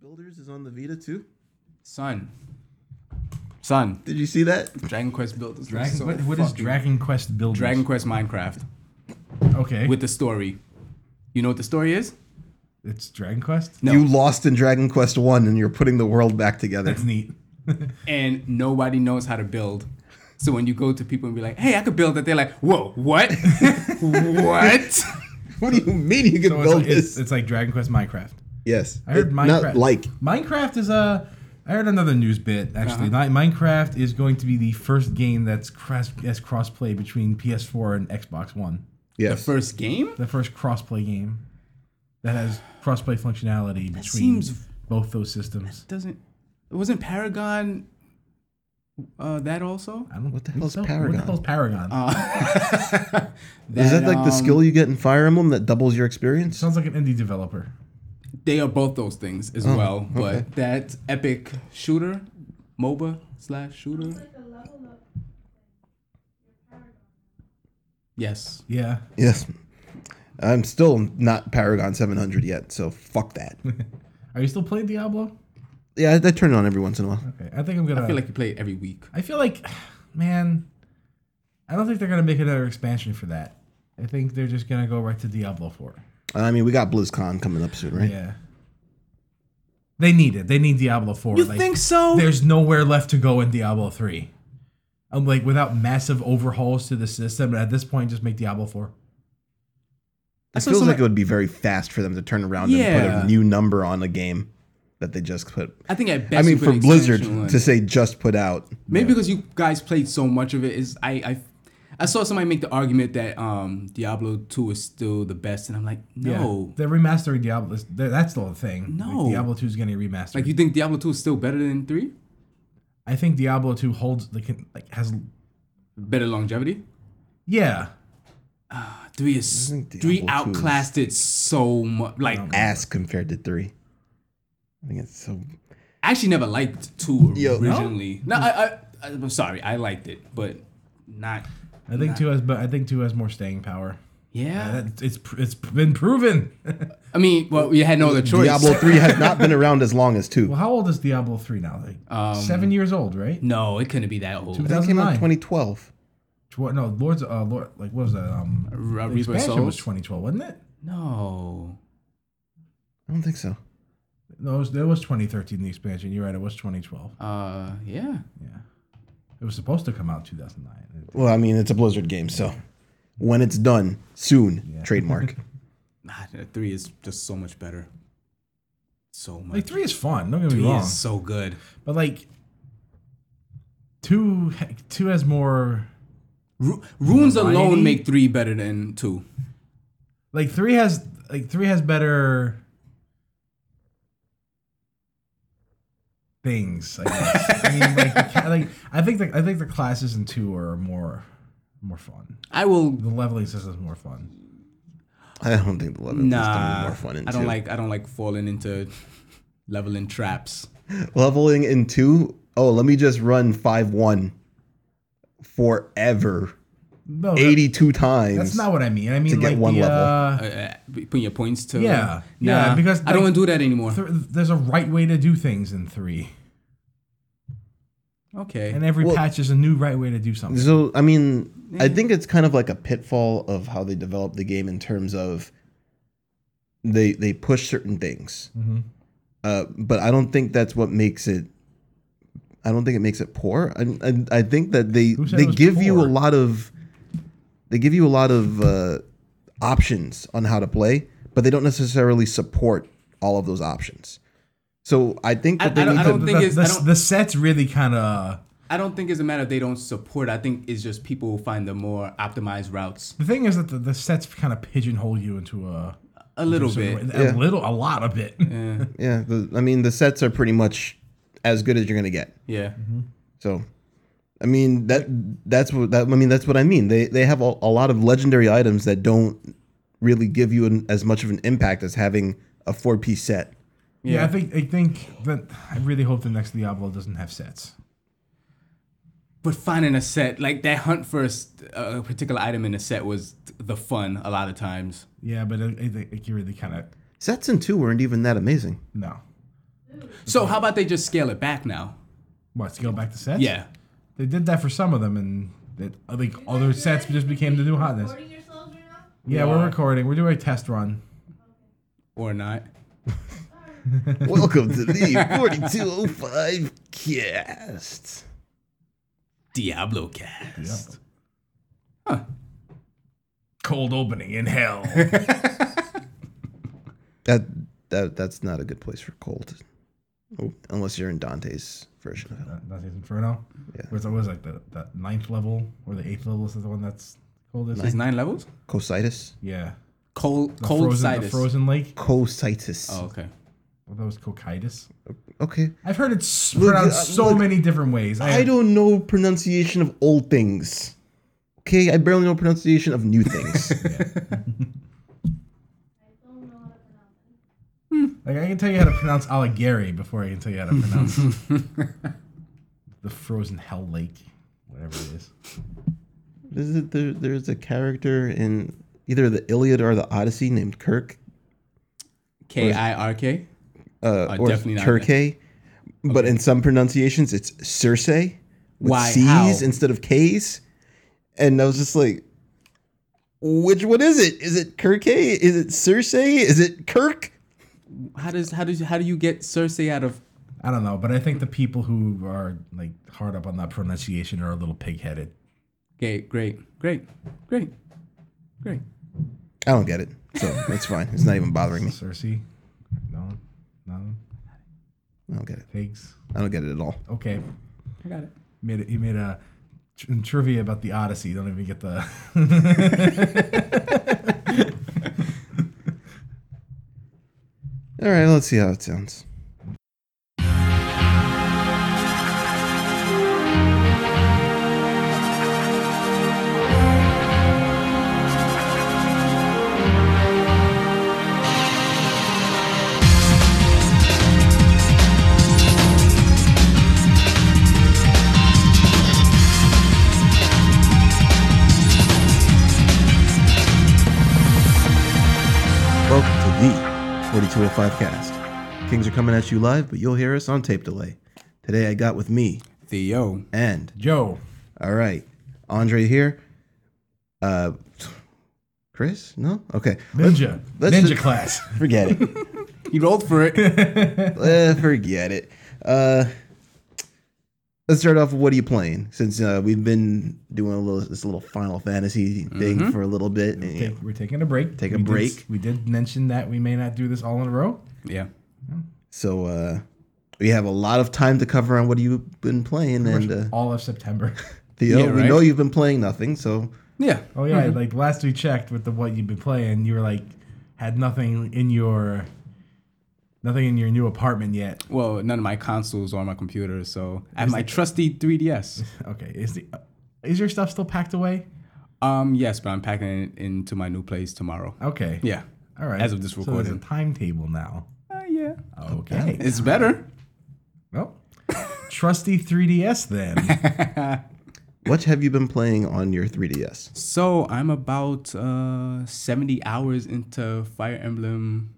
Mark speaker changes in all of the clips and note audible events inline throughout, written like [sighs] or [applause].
Speaker 1: Builders is on the Vita too.
Speaker 2: Son. Son.
Speaker 1: Did you see that?
Speaker 2: Dragon Quest Builders.
Speaker 3: Dragon,
Speaker 2: looks so
Speaker 3: what, what is
Speaker 2: fucking-
Speaker 3: Dragon Quest Builders?
Speaker 2: Dragon Quest Minecraft
Speaker 3: Okay.
Speaker 2: with the story. You know what the story is?
Speaker 3: it's Dragon Quest?
Speaker 2: No.
Speaker 1: You lost in Dragon Quest One, and you're putting the world back
Speaker 3: [laughs]
Speaker 1: together.
Speaker 3: That's neat.
Speaker 2: And nobody knows how to build. So when you go to people and be like, hey, I could build that, they're like, whoa, what? [laughs] what?
Speaker 1: what do you mean you can
Speaker 3: So it's,
Speaker 1: build
Speaker 3: like, it's,
Speaker 1: this?
Speaker 3: it's like Dragon Quest Minecraft.
Speaker 1: yes,
Speaker 3: I heard
Speaker 1: It-
Speaker 3: Minecraft.
Speaker 1: Not like
Speaker 3: Minecraft is a. I heard another news bit actually. Mi- Minecraft is going to be the first game that's cross as crossplay between PS4 and Xbox One.
Speaker 2: the
Speaker 1: yes.
Speaker 2: first game?
Speaker 3: The first crossplay game that has crossplay functionality between
Speaker 2: seems-
Speaker 3: both those systems.
Speaker 2: Doesn't. Wasn't Paragon uh, that also?
Speaker 3: I don't.
Speaker 1: What the hell's
Speaker 3: so- What the
Speaker 1: Paragon?
Speaker 3: hell's Paragon?
Speaker 1: Is that like the
Speaker 2: um,
Speaker 1: skill you get in Fire Emblem that doubles your experience?
Speaker 3: Sounds like an indie developer.
Speaker 2: They are both those things
Speaker 1: Mm,
Speaker 2: as well. But that epic shooter, MOBA slash shooter. Yes.
Speaker 3: Yeah.
Speaker 1: Yes. I'm still not Paragon 700 yet, so fuck
Speaker 3: [laughs]
Speaker 1: that.
Speaker 3: Are you still playing Diablo?
Speaker 1: yeah, I, I turn it on every once in a while.
Speaker 3: Okay. I think I'm gonna.
Speaker 2: I feel like you play it every week.
Speaker 3: I feel like, [sighs] man, I don't think they're gonna make another expansion for that. I think they're just gonna go right to Diablo Four.
Speaker 1: I mean, we got BlizzCon coming up soon, right?
Speaker 3: Yeah. They need it. They need Diablo Four.
Speaker 2: You think so?
Speaker 3: There's nowhere left to go in Diablo Three. I'm like without massive overhauls to the system, and at this point, just make Diablo Four.
Speaker 2: I
Speaker 1: It
Speaker 2: saw
Speaker 1: feels
Speaker 2: some-
Speaker 1: like it would be very fast for them to turn around and put
Speaker 2: Yeah.
Speaker 1: a new number on a game that they just put.
Speaker 2: I think at best.
Speaker 1: I mean,
Speaker 2: you put
Speaker 1: for
Speaker 2: an
Speaker 1: Blizzard
Speaker 2: expansion on.
Speaker 1: to say just put out.
Speaker 2: maybe because you guys played so much of it is I I I saw somebody make the argument that um Diablo Two is still the best, and I'm like, no,
Speaker 3: they're remastering Diablo. they're- That's the whole thing. Like,
Speaker 2: No.
Speaker 3: Diablo Two is getting remastered.
Speaker 2: like you think Diablo Two is still better than three,
Speaker 3: I think Diablo Two holds like can- like has
Speaker 2: better longevity.
Speaker 3: yeah.
Speaker 2: Three is
Speaker 1: think Diablo
Speaker 2: three
Speaker 1: 2 is-
Speaker 2: outclassed it so much. Like
Speaker 1: Ass compared to three. I think it's so.
Speaker 2: I actually never liked two
Speaker 1: Yo, no?
Speaker 2: originally. No, I, I I I'm sorry, I liked it, but not.
Speaker 3: I think two has but I think two has more staying power.
Speaker 2: Yeah,
Speaker 3: That, it's pr- it's been proven. [laughs]
Speaker 2: I mean, well, you had no other choice.
Speaker 1: Diablo 3 has not been around as long as 2.
Speaker 3: well, how old is Diablo three now? Like seven years old, right?
Speaker 2: Um, No, it couldn't be that old.
Speaker 3: Two
Speaker 1: I think it came out in
Speaker 3: 2009.
Speaker 1: 2012.
Speaker 3: Tw- no, Lords. Uh, Lord, like what was that? Um,
Speaker 2: R-
Speaker 3: the
Speaker 2: Reaper
Speaker 3: expansion was
Speaker 2: Souls?
Speaker 3: 2012, wasn't it?
Speaker 2: No.
Speaker 1: I don't think so.
Speaker 3: No, it was, it was 2013. The expansion. You're right. It was 2012.
Speaker 2: Uh, yeah.
Speaker 3: Yeah, it was supposed to come out 2009.
Speaker 1: Well, I mean, it's a Blizzard game, so when it's done, soon, trademark.
Speaker 2: Ah, the three is just so much better. So much.
Speaker 3: Like three is fun. Don't get me
Speaker 2: Three
Speaker 3: wrong.
Speaker 2: is so good.
Speaker 3: But like two, two has more.
Speaker 2: Ru- runes
Speaker 3: Variety?
Speaker 2: alone make three better than two.
Speaker 3: Like three has like three has better things. I guess. I mean, like, the ca- like I think the, I think the classes in two are more more fun.
Speaker 2: I will.
Speaker 3: The leveling system is more fun.
Speaker 1: I don't think the level is gonna be
Speaker 2: Nah.
Speaker 1: more fun in
Speaker 2: I don't
Speaker 1: two.
Speaker 2: like. I don't like falling into leveling traps.
Speaker 1: leveling in two. Oh, let me just run five one forever,
Speaker 3: No, that-
Speaker 1: eighty two times.
Speaker 3: that's not what I mean. I mean
Speaker 1: get
Speaker 3: like
Speaker 1: one
Speaker 3: the,
Speaker 1: level.
Speaker 3: uh,
Speaker 2: Uh, uh, put your points to.
Speaker 3: Yeah, yeah,
Speaker 2: Nah,
Speaker 3: because,
Speaker 2: I
Speaker 3: like,
Speaker 2: don't want to do that anymore.
Speaker 3: th- there's a right way to do things in three,
Speaker 2: okay.
Speaker 3: and every
Speaker 1: Well-
Speaker 3: patch is a new right way to do something.
Speaker 1: So I mean, I think it's kind of like a pitfall of how they develop the game in terms of they they push certain things,
Speaker 2: Mm-hmm.
Speaker 1: uh, but I don't think that's what makes it. I don't think it makes it poor. I I, I think that they
Speaker 3: said
Speaker 1: they
Speaker 3: it was
Speaker 1: give you a
Speaker 3: poor?
Speaker 1: lot of they give you a lot of uh, options on how to play, but they don't necessarily support all of those options. So I think
Speaker 2: I-
Speaker 1: that they
Speaker 2: I don't-
Speaker 1: need
Speaker 2: I
Speaker 1: to
Speaker 2: don't
Speaker 3: The,
Speaker 2: thing is, I
Speaker 3: the,
Speaker 2: don't-
Speaker 3: the set's really kind of
Speaker 2: I don't think it's a matter of they don't support. I think it's just people find the more optimized routes.
Speaker 3: The thing is that the, the sets kind of pigeonhole you into a
Speaker 2: A little
Speaker 3: into
Speaker 2: bit.
Speaker 3: a little, a lot of it. [laughs]
Speaker 1: Yeah, the, I mean the sets are pretty much as good as you're gonna get.
Speaker 2: Yeah.
Speaker 3: Mm-hmm.
Speaker 1: So, I mean that that's what that I mean that's what I mean. They they have a, a lot of legendary items that don't really give you an, as much of an impact as having a four piece set.
Speaker 3: Yeah. I think I think that I really hope the next Diablo doesn't have sets.
Speaker 2: But finding a set like that hunt for a, s- a particular item in a set was the fun a lot of times.
Speaker 3: Yeah, but it, it, it really kind of
Speaker 1: Sets in two weren't even that amazing.
Speaker 3: no.
Speaker 2: So how about they just scale it back now?
Speaker 3: What, scale back the sets?
Speaker 2: Yeah.
Speaker 3: They did that for some of them, and it, I think other sets just became the new hotness.
Speaker 4: Recording yourselves right now?
Speaker 3: Yeah, we're recording. We're doing a test run.
Speaker 2: Or not.
Speaker 1: Welcome to the 4205 cast.
Speaker 2: Diablo cast.
Speaker 3: Cold opening in hell.
Speaker 1: That that that's not a good place for cold. Oh, unless you're in Dante's version of it.
Speaker 3: Dante's Inferno.
Speaker 1: Yeah.
Speaker 3: Where it's always like the, the ninth level or the eighth level is the one that's coldest.
Speaker 2: There's nine levels?
Speaker 1: Cositis?
Speaker 3: Yeah.
Speaker 2: Cold
Speaker 3: The
Speaker 2: cold
Speaker 3: frozen, the
Speaker 2: situs.
Speaker 3: frozen lake.
Speaker 1: Cositis.
Speaker 2: Oh, okay.
Speaker 3: Well, that was Cocytus.
Speaker 1: Okay.
Speaker 3: I've heard it's
Speaker 1: Look,
Speaker 3: pronounced
Speaker 1: uh,
Speaker 3: so
Speaker 1: look,
Speaker 3: many different ways.
Speaker 1: I don't know pronunciation of old things. Okay, I barely know pronunciation of new
Speaker 2: [laughs]
Speaker 1: things.
Speaker 3: Like I can tell you how to pronounce Alighieri before I can tell you how
Speaker 1: [laughs]
Speaker 3: to pronounce the frozen hell lake, whatever it is.
Speaker 1: Is it there, there's a character in either the Iliad or the Odyssey named Kirk,
Speaker 2: K I R K?
Speaker 1: uh,
Speaker 2: Uh,
Speaker 1: or
Speaker 2: definitely not
Speaker 1: Turkey, but in some pronunciations it's Circe with
Speaker 2: Why,
Speaker 1: C's
Speaker 2: how?
Speaker 1: instead of K's, and I was just like, which one is it? Is it Kirke? Is it Circe? Is it Kirk?
Speaker 2: How does how does how do you get Cersei out of
Speaker 3: I don't know, but I think the people who are like hard up on that pronunciation are a little pig-headed.
Speaker 2: Okay, great, great, great, great.
Speaker 1: I don't get it, so that's fine. It's not even bothering me.
Speaker 3: Cersei, no, no,
Speaker 1: I don't get it.
Speaker 3: pigs.
Speaker 1: I don't get it at all.
Speaker 3: Okay,
Speaker 2: I got it.
Speaker 3: made it, you made a tr- trivia about the Odyssey. You don't even get the. [laughs]
Speaker 1: All right, let's see how it sounds. Welcome to the 4205 cast. Kings are coming at you live, but you'll hear us on tape delay. Today I got with me
Speaker 2: Theo.
Speaker 1: and
Speaker 3: Joe,
Speaker 1: all right, Andre here. Uh Chris? No? Okay.
Speaker 3: ninja,
Speaker 1: Let's
Speaker 3: ninja
Speaker 1: just- [laughs]
Speaker 3: class.
Speaker 1: Forget it.
Speaker 2: He rolled for [laughs] it.
Speaker 1: Eh, forget it. Uh Let's start off with what are you playing? Since uh, we've been doing a little this little Final Fantasy thing for a little bit. and, you know,
Speaker 3: Okay, we're taking a break.
Speaker 1: Take a
Speaker 3: We did
Speaker 1: break.
Speaker 3: s- we did mention that we may not do this all in a row.
Speaker 2: yeah.
Speaker 1: So uh, we have a lot of time to cover on what you've been playing, and uh,
Speaker 3: All of September. [laughs]
Speaker 1: Theo,
Speaker 2: Yeah,
Speaker 1: we
Speaker 2: right.
Speaker 1: know you've been playing nothing. So
Speaker 2: Yeah.
Speaker 3: Oh yeah,
Speaker 2: Mm-hmm.
Speaker 3: like last we checked with the what you've been playing, you were like had nothing in your nothing in your new apartment yet.
Speaker 2: Well, none of my consoles or my computer, so I have my trusty 3DS.
Speaker 3: Okay, is the is your stuff still packed away?
Speaker 2: Um, yes, but I'm packing it into my new place tomorrow.
Speaker 3: Okay.
Speaker 2: Yeah.
Speaker 3: All right.
Speaker 2: As of this
Speaker 3: So
Speaker 2: recording.
Speaker 3: there's a timetable now.
Speaker 2: Uh, yeah.
Speaker 3: Okay.
Speaker 2: It's better.
Speaker 3: Well, trusty
Speaker 2: [laughs]
Speaker 3: 3DS then.
Speaker 1: what have you been playing on your 3DS?
Speaker 2: So I'm about uh 70 hours into Fire Emblem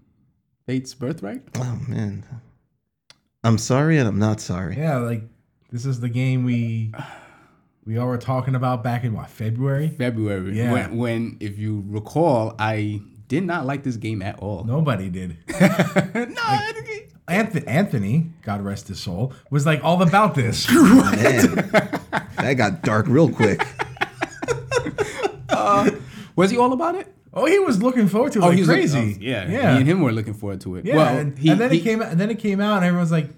Speaker 2: Fate's Birthright.
Speaker 1: Oh man, I'm sorry and I'm not sorry.
Speaker 3: yeah, like this is the game we we all were talking about back in what February.
Speaker 2: February.
Speaker 3: Yeah.
Speaker 2: When, when, if you recall, I did not like this game at all.
Speaker 3: Nobody did. [laughs]
Speaker 2: no I-
Speaker 3: Anth- Anthony, God rest his soul, was like all about
Speaker 2: [laughs]
Speaker 3: this. [laughs]
Speaker 1: Man, that got dark real quick.
Speaker 2: was he all about it?
Speaker 3: Oh, he was looking forward to it. like
Speaker 2: he was like-
Speaker 3: crazy.
Speaker 2: oh, yeah,
Speaker 3: yeah.
Speaker 2: Me and him were looking forward to it.
Speaker 3: Yeah,
Speaker 2: well,
Speaker 3: and,
Speaker 2: he,
Speaker 3: and then
Speaker 2: he-
Speaker 3: it came out, and then it came out, and everyone's like,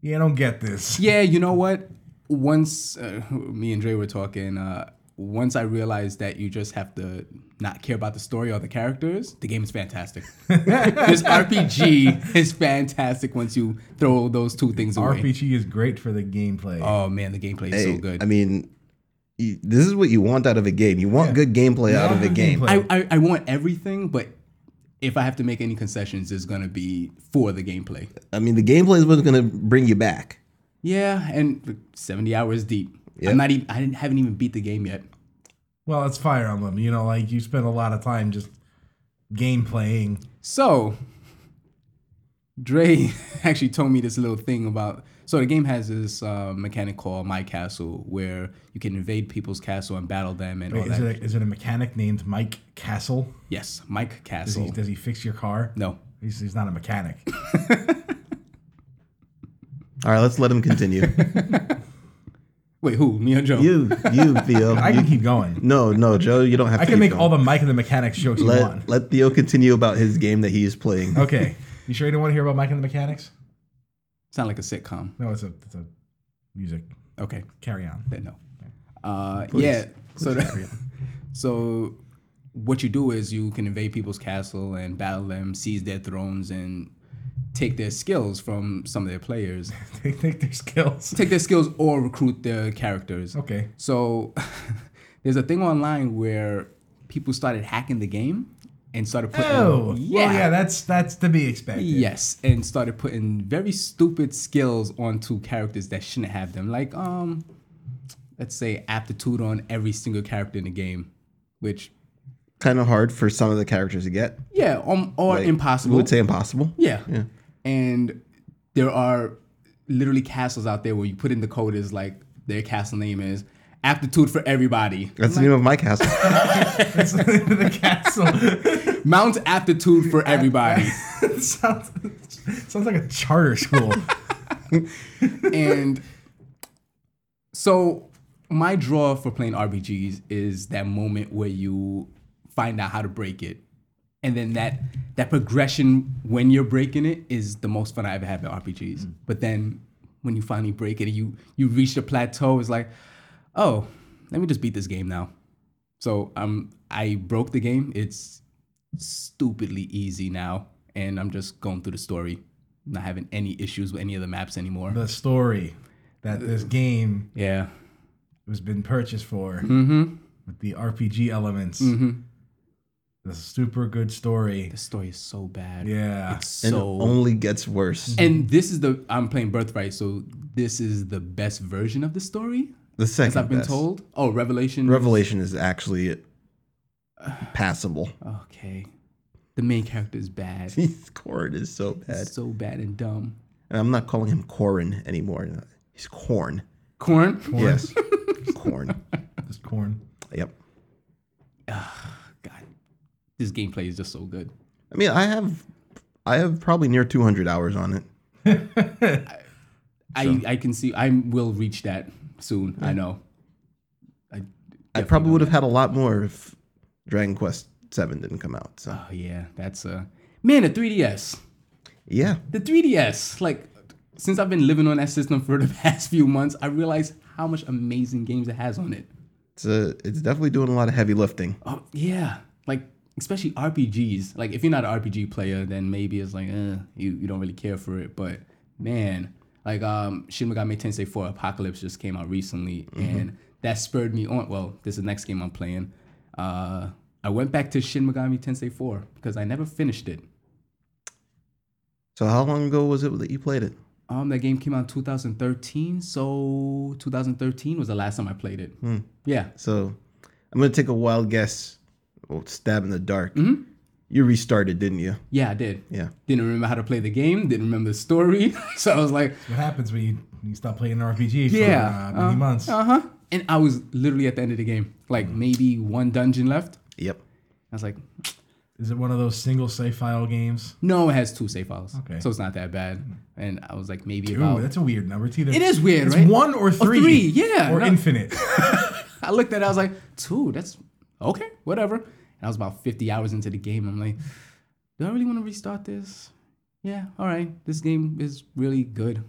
Speaker 3: "Yeah, I don't get [laughs] this."
Speaker 2: Yeah, you know what? Once uh, [laughs] me and Dre were talking, uh, once I realized that you just have to not care about the story or the characters, the game is
Speaker 3: [laughs]
Speaker 2: fantastic. this RPG is fantastic once you throw those two things away.
Speaker 3: RPG is great for the gameplay.
Speaker 2: Oh man, the gameplay is so
Speaker 1: Hey,
Speaker 2: good.
Speaker 1: I mean, you, this is what you want out of a game. You want good gameplay out
Speaker 3: want
Speaker 1: of a
Speaker 3: good
Speaker 1: game.
Speaker 3: gameplay.
Speaker 2: I, I, I want everything, but if I have to make any concessions, it's gonna be for the gameplay.
Speaker 1: I mean, the gameplay is what's going to bring you back.
Speaker 2: Yeah, and seventy hours deep.
Speaker 1: Yep.
Speaker 2: I'm not even. I didn't, haven't even beat the game yet.
Speaker 3: well, it's Fire Emblem. You know, like you spend a lot of time just game playing.
Speaker 2: So, Dre [laughs] actually told me this little thing about. So the game has this uh, mechanic called My Castle, where you can invade people's castle and battle them and all
Speaker 3: Wait, is,
Speaker 2: Oh, that.
Speaker 3: it a, is it a mechanic named Mike Castle?
Speaker 2: yes, Mike
Speaker 3: Does
Speaker 2: Castle.
Speaker 3: he, does he fix your car?
Speaker 2: no,
Speaker 3: He's, he's not
Speaker 2: [laughs]
Speaker 3: a mechanic.
Speaker 1: All right, let's let him
Speaker 3: [laughs]
Speaker 1: continue.
Speaker 2: wait, who? Me or Joe?
Speaker 1: you, you, Theo.
Speaker 3: I
Speaker 1: you-
Speaker 3: can keep going.
Speaker 1: no, no, Joe, you don't have.
Speaker 3: I
Speaker 1: to
Speaker 3: can
Speaker 1: keep
Speaker 3: make all
Speaker 1: going.
Speaker 3: the Mike and the mechanics jokes you want.
Speaker 1: Let, let Theo continue about his game that he is playing.
Speaker 3: Okay. You sure you don't want to hear about Mike and the mechanics?
Speaker 2: Sound like a sitcom.
Speaker 3: No, it's a, it's a music.
Speaker 2: Okay,
Speaker 3: Carry on.
Speaker 2: then no. Uh, yeah. so the, [laughs] so what you do is you can invade people's castle and battle them, seize their thrones, and take their skills from some of their
Speaker 3: [laughs]
Speaker 2: players.
Speaker 3: they think their skills.
Speaker 2: take their skills or recruit their characters.
Speaker 3: Okay.
Speaker 2: So [laughs] there's a thing online where people started hacking the game and started putting
Speaker 3: Oh, yeah.
Speaker 2: yeah,
Speaker 3: Well, yeah, that's that's to be expected.
Speaker 2: yes, and started putting very stupid skills onto characters that shouldn't have them. Like um, let's say aptitude on every single character in the game, which
Speaker 1: Kind of hard for some of the characters to get.
Speaker 2: yeah, um, or
Speaker 1: Like, We
Speaker 2: impossible.
Speaker 1: would say impossible.
Speaker 2: Yeah. And there are literally castles out there where you put in the code is like their castle name is aptitude for everybody.
Speaker 1: That's the name of my castle.
Speaker 3: That's [laughs] the castle.
Speaker 2: Mount aptitude for everybody.
Speaker 3: sounds sounds like a charter
Speaker 2: [laughs]
Speaker 3: school.
Speaker 2: and so my draw for playing RPGs is that moment where you find out how to break it. And then that that progression when you're breaking it is the most fun I ever have in RPGs. But then when you finally break it and you you reach the plateau, it's like, oh, let me just beat this game now. So um I broke the game. It's stupidly easy now. And I'm just going through the story, not having any issues with any of the maps anymore.
Speaker 3: the story that this game
Speaker 2: Yeah.
Speaker 3: has been purchased for
Speaker 2: Mm-hmm.
Speaker 3: with the RPG elements.
Speaker 2: Mhm.
Speaker 3: The super good story.
Speaker 2: The story is so bad.
Speaker 3: Yeah.
Speaker 2: It's
Speaker 1: And it
Speaker 2: so.
Speaker 1: only gets worse.
Speaker 2: and this is the I'm playing Birthright, so this is the best version of the story
Speaker 1: The second
Speaker 2: as I've been
Speaker 1: best.
Speaker 2: told. Oh, Revelation.
Speaker 1: Revelation is
Speaker 2: [sighs]
Speaker 1: actually passable. [laughs]
Speaker 2: okay. The main character is bad.
Speaker 1: His Corn is so bad.
Speaker 2: so bad and dumb.
Speaker 1: And I'm not calling him Corin anymore. He's Corn.
Speaker 2: Corn.
Speaker 1: Yes.
Speaker 2: [laughs]
Speaker 1: Corn.
Speaker 3: Just corn.
Speaker 1: Yep.
Speaker 2: God, this gameplay is just so good.
Speaker 1: I mean, I have I have probably near 200 hours on it.
Speaker 2: I I can see I will reach that soon. I know. I,
Speaker 1: I probably would have had a lot more if Dragon Quest 7 didn't come out. So,
Speaker 2: oh yeah, that's a man. The 3ds.
Speaker 1: yeah.
Speaker 2: the 3DS, like since I've been living on that system for the [laughs] past few months, I realized how much amazing games it has on it.
Speaker 1: It's a, it's definitely doing a lot of heavy lifting.
Speaker 2: Oh yeah, like especially RPGs. Like if you're not an RPG player, then maybe it's like eh, you you don't really care for it. But man, like um, Shin Megami Tensei 4 Apocalypse just came out recently, and that spurred me on. Well, this is the next game I'm playing. Uh, I went back to Shin Megami Tensei 4 because I never finished it.
Speaker 1: So, how long ago was it that you played it?
Speaker 2: Um, that game came out in 2013, so 2013 was the last time I played it.
Speaker 3: Hmm.
Speaker 2: Yeah,
Speaker 1: So, I'm going to take a wild guess. Oh, stab in the dark. You restarted, didn't you?
Speaker 2: yeah, I did.
Speaker 1: Yeah.
Speaker 2: Didn't remember how to play the game. Didn't remember the story. [laughs] so I was like,
Speaker 3: What happens when you, you stop playing an RPG for
Speaker 2: yeah,
Speaker 3: uh, many months?
Speaker 2: Uh huh. And I was literally at the end of the game, like
Speaker 3: Hmm.
Speaker 2: maybe one dungeon left.
Speaker 1: Yep.
Speaker 2: I was like,
Speaker 3: Is it one of those single save file games?
Speaker 2: no, it has two save files,
Speaker 3: Okay.
Speaker 2: so it's not that bad. And I was like, maybe
Speaker 3: Ooh,
Speaker 2: about.
Speaker 3: that's a weird number. It's either
Speaker 2: It is weird,
Speaker 3: it's
Speaker 2: right?
Speaker 3: one or three.
Speaker 2: three, yeah,
Speaker 3: Or
Speaker 2: no. [laughs]
Speaker 3: infinite.
Speaker 2: I looked at it. I was like, two. That's okay. Whatever. And I was about 50 hours into the game. I'm like, do I really want to restart this? Yeah. All right. This game is really good.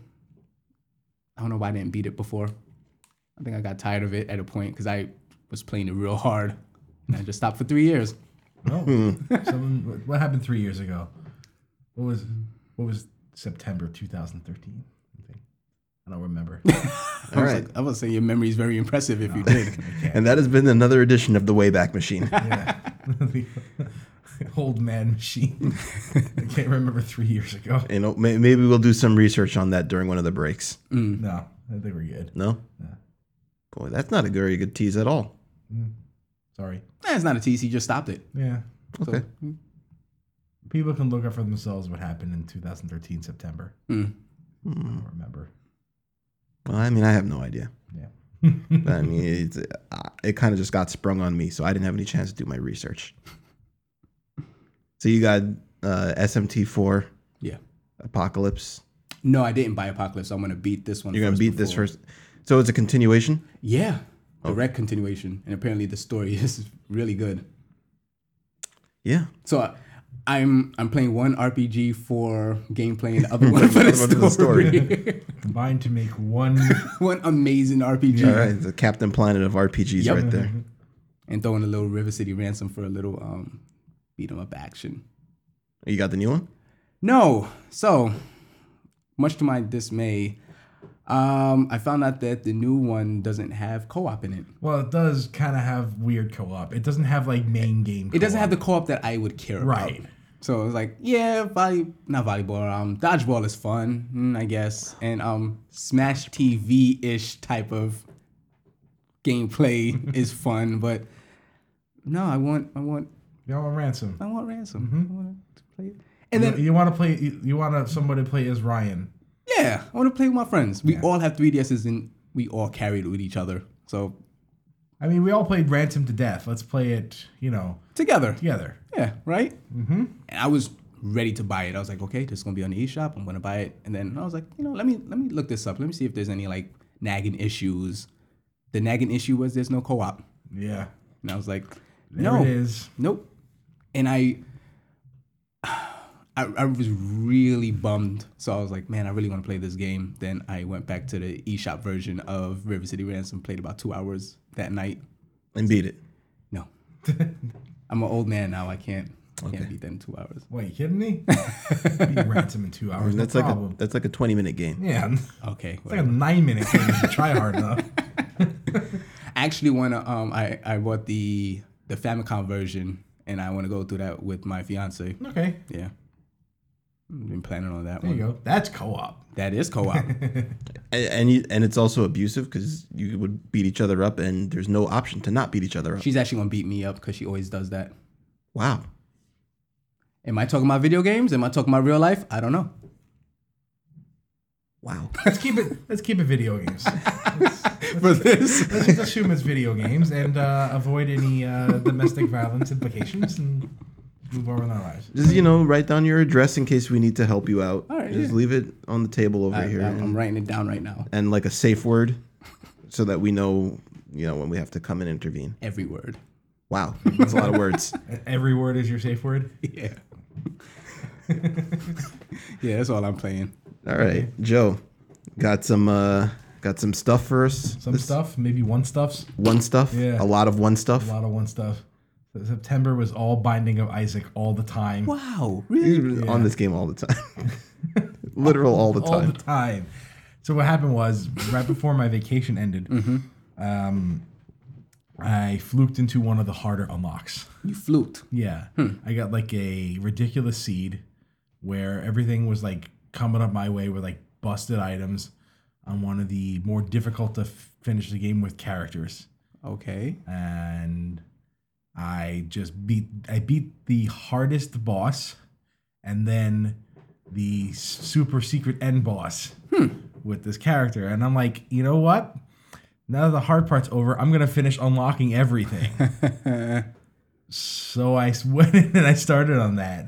Speaker 2: I don't know why I didn't beat it before. I think I got tired of it at a point because I was playing it real hard, and I just stopped for three years.
Speaker 3: no. Something- what- what happened three years ago? What was what was September 2013? I think. I
Speaker 2: [laughs]
Speaker 3: don't remember.
Speaker 1: All
Speaker 2: I was
Speaker 1: right.
Speaker 2: like- I was saying your memory is very impressive if you did.
Speaker 1: [laughs] And that has been another edition of the Wayback Machine.
Speaker 3: yeah. [laughs] the old man machine. I can't remember three years ago.
Speaker 1: you know, may, maybe we'll do some research on that during one of the breaks.
Speaker 2: Hmm.
Speaker 3: No, I think we're good.
Speaker 1: No? Boy, that's not a very good tease at all.
Speaker 3: Sorry.
Speaker 2: That's not a TC. Just stopped it.
Speaker 3: Yeah.
Speaker 1: Okay.
Speaker 3: People can look up for themselves what happened in 2013 September.
Speaker 2: Mm.
Speaker 3: I don't remember.
Speaker 1: Well, I mean, I have no idea.
Speaker 3: Yeah.
Speaker 1: But I mean, it's, uh, it kind of just got sprung on me, so I didn't have any chance to do my research. So you got uh, SMT4,
Speaker 2: Yeah.
Speaker 1: Apocalypse.
Speaker 2: No, I didn't buy Apocalypse. I'm gonna beat this one.
Speaker 1: You're going to
Speaker 2: first
Speaker 1: beat this
Speaker 2: before-
Speaker 1: first. Oh. So it's a continuation?
Speaker 2: Yeah, direct continuation, and apparently the story [laughs] is really good.
Speaker 1: Yeah.
Speaker 2: So I- I'm I'm playing one RPG for gameplay and
Speaker 1: [laughs]
Speaker 2: the other one for the
Speaker 1: Other one for the
Speaker 2: story. [laughs]
Speaker 3: Combined to make one.
Speaker 2: one amazing RPG,
Speaker 1: All right. It's a Captain Planet of RPGs
Speaker 2: Mm-hmm. Yep. Mm-hmm.
Speaker 1: right there.
Speaker 2: and throwing a little River City Ransom for a little um beat 'em up action.
Speaker 1: You got the new one?
Speaker 2: No. So, much to my dismay, um, I found out that the new one doesn't have co-op in it.
Speaker 3: Well, it does kind of have weird co-op. It doesn't have like main game.
Speaker 2: It doesn't have the co-op that I would care
Speaker 3: Right.
Speaker 2: about. So I was like, yeah, volley, not volleyball. Um, dodgeball is fun, mm, I guess, and um, Smash TV ish type of
Speaker 3: [laughs]
Speaker 2: gameplay is fun, but no, I want, I want,
Speaker 3: Y'all want ransom.
Speaker 2: I want ransom. I want to play it. Uh, And
Speaker 3: Mm-hmm. You,
Speaker 2: then
Speaker 3: want to play? You, you want to somebody to play as Ryan?
Speaker 2: Yeah, I want to play with my friends. We all have 3DSs and we all carry it with each other. So
Speaker 3: I mean, we all played Ransom to death. Let's play it. You know,
Speaker 2: together. Yeah,
Speaker 3: together.
Speaker 2: right? Mm-hmm. And I was ready to buy it. I was like, okay, this is gonna be on the eShop. I'm gonna buy it. And then I was like, you know, let me let me look this up. Let me see if there's any like nagging issues. The nagging issue was there's no co-op.
Speaker 3: Yeah.
Speaker 2: And I was like,
Speaker 3: There
Speaker 2: no.
Speaker 3: it is.
Speaker 2: Nope. And I, [sighs] I, I was really bummed. So I was like, man, I really want to play this game. Then I went back to the eShop version of River City Ransom, played about two hours that night.
Speaker 1: And beat it.
Speaker 3: [laughs]
Speaker 2: No. I'm an old man now. I can't, can't beat that in two hours.
Speaker 3: What you
Speaker 2: [laughs]
Speaker 3: kidding me? Beat ransom in two hours.
Speaker 1: That's
Speaker 3: no
Speaker 1: like a,
Speaker 3: problem.
Speaker 1: that's like a 20 minute game.
Speaker 3: yeah. It's
Speaker 2: Okay.
Speaker 3: like a nine minute game if you try
Speaker 1: [laughs]
Speaker 3: hard enough.
Speaker 2: I actually want to, um, I, I bought the, the Famicom version and I want to go through that with my fiance.
Speaker 3: Okay.
Speaker 2: Yeah. I've been planning on that
Speaker 3: There you
Speaker 2: one.
Speaker 3: go. That's co-op.
Speaker 2: That is
Speaker 3: [laughs]
Speaker 2: co-op.
Speaker 1: And and, you, and it's also abusive because you would beat each other up, and there's no option to not beat each other up.
Speaker 2: She's actually gonna beat me up because she always does that.
Speaker 1: Wow.
Speaker 2: Am I talking about video games? Am I talking about real life? I don't know.
Speaker 1: Wow.
Speaker 3: Let's keep it. Let's keep it
Speaker 2: [laughs]
Speaker 3: video games.
Speaker 2: For this,
Speaker 3: Let's just assume it's video games and uh, avoid any uh, domestic violence implications and move on with our lives. E,
Speaker 1: Just you know, write down your address in case we need to help you out.
Speaker 2: All right,
Speaker 1: Just
Speaker 2: yeah.
Speaker 1: leave it on the table over
Speaker 2: I,
Speaker 1: here,
Speaker 2: am
Speaker 1: and,
Speaker 2: writing it down right now.
Speaker 1: and like a safe word, so that we know, you know, when we have to come and intervene.
Speaker 2: Every word. [laughs]
Speaker 1: Wow, that's a lot of words.
Speaker 3: Every word is your safe word.
Speaker 2: Yeah.
Speaker 3: [laughs]
Speaker 2: yeah, that's all I'm playing.
Speaker 1: All right, Joe, got some uh, got some stuff for us.
Speaker 3: Some stuff, maybe one stuffs,
Speaker 1: One stuff.
Speaker 3: Yeah.
Speaker 1: A lot of one
Speaker 3: a
Speaker 1: stuff.
Speaker 3: lot of one stuff. So September was all Binding of Isaac all the time.
Speaker 2: Wow,
Speaker 1: He's
Speaker 2: really?
Speaker 1: On this game all the
Speaker 2: [laughs]
Speaker 1: time. Literal all the
Speaker 3: [laughs] all
Speaker 1: time.
Speaker 3: the time. So what happened was right before my vacation ended,
Speaker 2: Mm-hmm.
Speaker 3: um, I fluked into one of the harder unlocks.
Speaker 2: You flute.
Speaker 3: Yeah, I got like a ridiculous seed where everything was like coming up my way with like busted items on one of the more difficult to f- finish the game with characters,
Speaker 2: Okay. [laughs]
Speaker 3: and I just beat I beat the hardest boss, and then the s- super secret end boss with this character, and I'm like, you know what? Now that the hard part's over, I'm gonna finish unlocking everything. so I s- [laughs] went in and I started on that,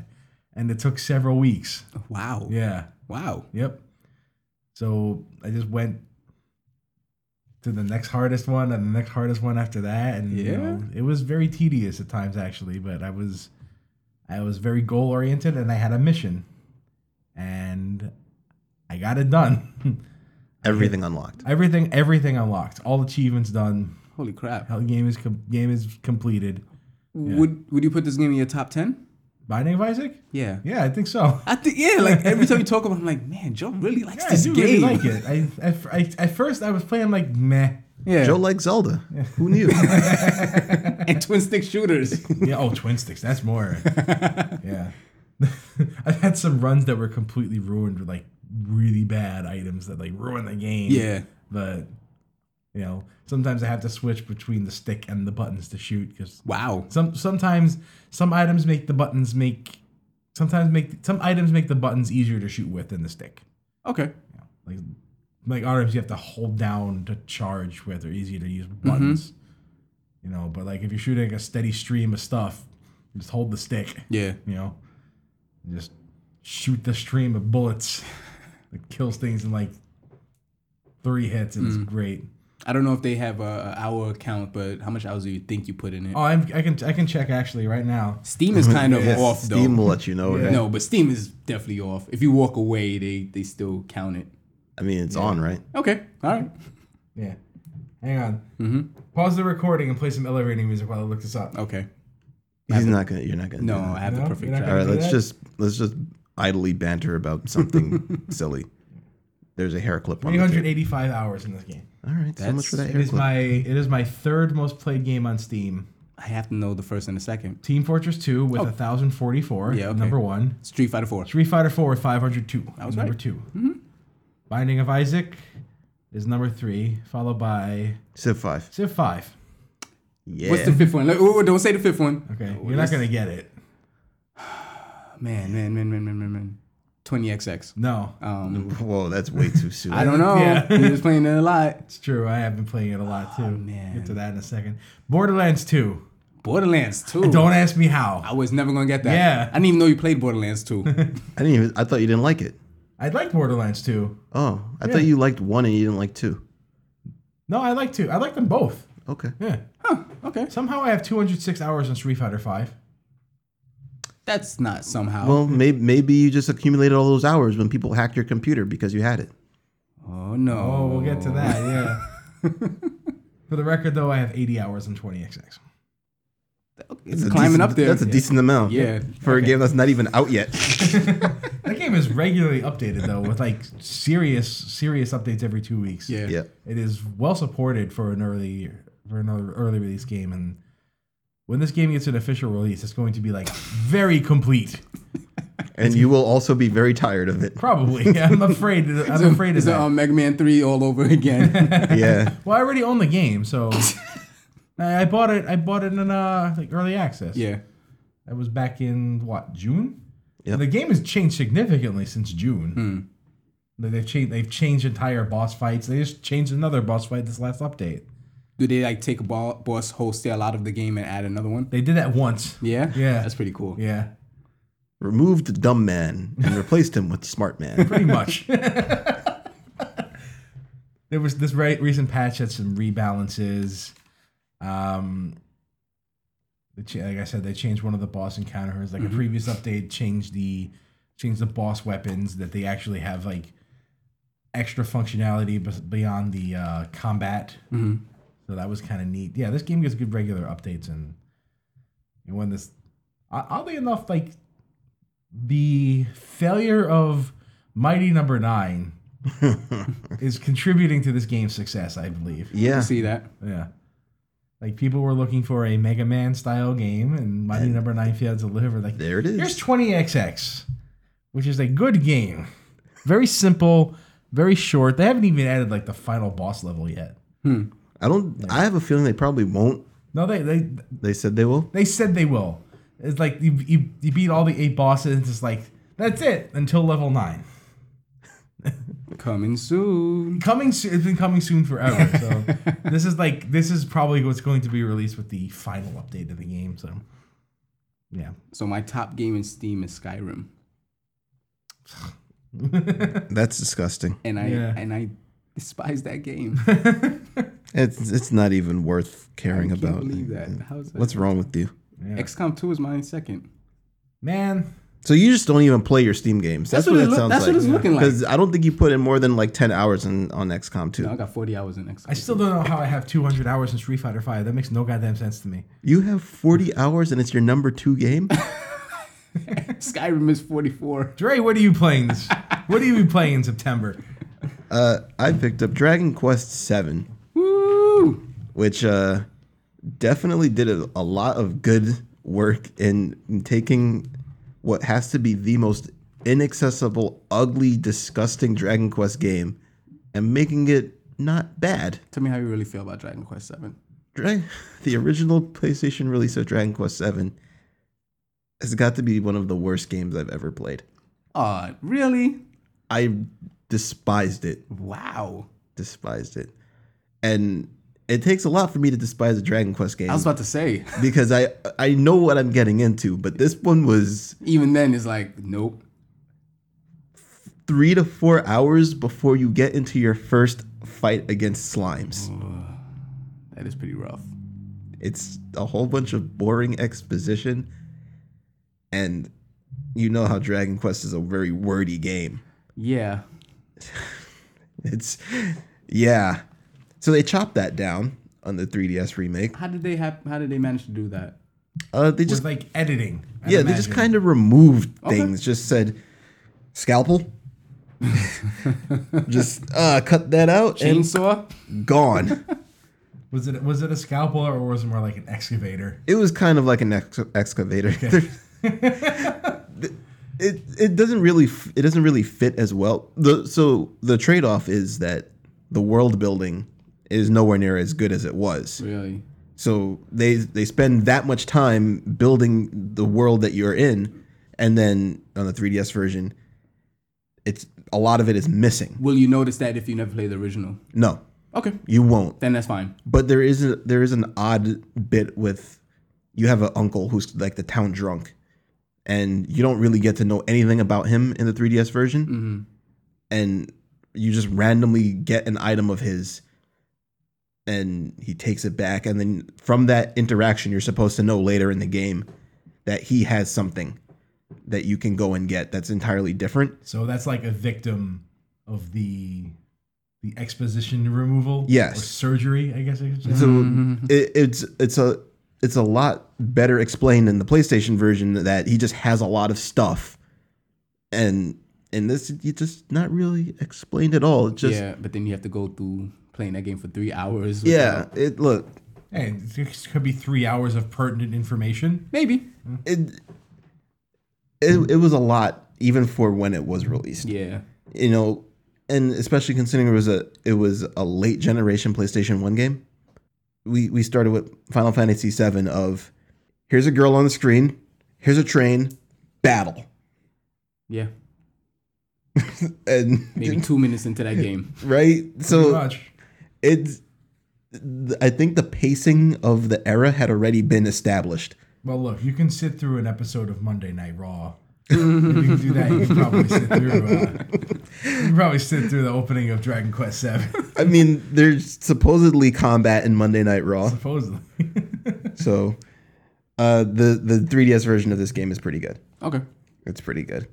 Speaker 3: and it took several weeks.
Speaker 2: Wow.
Speaker 3: Yeah.
Speaker 2: Wow.
Speaker 3: Yep. So I just went to the next hardest one and the next hardest one after that, and you
Speaker 2: Yeah.
Speaker 3: know, it was very tedious at times actually, but I was I was very goal oriented and I had a mission, and I got it done. [laughs]
Speaker 1: Everything unlocked.
Speaker 3: everything everything unlocked, all achievements done.
Speaker 2: Holy crap.
Speaker 3: Hell, game is com- game is completed.
Speaker 2: Would Would you put this game in your top ten?
Speaker 3: Binding of Isaac?
Speaker 2: Yeah.
Speaker 3: Yeah, I think so. [laughs]
Speaker 2: I think yeah. Like every time you talk about, it, I'm like, man, Joe really likes
Speaker 3: Yeah, I
Speaker 2: this
Speaker 3: do
Speaker 2: game.
Speaker 3: really like it. I, I, I, at first I was playing like meh.
Speaker 2: Yeah.
Speaker 1: Joe likes Zelda. Who
Speaker 2: [laughs]
Speaker 1: knew?
Speaker 2: and twin stick
Speaker 3: [laughs]
Speaker 2: shooters.
Speaker 3: Yeah, oh, twin sticks. That's more.
Speaker 2: [laughs]
Speaker 3: yeah. [laughs] I've had some runs that were completely ruined with like really bad items that like ruin the game.
Speaker 2: yeah.
Speaker 3: But, you know, sometimes I have to switch between the stick and the buttons to shoot because
Speaker 2: Wow.
Speaker 3: some sometimes some items make the buttons make sometimes make some items make the buttons easier to shoot with than the stick.
Speaker 2: Okay.
Speaker 3: Yeah. Like like arms you have to hold down to charge with or easier to use buttons. You know, but like if you're shooting a steady stream of stuff, just hold the stick.
Speaker 2: Yeah.
Speaker 3: You know, and just shoot the stream of bullets. [laughs] It kills things in like three hits, and it's great.
Speaker 2: I don't know if they have a, a hour count, but how much hours do you think you put in it?
Speaker 3: Oh, I'm, I can I can check actually right now.
Speaker 2: Steam is kind
Speaker 3: [laughs]
Speaker 2: of
Speaker 1: Yes,
Speaker 2: off
Speaker 1: Steam
Speaker 2: though.
Speaker 1: will let you know. right?
Speaker 2: No, but Steam is definitely off. If you walk away, they they still count it.
Speaker 1: I mean, it's on, right?
Speaker 2: Okay. All right.
Speaker 3: Yeah, hang on. Pause the recording and play some elevating music while I look this up.
Speaker 2: Okay.
Speaker 1: He's not gonna. You're not gonna.
Speaker 2: No,
Speaker 1: do that.
Speaker 2: I have
Speaker 3: No,
Speaker 2: the perfect
Speaker 3: you're not
Speaker 2: track.
Speaker 1: All right,
Speaker 3: Do
Speaker 1: let's
Speaker 3: that?
Speaker 1: just let's just idly banter about
Speaker 2: [laughs]
Speaker 1: something silly. There's a hair clip on. The table.
Speaker 3: 385 hours in this game.
Speaker 1: All right, so much for that
Speaker 2: That's-
Speaker 3: It
Speaker 1: hair
Speaker 3: is
Speaker 1: clip.
Speaker 3: my it is my third most played game on Steam.
Speaker 2: I have to know the first and the second.
Speaker 3: Team Fortress 2 with 1044,
Speaker 2: Oh. Yeah, okay.
Speaker 3: number one.
Speaker 2: Street Fighter 4.
Speaker 3: Street Fighter 4 with 502. That
Speaker 2: was
Speaker 3: number
Speaker 2: right. Mm-hmm.
Speaker 3: 2 Binding of Isaac is number three, followed by
Speaker 1: Civ Five.
Speaker 3: Civ 5.
Speaker 1: Yeah.
Speaker 2: What's the fifth one? Like, oh, oh, don't say the fifth one.
Speaker 3: Okay,
Speaker 2: Oh,
Speaker 3: you're not
Speaker 2: this-
Speaker 3: gonna get it.
Speaker 2: Man, man, man, man, man, man, man. 20XX.
Speaker 3: No,
Speaker 2: Um,
Speaker 1: Whoa, that's way
Speaker 2: [laughs]
Speaker 1: too soon.
Speaker 2: I don't know.
Speaker 3: Yeah.
Speaker 2: He was playing it a lot.
Speaker 3: it's true. I have been playing it a lot too.
Speaker 2: man.
Speaker 3: Get to that in a second. Borderlands 2.
Speaker 2: Borderlands 2.
Speaker 3: Don't ask me how.
Speaker 2: I was never gonna get that.
Speaker 3: Yeah.
Speaker 2: I didn't even know you played Borderlands
Speaker 3: [laughs]
Speaker 2: 2.
Speaker 1: I didn't even. I thought you didn't like it.
Speaker 3: I like Borderlands 2.
Speaker 1: Oh, I thought you liked one and you didn't like two.
Speaker 3: No, I like two. I like them both.
Speaker 1: Okay.
Speaker 3: Yeah.
Speaker 2: okay.
Speaker 3: Somehow I have 206 hours on Street Fighter 5.
Speaker 2: That's not somehow.
Speaker 1: Well, maybe maybe you just accumulated all those hours when people hacked your computer because you had it.
Speaker 2: oh no.
Speaker 3: Oh, we'll get
Speaker 2: [laughs]
Speaker 3: to that. Yeah. For the record, though, I have 80 hours on 20xx.
Speaker 1: That's
Speaker 2: It's
Speaker 1: a
Speaker 2: climbing
Speaker 1: decent-
Speaker 2: up there.
Speaker 1: That's a decent amount.
Speaker 2: Yeah.
Speaker 1: For a game that's not even out yet. [laughs]
Speaker 3: That game is regularly updated though, with like serious, serious updates every two weeks.
Speaker 2: yeah.
Speaker 1: yeah.
Speaker 3: It is well supported for an early for an early release game, and when this game gets an official release, it's going to be like very complete.
Speaker 1: And you will also be very tired of [laughs] it.
Speaker 2: [laughs]
Speaker 3: Probably. I'm afraid. I'm afraid of
Speaker 2: Is it
Speaker 3: that.
Speaker 2: um, Mega Man 3 all over [laughs]
Speaker 3: [laughs]
Speaker 2: again?
Speaker 1: Yeah.
Speaker 3: Well, I already own the
Speaker 2: [laughs]
Speaker 3: game, so I I bought it. I bought it in uh like early access.
Speaker 2: yeah.
Speaker 3: That was back in what June.
Speaker 1: Yep.
Speaker 3: The game has changed significantly since June. Like, They've changed. They've changed entire boss fights. They just changed another boss fight this last update.
Speaker 2: Do they like take a bo- boss wholesale out of the game and add another one?
Speaker 3: They did that once.
Speaker 2: Yeah.
Speaker 3: Yeah.
Speaker 2: That's pretty cool.
Speaker 3: Yeah,
Speaker 1: Removed the dumb man and replaced him with smart [laughs] man.
Speaker 3: pretty much. there was this re- recent patch had some rebalances. Um, the cha- like I said, they changed one of the boss encounters. Like a previous update, changed the changed the boss weapons that they actually have like extra functionality bes- beyond the uh, combat. So that was kind of neat. Yeah, this game gets good regular updates and and when this o- oddly enough, like the failure of Mighty Number Nine is contributing to this game's success, I believe.
Speaker 1: Yeah.
Speaker 2: I see that.
Speaker 3: Yeah. Like people were looking for a Mega Man style game, and Mighty Number Nine failed to deliver. Like
Speaker 1: There it
Speaker 3: here's
Speaker 1: is.
Speaker 3: 20XX, which is a good game, very simple, very short. They haven't even added like the final boss level yet.
Speaker 1: I don't I have a feeling they probably won't.
Speaker 3: No, they they
Speaker 1: They said they will.
Speaker 3: they said they will. It's like you you, you beat all the eight bosses. and It's like that's it until level nine.
Speaker 2: Coming soon.
Speaker 3: coming soon. It's been coming soon forever.
Speaker 1: [laughs]
Speaker 3: So this is like this is probably what's going to be released with the final update of the game. So yeah,
Speaker 2: So my top game in Steam is Skyrim,
Speaker 1: That's disgusting.
Speaker 2: and I
Speaker 3: Yeah.
Speaker 2: and I despise that game.
Speaker 1: It's it's not even worth caring
Speaker 2: I can't
Speaker 1: about.
Speaker 2: believe that. How's that?
Speaker 1: What's wrong with you?
Speaker 3: Yeah.
Speaker 2: XCOM 2 is mine second.
Speaker 3: man,
Speaker 1: So you just don't even play your Steam games. That's, what,
Speaker 2: That's what it
Speaker 1: that
Speaker 2: look-
Speaker 1: sounds
Speaker 2: that's
Speaker 1: like.
Speaker 2: what it's looking like.
Speaker 1: Because I don't think you put in more than like ten hours in, on XCOM two.
Speaker 2: No, I got 40 hours in XCOM.
Speaker 3: I still don't know how I have 200 hours in Street Fighter Five. That makes no goddamn sense to me.
Speaker 1: You have forty hours and it's your number two game.
Speaker 2: [laughs]
Speaker 1: [laughs]
Speaker 2: Skyrim is 44.
Speaker 3: Dre, what are you playing this? what are you playing in September?
Speaker 1: uh, I picked up Dragon Quest seven,
Speaker 2: Woo!
Speaker 1: which uh, definitely did a, a lot of good work in taking what has to be the most inaccessible, ugly, disgusting Dragon Quest game and making it not bad.
Speaker 2: Tell me how you really feel about Dragon Quest 7.
Speaker 1: [laughs] Dra- the original PlayStation release of Dragon Quest VII has got to be one of the worst games I've ever played.
Speaker 2: Uh, really?
Speaker 1: I despised it.
Speaker 2: Wow.
Speaker 1: Despised it. And it takes a lot for me to despise a Dragon Quest game
Speaker 2: I was about to say, [laughs]
Speaker 1: because I I know what I'm getting into, but this one was
Speaker 2: even then, it's like, nope.
Speaker 1: 3 to 4 hours before you get into your first fight against slimes.
Speaker 2: That is pretty rough.
Speaker 1: It's a whole bunch of boring exposition and you know how Dragon Quest is a very wordy game.
Speaker 2: Yeah.
Speaker 1: It's yeah. So they chopped that down on the 3DS remake.
Speaker 2: How did they have? How did they manage to do that?
Speaker 1: Uh, they
Speaker 3: Just
Speaker 1: just
Speaker 3: like editing. I'd
Speaker 1: yeah, they just
Speaker 3: imagine.
Speaker 1: kind of removed things. Just said scalpel. [laughs] just uh, cut that out
Speaker 2: Chainsaw.
Speaker 1: and gone.
Speaker 3: was it was it a scalpel or was it more like an excavator?
Speaker 1: It was kind of like an ex- excavator. [laughs] it it doesn't really f- it doesn't really fit as well. The so the trade off is that the world building is nowhere near as good as it was.
Speaker 2: Really?
Speaker 1: So they they spend that much time building the world that you're in, and then on the 3DS version, it's a lot of it is missing.
Speaker 2: Will you notice that if you never play the original?
Speaker 1: No,
Speaker 2: Okay,
Speaker 1: you won't.
Speaker 2: then that's fine.
Speaker 1: But there is a, there is an odd bit with you have an uncle who's like the town drunk, and you don't really get to know anything about him in the 3DS version, and you just randomly get an item of his. And he takes it back, and then from that interaction, you're supposed to know later in the game that he has something that you can go and get that's entirely different.
Speaker 3: So that's like a victim of the the exposition removal.
Speaker 1: Yes.
Speaker 3: Or surgery, I guess. I could say.
Speaker 1: So it, it's it's a it's a lot better explained in the PlayStation version that he just has a lot of stuff, and in this you just not really explained at all. It just yeah,
Speaker 2: yeah, but then you have to go through playing that game for three hours.
Speaker 1: it look
Speaker 3: hey, it could be three hours of pertinent information.
Speaker 2: Maybe.
Speaker 1: it, it it was a lot even for when it was released.
Speaker 2: Yeah.
Speaker 1: You know, and especially considering it was a it was a late generation PlayStation One game. We we started with Final Fantasy VII of here's a girl on the screen, here's a train, battle.
Speaker 2: Yeah.
Speaker 1: and [laughs]
Speaker 2: Maybe two minutes into that game.
Speaker 1: right
Speaker 3: Pretty
Speaker 1: so
Speaker 3: much.
Speaker 1: it's i think the pacing of the era had already been established
Speaker 3: Well, look, you can sit through an episode of Monday Night Raw. if you can do that, you can probably sit through. Uh, you can probably sit through the opening of Dragon Quest Seven, [laughs]
Speaker 1: i mean there's supposedly combat in monday night raw
Speaker 3: supposedly.
Speaker 1: so uh, the the 3ds version of this game is pretty good
Speaker 2: Okay.
Speaker 1: it's pretty good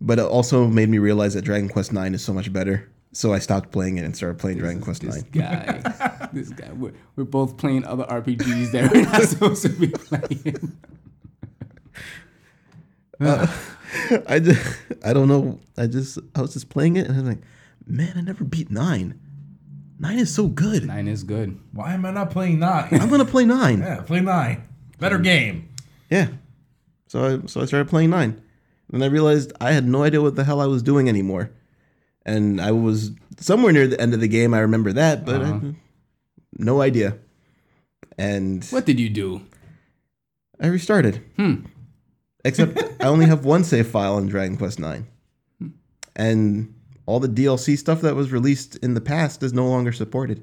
Speaker 1: but it also made me realize that dragon quest 9 is so much better so i stopped playing it and started playing dragon quest 9
Speaker 2: This guy. [laughs] this guy. We're, we're both playing other RPGs that we're not [laughs] supposed to be playing.
Speaker 1: [laughs] I, just, I don't know i just i was just playing it and i was like man i never beat 9 9 is so good
Speaker 2: Nine is good.
Speaker 3: Why am I not playing nine?
Speaker 1: i'm gonna play 9
Speaker 3: yeah, play nine. Better game.
Speaker 1: Yeah. So I so I started playing nine. Then I realized I had no idea what the hell I was doing anymore. And I was somewhere near the end of the game, I remember that, but I- no idea. And
Speaker 2: What did you do?
Speaker 1: I restarted. Except I only have one save file in Dragon Quest Nine. And all the DLC stuff that was released in the past is no longer supported.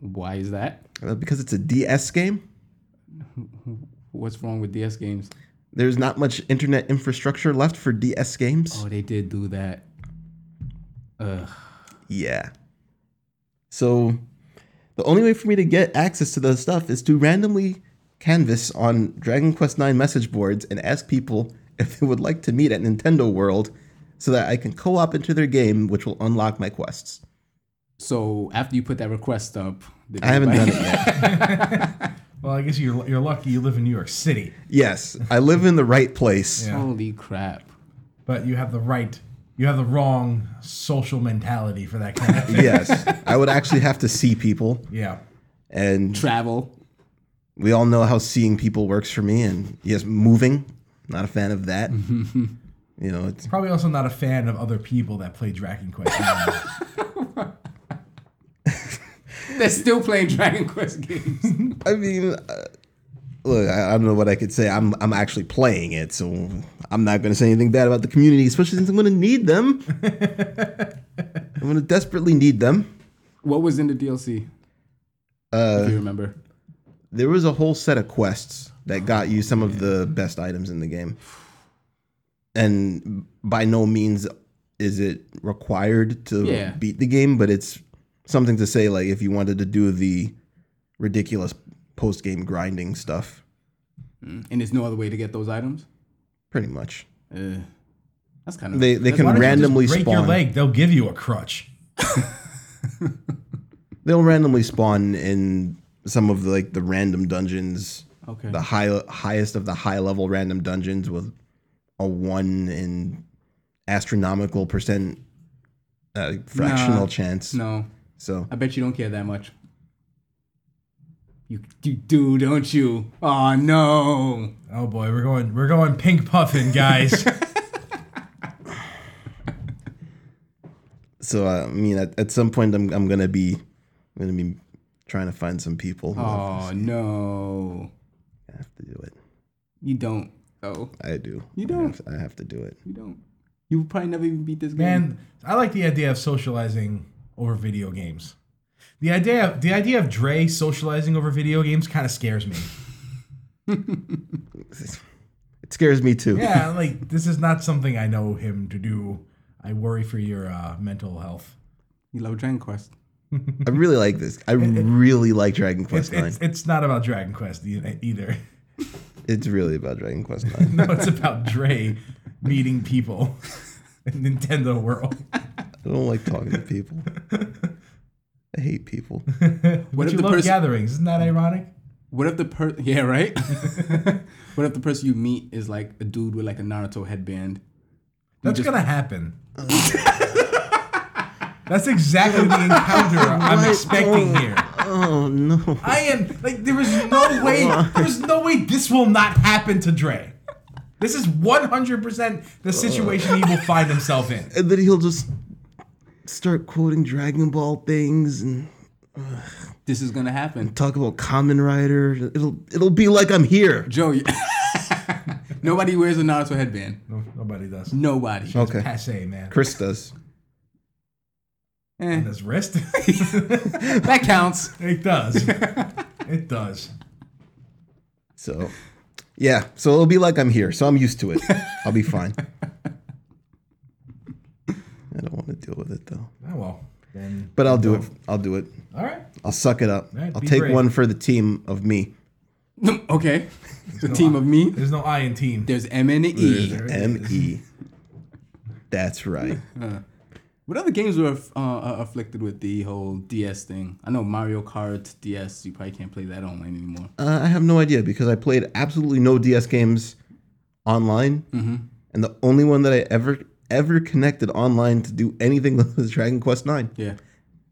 Speaker 2: Why is that?
Speaker 1: Uh, because it's a DS game,
Speaker 2: What's wrong with DS games?
Speaker 1: there's not much internet infrastructure left for DS games.
Speaker 2: Oh, they did do that. Ugh.
Speaker 1: Yeah. So the only way for me to get access to those stuff is to randomly canvas on Dragon Quest IX message boards and ask people [laughs] if they would like to meet at Nintendo World so that I can co-op into their game which will unlock my quests.
Speaker 2: So after you put that request up, did
Speaker 1: I haven't done
Speaker 2: anybody-
Speaker 1: it yet.
Speaker 3: Well, I guess you're you're lucky you live in New York City,
Speaker 1: Yes, I live in the right place.
Speaker 3: Yeah.
Speaker 2: Holy crap!
Speaker 3: but you have the right, you have the wrong social mentality for that kind
Speaker 1: [laughs]
Speaker 3: of thing.
Speaker 1: Yes, I would actually have to see people
Speaker 3: yeah.
Speaker 1: and
Speaker 2: Travel.
Speaker 1: we all know how seeing people works for me and yes, moving, not a fan of that. you know, it's
Speaker 3: Probably also not a fan of other people that play Dragon
Speaker 1: [laughs]
Speaker 3: Quest. nine.
Speaker 2: They're still playing Dragon Quest games.
Speaker 1: I mean, uh, look, I, I don't know what I could say. I'm I'm actually playing it, so I'm not going to say anything bad about the community, especially since I'm going to need them. I'm going to desperately need them.
Speaker 2: What was in the DLC? Uh, if you remember.
Speaker 1: There was a whole set of quests that got you some of the best items in the game, and by no means is it required to
Speaker 2: Yeah.
Speaker 1: beat the game, but it's something to say. Like if you wanted to do the ridiculous post game grinding stuff,
Speaker 2: And there's no other way to get those items.
Speaker 1: pretty much.
Speaker 2: Uh, that's kind of
Speaker 1: They they
Speaker 3: Why
Speaker 1: can
Speaker 3: don't you just
Speaker 1: randomly
Speaker 3: break
Speaker 1: spawn.
Speaker 3: your leg. They'll give you a crutch.
Speaker 1: They'll randomly spawn in some of the, like the random dungeons,
Speaker 2: okay.
Speaker 1: the high highest of the high level random dungeons with a one in astronomical percent uh, fractional
Speaker 2: Nah.
Speaker 1: chance.
Speaker 2: No,
Speaker 1: So
Speaker 2: I bet you don't care that much. You you do, don't you? Oh no.
Speaker 3: Oh boy, we're going we're going pink puffin, guys.
Speaker 1: so uh, I mean, at, at some point, I'm I'm gonna be I'm gonna be trying to find some people who
Speaker 2: Oh no.
Speaker 1: have to do it.
Speaker 2: You don't. Oh,
Speaker 1: I do.
Speaker 2: You
Speaker 1: I have,
Speaker 2: don't.
Speaker 1: I have to do it. [laughs]
Speaker 2: you don't. You will probably never even beat this game.
Speaker 3: Man, I like the idea of socializing over video games. The idea of, the idea of Dre socializing over video games kind of
Speaker 2: [laughs]
Speaker 3: scares me.
Speaker 1: It scares me too.
Speaker 3: Yeah, like this is not something I know him to do. I worry for your uh, mental health.
Speaker 2: You love Dragon Quest.
Speaker 1: I really like this. I really like Dragon
Speaker 3: It's,
Speaker 1: Quest Nine.
Speaker 3: it's, it's not about Dragon Quest e- either. [laughs]
Speaker 1: It's really about Dragon Quest Nine.
Speaker 3: No, it's about Dre meeting people [laughs] in Nintendo World.
Speaker 1: I don't like talking to
Speaker 3: [laughs]
Speaker 1: people. I hate people.
Speaker 2: What
Speaker 3: But
Speaker 2: if [laughs]
Speaker 3: you
Speaker 2: the
Speaker 3: love
Speaker 2: person?
Speaker 3: gatherings. Isn't that ironic?
Speaker 2: What if the per? [laughs] Yeah,
Speaker 3: [laughs]
Speaker 2: right. what if the person you meet is like a dude with like a Naruto headband?
Speaker 3: That's gonna happen. [laughs] That's exactly the encounter I'm expecting here.
Speaker 1: Oh no. Oh.
Speaker 3: I am like there is no way there's no way this will not happen to Dre. This is 100% the situation he will find himself in.
Speaker 1: And then he'll just start quoting Dragon Ball things and
Speaker 2: This is gonna happen, [laughs]
Speaker 1: talk about Common Rider. It'll it'll be like I'm here.
Speaker 2: Joe. you- [laughs] Nobody wears a Naruto headband.
Speaker 3: No, nobody does.
Speaker 2: Nobody.
Speaker 1: Okay.
Speaker 3: Passe, man.
Speaker 1: Chris does.
Speaker 2: Eh,
Speaker 3: On his wrist. [laughs]
Speaker 2: that counts. [laughs]
Speaker 3: it does. It does.
Speaker 1: So yeah, so it'll be like I'm here. So I'm used to it. I'll be fine. I don't want to deal with it though.
Speaker 3: Oh well. Then
Speaker 1: But I'll do it. I'll do it.
Speaker 3: all right.
Speaker 1: I'll suck it up.
Speaker 3: Alright,
Speaker 1: I'll
Speaker 3: be
Speaker 1: take
Speaker 3: brave.
Speaker 1: one for the team of me.
Speaker 2: okay. The team of me.
Speaker 3: There's no I in team.
Speaker 2: There's M and E.
Speaker 1: M E. That's right.
Speaker 2: What other games were aff- uh, uh, afflicted with the whole DS thing? I know Mario Kart DS. You probably can't play that online anymore.
Speaker 1: Uh, I have no idea because I played absolutely no DS games online,
Speaker 2: Mm-hmm.
Speaker 1: and the only one that I ever ever connected online to do anything [laughs] with was Dragon Quest Nine.
Speaker 2: Yeah.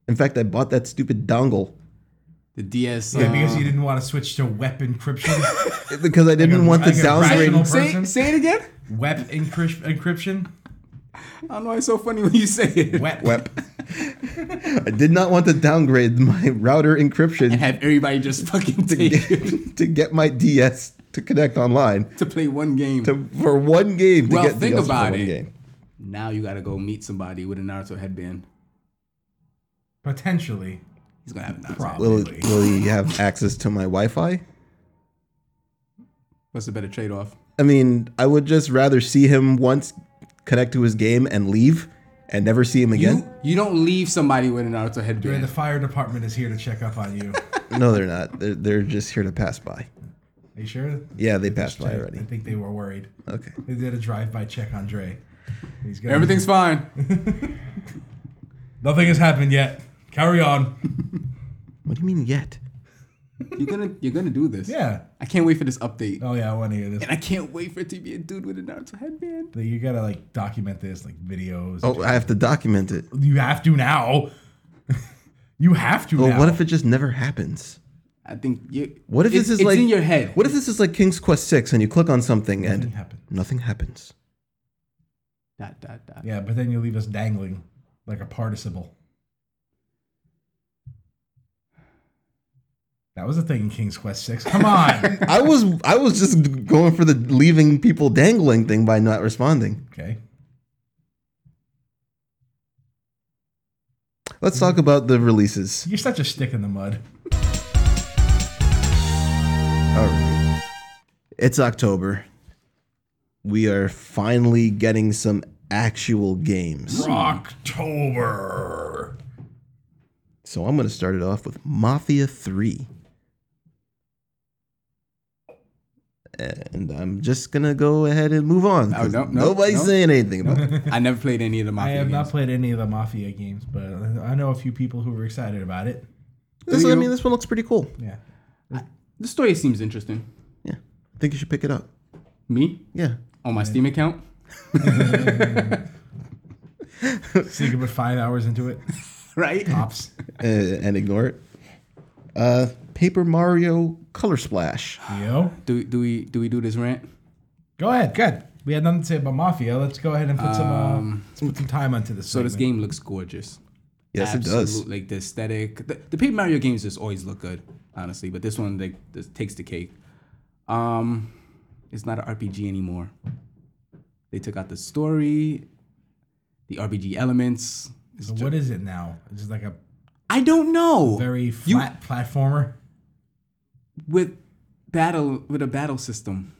Speaker 1: In fact, I bought that stupid dongle
Speaker 2: The DS.
Speaker 3: Yeah, because
Speaker 2: uh,
Speaker 3: you didn't want to switch to web encryption.
Speaker 1: because I didn't want the
Speaker 3: like a
Speaker 1: downgrade.
Speaker 3: rational-
Speaker 2: say,
Speaker 3: person.
Speaker 2: say it again.
Speaker 3: web encryp- encryption.
Speaker 2: I don't know why it's so funny when you say it.
Speaker 3: Web.
Speaker 1: Wep. I did not want to downgrade my router
Speaker 2: [laughs] And [laughs]
Speaker 1: encryption
Speaker 2: have everybody just
Speaker 3: [laughs]
Speaker 2: fucking take it
Speaker 1: to get my DS to connect online
Speaker 2: to play one game.
Speaker 1: to, for one game. To
Speaker 2: Well,
Speaker 1: get
Speaker 2: think
Speaker 1: DS for
Speaker 2: about
Speaker 1: one
Speaker 2: it.
Speaker 1: game.
Speaker 2: Now you gotta go meet somebody with a Naruto headband.
Speaker 3: Potentially.
Speaker 2: He's gonna have a Naruto.
Speaker 3: Probably.
Speaker 1: Will will he have access to my Wi-Fi?
Speaker 2: What's the better trade off?
Speaker 1: I mean, I would just rather see him once connect to his game and leave and never see him
Speaker 2: You,
Speaker 1: again.
Speaker 2: you don't leave somebody with a Naruto
Speaker 3: Dre,
Speaker 2: headband.
Speaker 3: the fire department is here to check up
Speaker 1: [laughs]
Speaker 3: on you.
Speaker 1: No, they're not. They're, they're just here to pass by.
Speaker 3: Are you sure?
Speaker 1: Yeah, Uh. they passed by
Speaker 3: I
Speaker 1: already.
Speaker 3: think they were worried.
Speaker 1: Okay.
Speaker 3: They did a drive-by check on Dre. He's got
Speaker 2: Everything's fine.
Speaker 3: [laughs] Nothing has happened yet.
Speaker 1: [laughs]
Speaker 3: Carry on.
Speaker 1: What do you mean yet?
Speaker 2: You're gonna you're gonna do this.
Speaker 3: Yeah.
Speaker 2: I can't wait for this update.
Speaker 3: Oh yeah, I want to hear this.
Speaker 2: And I can't wait for it to be a dude with a Naruto headband.
Speaker 3: You gotta like document this, like videos.
Speaker 1: Oh, I have to document it.
Speaker 3: You have to now. [laughs] you have to
Speaker 1: Well,
Speaker 3: now.
Speaker 1: Oh, what if it just never happens?
Speaker 2: I think you.
Speaker 1: What if
Speaker 2: it-
Speaker 1: this is
Speaker 2: it's
Speaker 1: like
Speaker 2: in your head?
Speaker 1: What if this is like King's Quest Six and you click on something and
Speaker 3: Nothing happened.
Speaker 1: nothing happens?
Speaker 2: dot dot dot.
Speaker 3: Yeah, but then you leave us dangling like a participle. That was a thing in King's Quest Six. Come on. [laughs]
Speaker 1: I was I was just going for the leaving people dangling thing by not responding.
Speaker 3: okay.
Speaker 1: Let's talk about the releases.
Speaker 3: You're such a stick in the mud.
Speaker 1: All right. It's October. We are finally getting some actual games.
Speaker 3: Rocktober.
Speaker 1: So I'm going to start it off with Mafia 3. And I'm just going to go ahead and move on. 'cause
Speaker 2: Oh, no, no,
Speaker 1: nobody's
Speaker 2: no.
Speaker 1: saying anything about
Speaker 2: [laughs]
Speaker 1: it.
Speaker 2: I never played any of the
Speaker 3: I
Speaker 2: mafia
Speaker 3: have
Speaker 2: games.
Speaker 3: not played any of the Mafia games, but I know a few people who were excited about it.
Speaker 1: This, I
Speaker 2: you?
Speaker 1: mean, this one looks pretty cool.
Speaker 3: Yeah.
Speaker 2: the story seems interesting.
Speaker 1: Yeah. I think you should pick it up.
Speaker 2: Me
Speaker 1: Yeah.
Speaker 2: on my Steam account. [laughs]
Speaker 3: So you can put five hours into it.
Speaker 2: Right.
Speaker 3: Ops.
Speaker 1: Uh, and ignore it. Uh, Paper Mario Color Splash.
Speaker 3: Yo.
Speaker 2: Do do we do we do this rant?
Speaker 3: Go ahead. Good. We had nothing to say about Mafia. Let's go ahead and put some um, let's put some time onto this.
Speaker 2: So this
Speaker 3: segment.
Speaker 2: game looks gorgeous.
Speaker 1: Yes, it does.
Speaker 2: Absolute- Like the aesthetic, the, the Paper Mario games just always look good, honestly. But this one, like, this takes the cake. Um, it's not an RPG anymore. They took out the story, the RPG elements. It's
Speaker 3: So what is it now? It's just like a
Speaker 2: I don't know.
Speaker 3: very
Speaker 2: You-
Speaker 3: flat platformer.
Speaker 2: with battle with a battle system.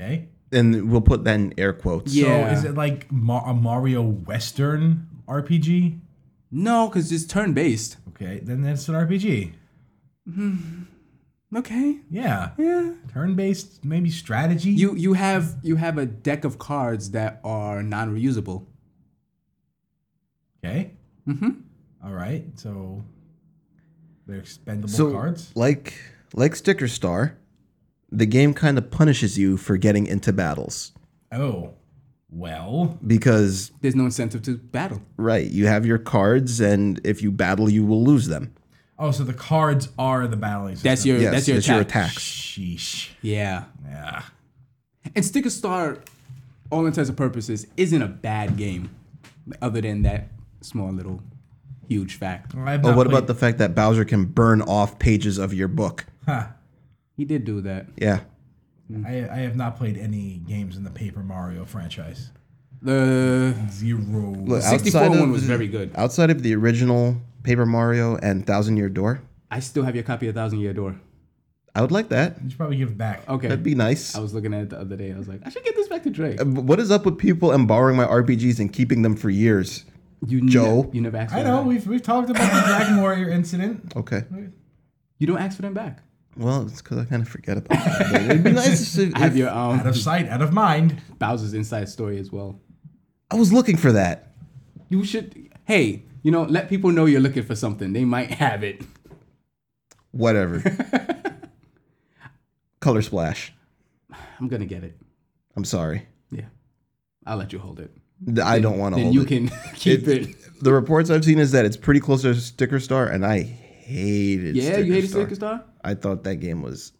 Speaker 3: Okay.
Speaker 1: And we'll put that in air quotes.
Speaker 2: Yeah.
Speaker 3: So is it like Ma- a Mario Western RPG?
Speaker 2: No, because it's turn based.
Speaker 3: Okay, then that's an RPG.
Speaker 2: Okay.
Speaker 3: Yeah.
Speaker 2: Yeah.
Speaker 3: Turn-based, maybe strategy.
Speaker 2: You you have you have a deck of cards that are non reusable.
Speaker 3: okay.
Speaker 1: Mm-hmm.
Speaker 2: Mhm.
Speaker 3: All right. So they're expendable
Speaker 1: So,
Speaker 3: cards.
Speaker 1: like like Sticker Star, the game kind of punishes you for getting into battles
Speaker 3: Oh. Well,
Speaker 1: because
Speaker 2: There's no incentive to battle.
Speaker 1: right, you have your cards, and if you battle, you will lose them.
Speaker 3: oh, so the cards are the battling system.
Speaker 2: That's your
Speaker 1: Yes,
Speaker 2: that's your
Speaker 1: it's
Speaker 2: attack.
Speaker 1: your attacks.
Speaker 3: sheesh.
Speaker 2: Yeah.
Speaker 3: Yeah.
Speaker 2: And Sticker Star, all intents and purposes, isn't a bad game, other than that small little huge fact.
Speaker 3: Well, I've
Speaker 1: Oh,
Speaker 3: not
Speaker 1: what
Speaker 3: played-
Speaker 1: about the fact that Bowser can burn off pages of your book?
Speaker 3: Huh.
Speaker 2: He did do that.
Speaker 1: Yeah,
Speaker 3: I, I have not played any games in the Paper Mario franchise.
Speaker 2: The
Speaker 3: Zero.
Speaker 1: Look, I-
Speaker 2: 64
Speaker 1: Outside of
Speaker 2: one was
Speaker 1: the-
Speaker 2: very good.
Speaker 1: outside of the original Paper Mario and Thousand Year Door,
Speaker 2: I still have your copy of Thousand Year Door.
Speaker 1: I would like that.
Speaker 3: you should probably give it back.
Speaker 2: Okay.
Speaker 1: That'd be nice.
Speaker 2: I was looking at it the other day. I was like, I should get this back to Drake.
Speaker 1: Uh, What is up with people and borrowing my RPGs and keeping them for years?
Speaker 2: You ne-
Speaker 1: Joe.
Speaker 2: you never asked. For
Speaker 3: I
Speaker 2: them
Speaker 3: know
Speaker 2: back.
Speaker 3: we've we've talked about the
Speaker 2: [laughs]
Speaker 3: Dragon Warrior incident.
Speaker 1: Okay.
Speaker 2: You don't ask for them back.
Speaker 1: Well, it's because I kind of forget about it. But
Speaker 2: [laughs]
Speaker 1: It'd be nice if,
Speaker 2: I have
Speaker 1: if-
Speaker 2: your
Speaker 3: Out
Speaker 2: um,
Speaker 3: of sight, out of mind.
Speaker 2: Bowser's inside story as well.
Speaker 1: I was looking for that.
Speaker 2: You should. Hey, you know, let people know you're looking for something. They might have it. [laughs]
Speaker 1: Whatever. Color splash.
Speaker 2: I'm gonna get it.
Speaker 1: I'm sorry.
Speaker 2: Yeah, I'll let you hold it.
Speaker 1: I don't want to
Speaker 2: Then
Speaker 1: hold
Speaker 2: you
Speaker 1: it.
Speaker 2: can [laughs] keep it.
Speaker 1: The reports I've seen is that it's pretty close to Sticker Star, and I hated.
Speaker 2: Yeah,
Speaker 1: Sticker
Speaker 2: you hated
Speaker 1: Star.
Speaker 2: Sticker Star.
Speaker 1: I thought that game was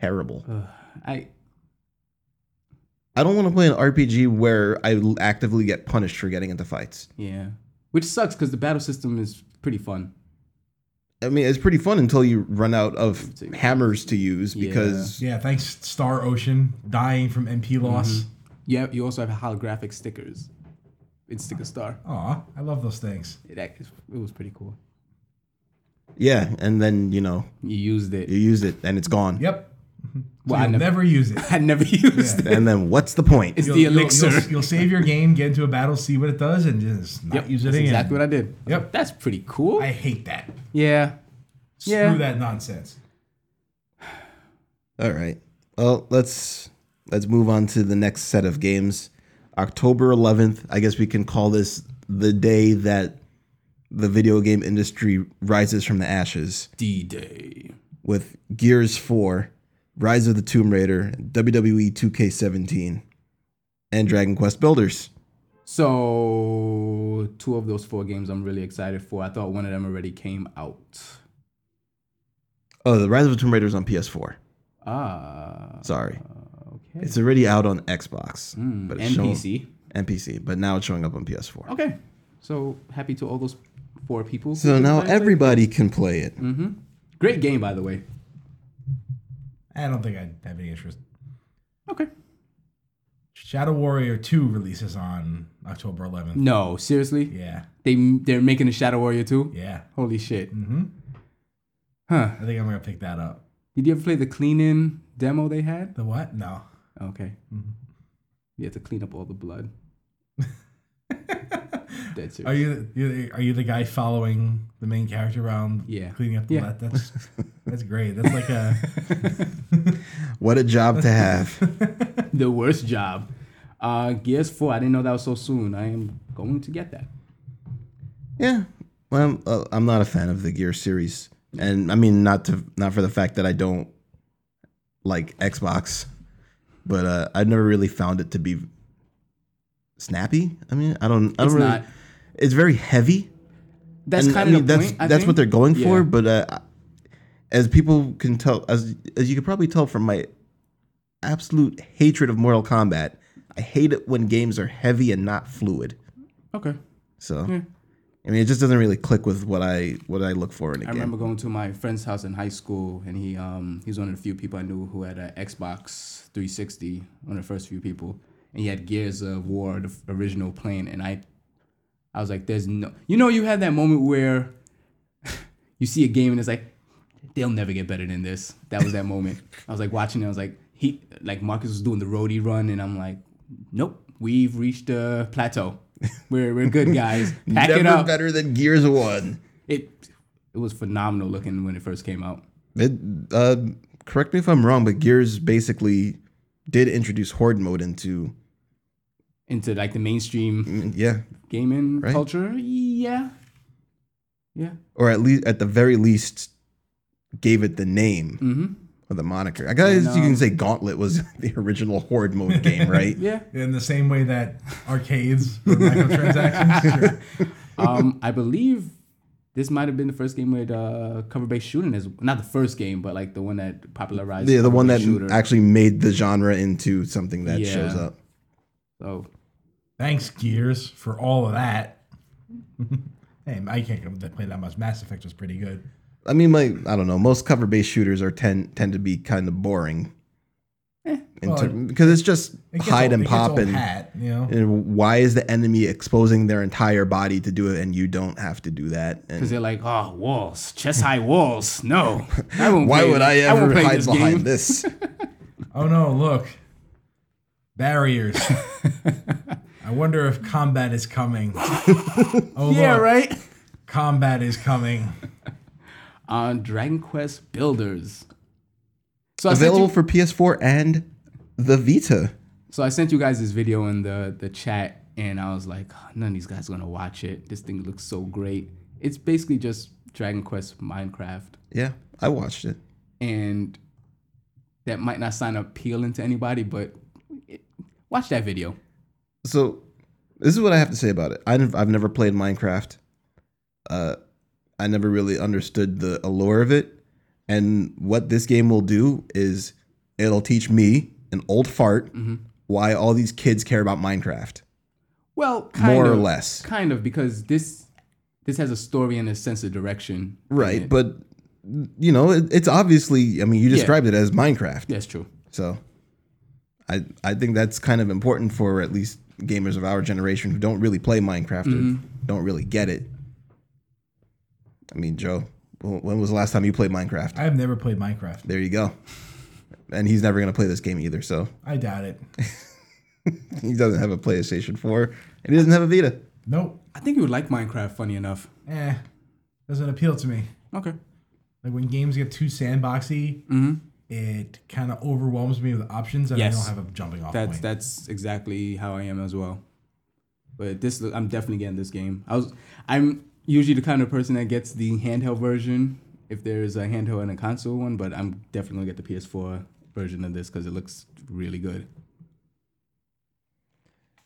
Speaker 1: terrible.
Speaker 2: Ugh, I
Speaker 1: I don't want to play an RPG where I l- actively get punished for getting into fights.
Speaker 2: yeah, which sucks because the battle system is pretty fun.
Speaker 1: I mean, it's pretty fun until you run out of hammers to use because
Speaker 3: Yeah, thanks Star Ocean dying from MP
Speaker 2: Mm-hmm.
Speaker 3: loss.
Speaker 2: Yeah, you also have holographic stickers in Sticker Star.
Speaker 3: Aw, I love those things.
Speaker 2: It act, it was pretty cool.
Speaker 1: yeah. and then you know
Speaker 2: You used
Speaker 1: you
Speaker 2: it.
Speaker 1: use it and it's gone.
Speaker 3: Yep.
Speaker 2: Well, I
Speaker 3: you'll
Speaker 2: never, [laughs]
Speaker 3: never use it.
Speaker 2: I never used it.
Speaker 1: And then what's the
Speaker 2: [laughs]
Speaker 1: point?
Speaker 2: It's
Speaker 3: You'll,
Speaker 2: the
Speaker 3: you'll-
Speaker 2: elixir.
Speaker 3: You'll, you'll save your game, get into a battle, see what it does, and just not
Speaker 2: Yep,
Speaker 3: use it
Speaker 2: that's
Speaker 3: again.
Speaker 2: exactly what I did. I was
Speaker 3: Yep.
Speaker 2: like, That's pretty cool.
Speaker 3: I hate that.
Speaker 2: yeah. Yeah.
Speaker 3: Screw that nonsense.
Speaker 1: All right. Well, let's let's move on to the next set of games. October 11th. I guess we can call this the day that the video game industry rises from the ashes
Speaker 2: D Day.
Speaker 1: with Gears 4, Rise of the Tomb Raider, E WWE 2K17, and Dragon Quest Builders.
Speaker 2: So, two of those four games I'm really excited for. I thought one of them already came out.
Speaker 1: Oh, the Rise of the Tomb Raider is on PS4.
Speaker 2: Ah,
Speaker 1: Sorry.
Speaker 2: okay. Hmm,
Speaker 1: It's already out on Xbox, but it's showing-
Speaker 2: NPC.
Speaker 1: and PC, but now it's showing up on PS4.
Speaker 2: Okay. So, happy to all those four people.
Speaker 1: So now everybody can play it.
Speaker 2: Great game, by the way.
Speaker 3: I don't think I'd have any interest.
Speaker 2: Okay.
Speaker 3: Shadow Warrior 2 releases on October 11th.
Speaker 2: No, seriously,
Speaker 3: Yeah.
Speaker 2: they they're making a Shadow Warrior too.
Speaker 3: Yeah.
Speaker 2: Holy shit!
Speaker 3: Mm-hmm.
Speaker 2: Huh?
Speaker 3: I think I'm going to pick that up.
Speaker 2: Did you ever play the clean in demo they had?
Speaker 3: The what? No.
Speaker 2: Okay.
Speaker 3: Mm-hmm.
Speaker 2: You have to clean up all the
Speaker 3: [laughs]
Speaker 2: blood. Dead serious.
Speaker 3: Are you you- are you the guy following the main character around?
Speaker 2: Yeah.
Speaker 3: Cleaning up the
Speaker 2: Yeah. [laughs]
Speaker 3: yeah. That's that's great. That's like a
Speaker 1: What a job to
Speaker 2: [laughs]
Speaker 1: have.
Speaker 2: the worst job. Uh, Gears 4, I didn't know that was so soon. I am going to get that.
Speaker 1: yeah. Well, I'm, uh, I'm not a fan of the Gear series, and I mean not to not for the fact that I don't like Xbox, but uh, I've never really found it to be snappy. I mean, I don't. I don't
Speaker 2: It's
Speaker 1: really.
Speaker 2: not.
Speaker 1: It's very heavy.
Speaker 2: That's
Speaker 1: And,
Speaker 2: kind of the
Speaker 1: that's
Speaker 2: point. I
Speaker 1: that's
Speaker 2: think.
Speaker 1: what they're going
Speaker 2: Yeah.
Speaker 1: for. But uh, as people can tell, as as you can probably tell from my absolute hatred of Mortal Kombat, I hate it when games are heavy and not fluid.
Speaker 2: Okay.
Speaker 1: So,
Speaker 2: Hmm.
Speaker 1: I mean, it just doesn't really click with what I what I look for in a
Speaker 2: I
Speaker 1: game.
Speaker 2: remember going to my friend's house in high school, and he um he was one of the few people I knew who had an Xbox 360. One of the first few people, and he had Gears of War, the f- original plane, and I, I was like, "There's no," you know, you had that moment where [laughs] you see a game and it's like, "They'll never get better than this." That was that moment. I was like watching it. I was like, he like Marcus was doing the roadie run, and I'm like, "Nope, we've reached a plateau. We're we're good guys. Pack
Speaker 1: Never
Speaker 2: it up."
Speaker 1: better than Gears One.
Speaker 2: It it was phenomenal looking when it first came out.
Speaker 1: It, uh, correct me if I'm wrong, but Gears basically did introduce horde mode into
Speaker 2: Into like the mainstream
Speaker 1: yeah,
Speaker 2: gaming
Speaker 1: Right.
Speaker 2: culture. Yeah. Yeah.
Speaker 1: or at least at the very least gave it the name.
Speaker 2: Mm-hmm.
Speaker 1: or the moniker. I guess
Speaker 2: And,
Speaker 1: you
Speaker 2: um,
Speaker 1: can say Gauntlet was [laughs] the original Horde mode
Speaker 2: [laughs]
Speaker 1: game, right?
Speaker 2: Yeah.
Speaker 3: in the same way that arcades were microtransactions.
Speaker 2: [laughs]
Speaker 3: Sure.
Speaker 1: [laughs]
Speaker 2: Um, I believe this might have been the first game with uh, cover-based shooting as not the first game, but like the one that popularized.
Speaker 1: Yeah, the one that
Speaker 2: cover-based
Speaker 1: actually made the genre into something that
Speaker 2: Yeah.
Speaker 1: shows up.
Speaker 2: so
Speaker 3: Thanks Gears for all of that. [laughs] hey, I can't come to play that much. Mass Effect was pretty good.
Speaker 1: I mean, like I don't know, most cover-based shooters are tend tend to be kind of boring, in
Speaker 3: Well,
Speaker 1: term- because it's just
Speaker 3: It gets
Speaker 1: hide
Speaker 3: old-
Speaker 1: and
Speaker 3: it gets
Speaker 1: pop
Speaker 3: old
Speaker 1: and,
Speaker 3: hat, you know.
Speaker 1: and why is the enemy exposing their entire body to do it and you don't have to do that?
Speaker 2: because
Speaker 1: And
Speaker 2: they're like, oh, walls,
Speaker 1: [laughs]
Speaker 2: chest-high walls. No, I won't
Speaker 1: why
Speaker 2: play
Speaker 1: would
Speaker 2: this-
Speaker 1: I
Speaker 2: won't
Speaker 1: ever
Speaker 2: play
Speaker 1: hide
Speaker 2: this
Speaker 1: behind
Speaker 2: game.
Speaker 1: this?
Speaker 3: Oh no, look.
Speaker 2: [laughs]
Speaker 3: Barriers. I wonder if combat
Speaker 2: [laughs]
Speaker 3: is coming. Oh
Speaker 2: Yeah,
Speaker 3: look,
Speaker 2: right.
Speaker 3: combat is coming.
Speaker 2: On Uh, Dragon Quest Builders. So I sent you-
Speaker 1: Available for PS4 and the Vita.
Speaker 2: So I sent you guys this video in the the chat, and I was like, "Oh, none of these guys are gonna watch it. This thing looks so great. It's basically just Dragon Quest Minecraft,
Speaker 1: Yeah, I watched it.
Speaker 2: and that might not sound appealing to anybody, but it, watch that video.
Speaker 1: so this is what I have to say about it. I've, I've never played Minecraft. Uh, I never really understood the allure of it. And what this game will do is it'll teach me, an old fart, why all these kids care about Minecraft.
Speaker 2: Well, kind
Speaker 1: More or
Speaker 2: of,
Speaker 1: less.
Speaker 2: kind of, because this this has a story and a sense of direction. in
Speaker 1: Right.
Speaker 2: it.
Speaker 1: But, you know, it, it's obviously, I mean, you described it as Minecraft.
Speaker 2: that's true.
Speaker 1: So I, I think that's kind of important for at least gamers of our generation who don't really play Minecraft
Speaker 2: Mm-hmm.
Speaker 1: or don't really get it. I mean, Joe, wh- when was the last time you played Minecraft?
Speaker 3: I have never played Minecraft.
Speaker 1: There you go. And he's never going to play this game either, so [laughs]
Speaker 3: I doubt it.
Speaker 1: he doesn't have a PlayStation 4 and he doesn't have a Vita.
Speaker 3: Nope.
Speaker 2: I think you would like Minecraft. Funny enough.
Speaker 3: Eh. Doesn't appeal to me.
Speaker 2: Okay.
Speaker 3: Like when games get too sandboxy, it kind of overwhelms me with options and
Speaker 2: Yes.
Speaker 3: I don't have a jumping off
Speaker 2: That's
Speaker 3: point.
Speaker 2: that's exactly how I am as well. But this look, I'm definitely getting this game. I was I'm usually the kind of person that gets the handheld version if there's a handheld and a console one, but I'm definitely gonna get the PS4 version of this because it looks really good.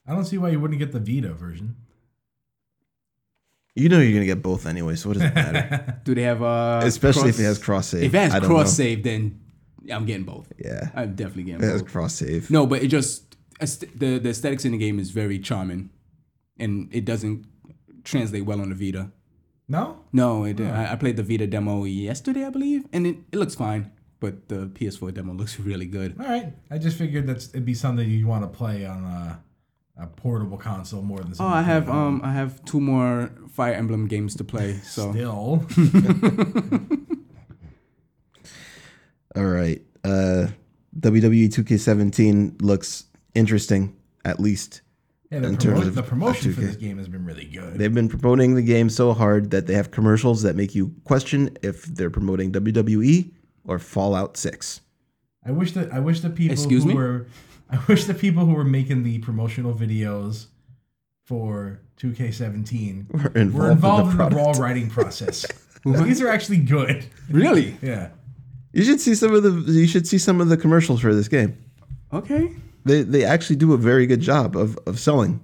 Speaker 3: I don't see why you wouldn't get the Vita version.
Speaker 1: You know you're going to get both anyway, so what does it matter?
Speaker 2: Do they have uh
Speaker 1: [laughs] Especially if it
Speaker 2: cross-
Speaker 1: has cross save.
Speaker 2: if it has
Speaker 1: I don't
Speaker 2: cross
Speaker 1: know.
Speaker 2: save then I'm getting both.
Speaker 1: Yeah.
Speaker 2: I'm definitely getting
Speaker 1: It has
Speaker 2: both.
Speaker 1: cross save.
Speaker 2: No, but it just aest- the the aesthetics in the game is very charming, and it doesn't translate well on the Vita.
Speaker 3: No?
Speaker 2: No, it, I, I played the Vita demo yesterday, I believe, and it, it looks fine. But the PS4 demo [laughs] looks really good.
Speaker 3: All right. I just figured that's it'd be something you want to play on a, a portable console more than.
Speaker 2: Oh,
Speaker 3: something
Speaker 2: I
Speaker 3: you play
Speaker 2: have
Speaker 3: on-
Speaker 2: um, I have two more Fire Emblem games to play. So
Speaker 3: Still,
Speaker 1: All right. Uh, WWE 2K17 looks interesting, at least.
Speaker 3: yeah, the,
Speaker 1: In terms
Speaker 3: promo-
Speaker 1: of
Speaker 3: the promotion for
Speaker 1: 2K.
Speaker 3: this game has been really good.
Speaker 1: They've been promoting the game so hard that they have commercials that make you question if they're promoting WWE or Fallout [laughs] 6.
Speaker 3: I wish that I wish the people
Speaker 2: Excuse
Speaker 3: who
Speaker 2: me?
Speaker 3: were [laughs] I wish the people who were making the promotional videos for 2K17
Speaker 1: We're
Speaker 3: were
Speaker 1: involved in
Speaker 3: involved in
Speaker 1: the
Speaker 3: the, raw
Speaker 1: product.
Speaker 3: writing
Speaker 1: [laughs]
Speaker 3: process. These are actually good.
Speaker 2: really,
Speaker 3: Yeah.
Speaker 1: You should see some of the you should see some of the commercials for this game.
Speaker 2: okay,
Speaker 1: They they actually do a very good job of of selling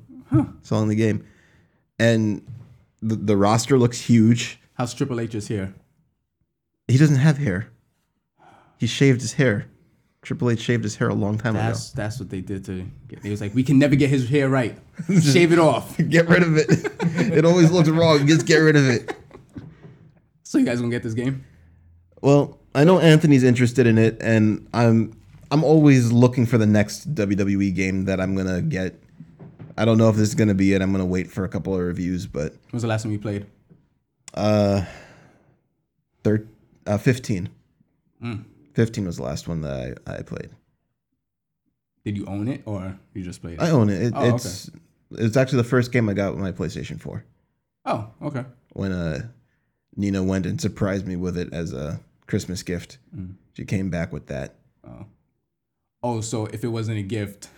Speaker 1: selling the game. And the, the roster looks huge.
Speaker 2: how's Triple H is here?
Speaker 1: He doesn't have hair. He shaved his hair. Triple H shaved his hair a long time
Speaker 2: That's that's what they did to. Get, it was like we can never get his hair right. Shave it off.
Speaker 1: ago. [laughs] Get rid of it. it always looks wrong. Just get rid of it.
Speaker 2: So you guys gonna get this game?
Speaker 1: Well, I know Anthony's interested in it, and I'm I'm always looking for the next WWE game that I'm gonna get. I don't know if this is gonna be it. I'm gonna wait for a couple of reviews, but uh,
Speaker 2: When was the last time you played?
Speaker 1: thir- uh, 15.
Speaker 2: Hmm.
Speaker 1: 15 was the last one that I, I played.
Speaker 2: Did you own it or you just played it?
Speaker 1: I own it. it
Speaker 2: Oh, okay.
Speaker 1: it's it's actually the first game I got with my PlayStation 4
Speaker 2: oh, okay.
Speaker 1: when uh, Nina went and surprised me with it as a Christmas gift.
Speaker 2: Hmm.
Speaker 1: She came back with that.
Speaker 2: Oh, so if it wasn't a gift,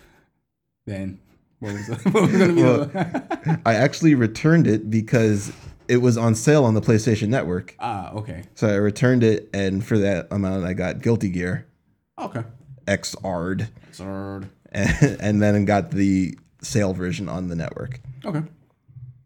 Speaker 2: then what was, [laughs] the, what was gonna be the
Speaker 1: I actually returned it because it was on sale on the PlayStation Network.
Speaker 2: [laughs] ah? Okay,
Speaker 1: So I returned it, and for that amount, I got Guilty Gear
Speaker 2: okay.
Speaker 1: XR'd,
Speaker 2: Absurd.
Speaker 1: and, [laughs] and then got the sale version on the network.
Speaker 2: Okay.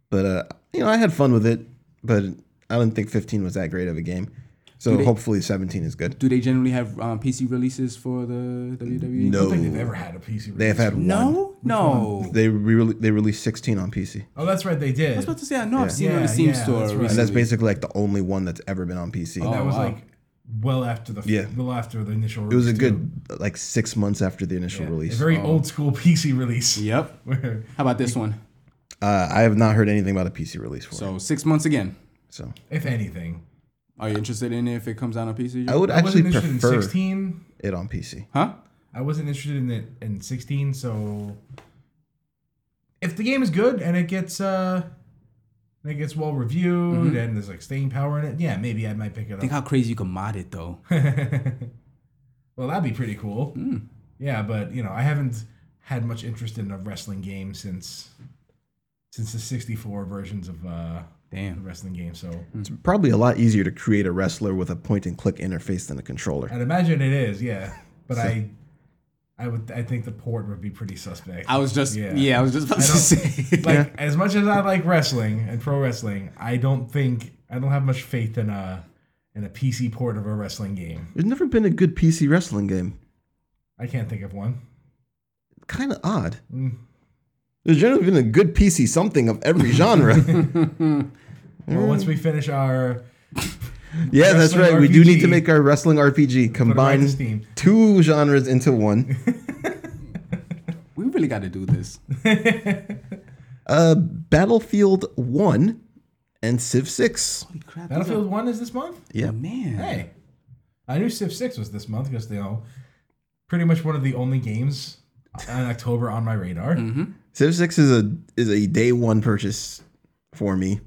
Speaker 1: But uh, you know, I had fun with it, but I don't think 15 was that great of a game. So hopefully 17 is good.
Speaker 2: Do they generally have um, PC releases for the WWE?
Speaker 3: I don't
Speaker 1: No,
Speaker 3: think they've ever had a PC.
Speaker 1: they have had one.
Speaker 2: No. No.
Speaker 1: They re- they released 16 on PC,
Speaker 3: Oh, that's right. They did.
Speaker 2: I was about to say I know I've seen it on
Speaker 3: Yeah,
Speaker 2: the Steam
Speaker 3: yeah,
Speaker 2: store
Speaker 3: that's right.
Speaker 2: recently.
Speaker 1: and that's basically like the only one that's ever been on PC.
Speaker 2: Oh.
Speaker 3: that was
Speaker 2: wow.
Speaker 3: like well after the
Speaker 1: Yeah.
Speaker 3: well after the initial.
Speaker 1: It was a good like six months after the initial release. Oh.
Speaker 3: very old school [laughs] PC release.
Speaker 2: Yep.
Speaker 3: Where
Speaker 2: How about this one?
Speaker 1: Uh, I have not heard anything about a PC release for it.
Speaker 2: So six months again.
Speaker 1: So
Speaker 3: if anything,
Speaker 2: Are you interested in it if it comes out on PC?
Speaker 1: I would
Speaker 3: I
Speaker 1: actually
Speaker 3: wasn't interested
Speaker 1: prefer
Speaker 3: in 16.
Speaker 1: it on PC.
Speaker 2: Huh?
Speaker 3: I wasn't interested in it in 16, so if the game is good and it gets uh and it gets well reviewed
Speaker 1: Mm-hmm.
Speaker 3: and there's like staying power in it, yeah, maybe I might pick it
Speaker 2: Think
Speaker 3: up.
Speaker 2: how crazy you can mod it though.
Speaker 3: [laughs] well, that'd be pretty cool.
Speaker 2: Hmm.
Speaker 3: Yeah, but you know, I haven't had much interest in a wrestling game since since the 64 versions of uh the
Speaker 2: Damn. Hmm.
Speaker 3: wrestling game, so
Speaker 1: It's probably a lot easier to create a wrestler with a point and click interface than a controller.
Speaker 3: I'd imagine it is,
Speaker 2: [laughs]
Speaker 3: yeah. But I I would I think the port would be pretty suspect.
Speaker 2: I was just yeah. I was just about to
Speaker 3: don't-
Speaker 2: say.
Speaker 3: [laughs] like as much as I like wrestling and pro wrestling, I don't think I don't have much faith in a in a PC port of a wrestling game.
Speaker 1: There's never been a good PC wrestling game.
Speaker 3: I can't think of one.
Speaker 1: Kind of odd.
Speaker 3: Hmm.
Speaker 1: There's generally been a good PC something of every [laughs] genre.
Speaker 3: Well, once we finish our
Speaker 1: yeah, that's
Speaker 3: Wrestling
Speaker 1: right. We do need
Speaker 3: RPG.
Speaker 1: to make our wrestling RPG
Speaker 3: combined
Speaker 1: combine
Speaker 3: Steam,
Speaker 1: two genres into
Speaker 3: [laughs]
Speaker 1: one.
Speaker 2: we really got to do this.
Speaker 1: Uh, Battlefield 1 and Civ 6.
Speaker 2: Holy crap! these
Speaker 3: Battlefield One is this month.
Speaker 1: Yeah.
Speaker 2: are- man.
Speaker 3: Hey, I knew Civ Six was this month because they know pretty much one of the only games in October on my radar.
Speaker 1: Civ 6 is a is a day 1 purchase for me.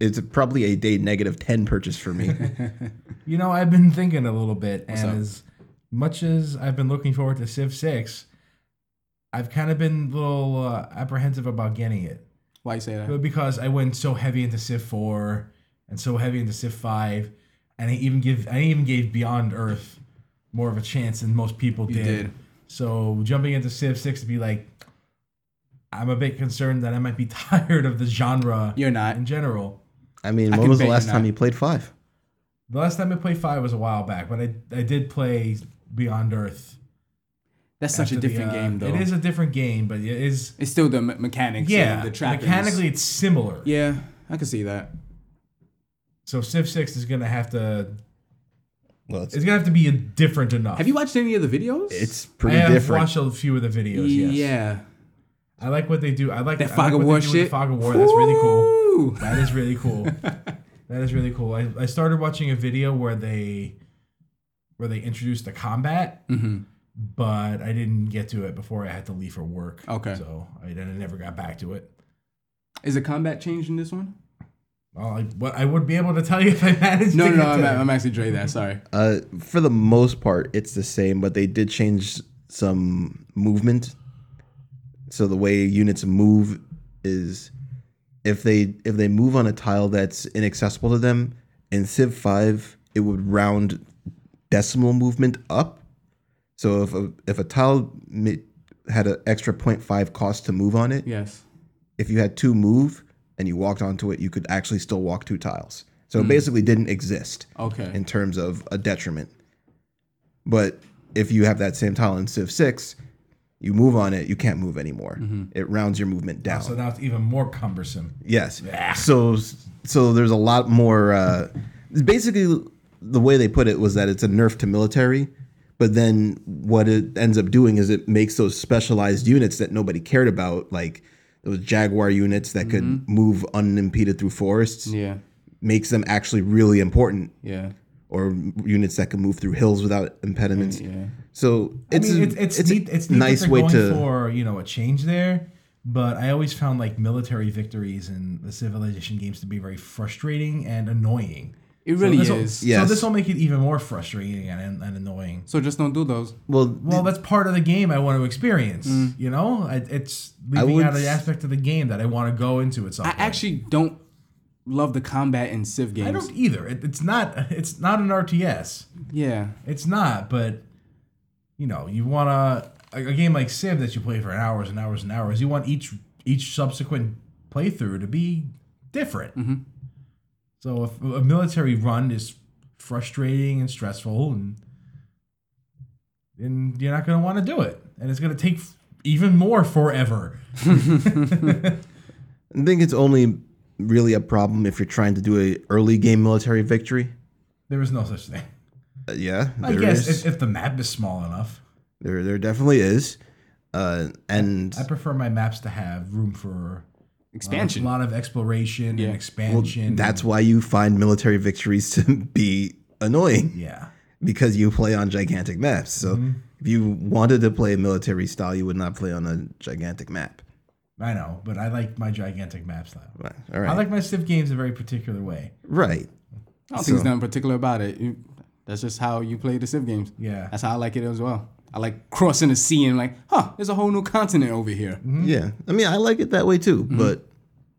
Speaker 1: It's probably a day negative 10 purchase for me.
Speaker 3: You know, I've been thinking a little bit, and
Speaker 2: up?
Speaker 3: as much as I've been looking forward to Civ Six, I've kind of been a little uh, apprehensive about getting it.
Speaker 2: Why you say that?
Speaker 3: But because I went so heavy into Civ Four and so heavy into Civ Five, and I even give I even gave Beyond Earth more of a chance than most people did.
Speaker 2: did.
Speaker 3: So jumping into Civ Six to be like, I'm a bit concerned that I might be [laughs] tired of the genre
Speaker 2: You're not.
Speaker 3: in general.
Speaker 1: I mean,
Speaker 2: I
Speaker 1: when
Speaker 2: can
Speaker 1: was the
Speaker 2: bet
Speaker 1: last
Speaker 2: you're
Speaker 1: time
Speaker 2: not.
Speaker 1: you played 5?
Speaker 3: The last time I played Five was a while back, but I I did play Beyond Earth.
Speaker 2: That's such a
Speaker 3: after the,
Speaker 2: different
Speaker 3: uh,
Speaker 2: game though.
Speaker 3: It is a different game, but it is
Speaker 2: It's still the me- mechanics. Yeah.
Speaker 3: yeah.
Speaker 2: And the trappings.
Speaker 3: mechanically, it's similar.
Speaker 2: Yeah, I can see that.
Speaker 3: So Civ Six is gonna have to.
Speaker 1: Well, it's,
Speaker 3: It's gonna have to be different enough.
Speaker 2: Have you watched any of the videos?
Speaker 1: it's
Speaker 3: I
Speaker 1: pretty
Speaker 3: have
Speaker 1: different.
Speaker 3: watched a few of the videos. Yes.
Speaker 2: yeah.
Speaker 3: I like what they do. I like
Speaker 2: That
Speaker 3: I
Speaker 2: fog
Speaker 3: like
Speaker 2: of
Speaker 3: what
Speaker 2: war
Speaker 3: they do
Speaker 2: shit.
Speaker 3: With the fog of war. That's really cool.
Speaker 2: Ooh.
Speaker 3: That is
Speaker 2: [laughs]
Speaker 3: really cool. that is really cool. I, I started watching a video where they where they introduced the combat,
Speaker 2: Mm-hmm.
Speaker 3: but I didn't get to it before I had to leave for work.
Speaker 2: Okay.
Speaker 3: So I then I never got back to it.
Speaker 2: Is the combat changed in this one?
Speaker 3: Well, I, what I would be able to tell you if I [laughs] managed.
Speaker 2: No,
Speaker 3: to
Speaker 2: no,
Speaker 3: get
Speaker 2: no.
Speaker 3: to
Speaker 2: I'm,
Speaker 3: it.
Speaker 2: I'm actually Dre that. Sorry.
Speaker 1: Uh, for the most part, it's the same, but they did change some movement. So the way units move is if they if they move on a tile that's inaccessible to them in Civ Five, it would round decimal movement up. So if a if a tile ma- had an extra 0.5 cost to move on it,
Speaker 2: Yes.
Speaker 1: if you had two move and you walked onto it, you could actually still walk two tiles. So it basically didn't exist
Speaker 2: Okay.
Speaker 1: in terms of a detriment. But if you have that same tile in Civ 6, you move on it, you can't move anymore. It rounds your movement down.
Speaker 3: So now it's even more cumbersome.
Speaker 1: yes. So so there's a lot more uh, basically the way they put it was that it's a nerf to military, but then what it ends up doing is it makes those specialized units that nobody cared about like those jaguar units that could move unimpeded through forests
Speaker 2: yeah.
Speaker 1: makes them actually really important
Speaker 2: Yeah.
Speaker 1: or units that can move through hills without impediments.
Speaker 2: Yeah.
Speaker 1: So it's
Speaker 3: I mean,
Speaker 1: a-
Speaker 3: it's it's,
Speaker 1: it's a
Speaker 3: neat, it's neat
Speaker 1: nice
Speaker 3: that they're
Speaker 1: way
Speaker 3: going
Speaker 1: to
Speaker 3: for you know a change there. But I always found like military victories in the civilization games to be very frustrating and annoying.
Speaker 2: It really
Speaker 3: this'll-
Speaker 2: is.
Speaker 1: Yes.
Speaker 3: So this will make it even more frustrating and, and annoying.
Speaker 2: So just don't do those.
Speaker 1: well,
Speaker 3: Well, that's part of the game I want to experience.
Speaker 2: Mm.
Speaker 3: You know, I, it's leaving
Speaker 1: would
Speaker 3: out an
Speaker 1: s-
Speaker 3: aspect of the game that I want to go into at some
Speaker 2: I
Speaker 3: point.
Speaker 2: actually don't love the combat in Civ games.
Speaker 3: I don't either. It, it's not. [laughs] It's not an RTS.
Speaker 2: yeah.
Speaker 3: It's not. But you know, you want to a, a game like Civ that you play for hours and hours and hours. You want each each subsequent playthrough to be different.
Speaker 1: Mm-hmm.
Speaker 3: So if a military run is frustrating and stressful, and and you're not going to want to do it, and it's going to take f- even more forever.
Speaker 1: I think it's only really a problem if you're trying to do a early game military victory.
Speaker 3: There is no such thing.
Speaker 1: Uh, yeah,
Speaker 3: I
Speaker 1: there
Speaker 3: guess
Speaker 1: is.
Speaker 3: if, if the map is small enough.
Speaker 1: there there definitely is. Uh, and
Speaker 3: I prefer my maps to have room for
Speaker 2: Expansion.
Speaker 3: a lot of exploration and expansion.
Speaker 1: that's why you find military victories to [laughs] be annoying
Speaker 3: yeah.
Speaker 1: because you play on gigantic maps. So
Speaker 3: Mm-hmm.
Speaker 1: if you wanted to play military style, you would not play on a gigantic map.
Speaker 3: I know, but I like my gigantic map style.
Speaker 1: Right, All right,
Speaker 3: I like my Civ games a very particular way.
Speaker 1: right.
Speaker 2: I don't think there's nothing particular about it. You, that's just how you play the Civ games.
Speaker 3: Yeah.
Speaker 2: That's how I like it as well. I like crossing the sea and like, huh, there's a whole new continent over here.
Speaker 3: Mm-hmm.
Speaker 1: Yeah, I mean, I like it that way too. But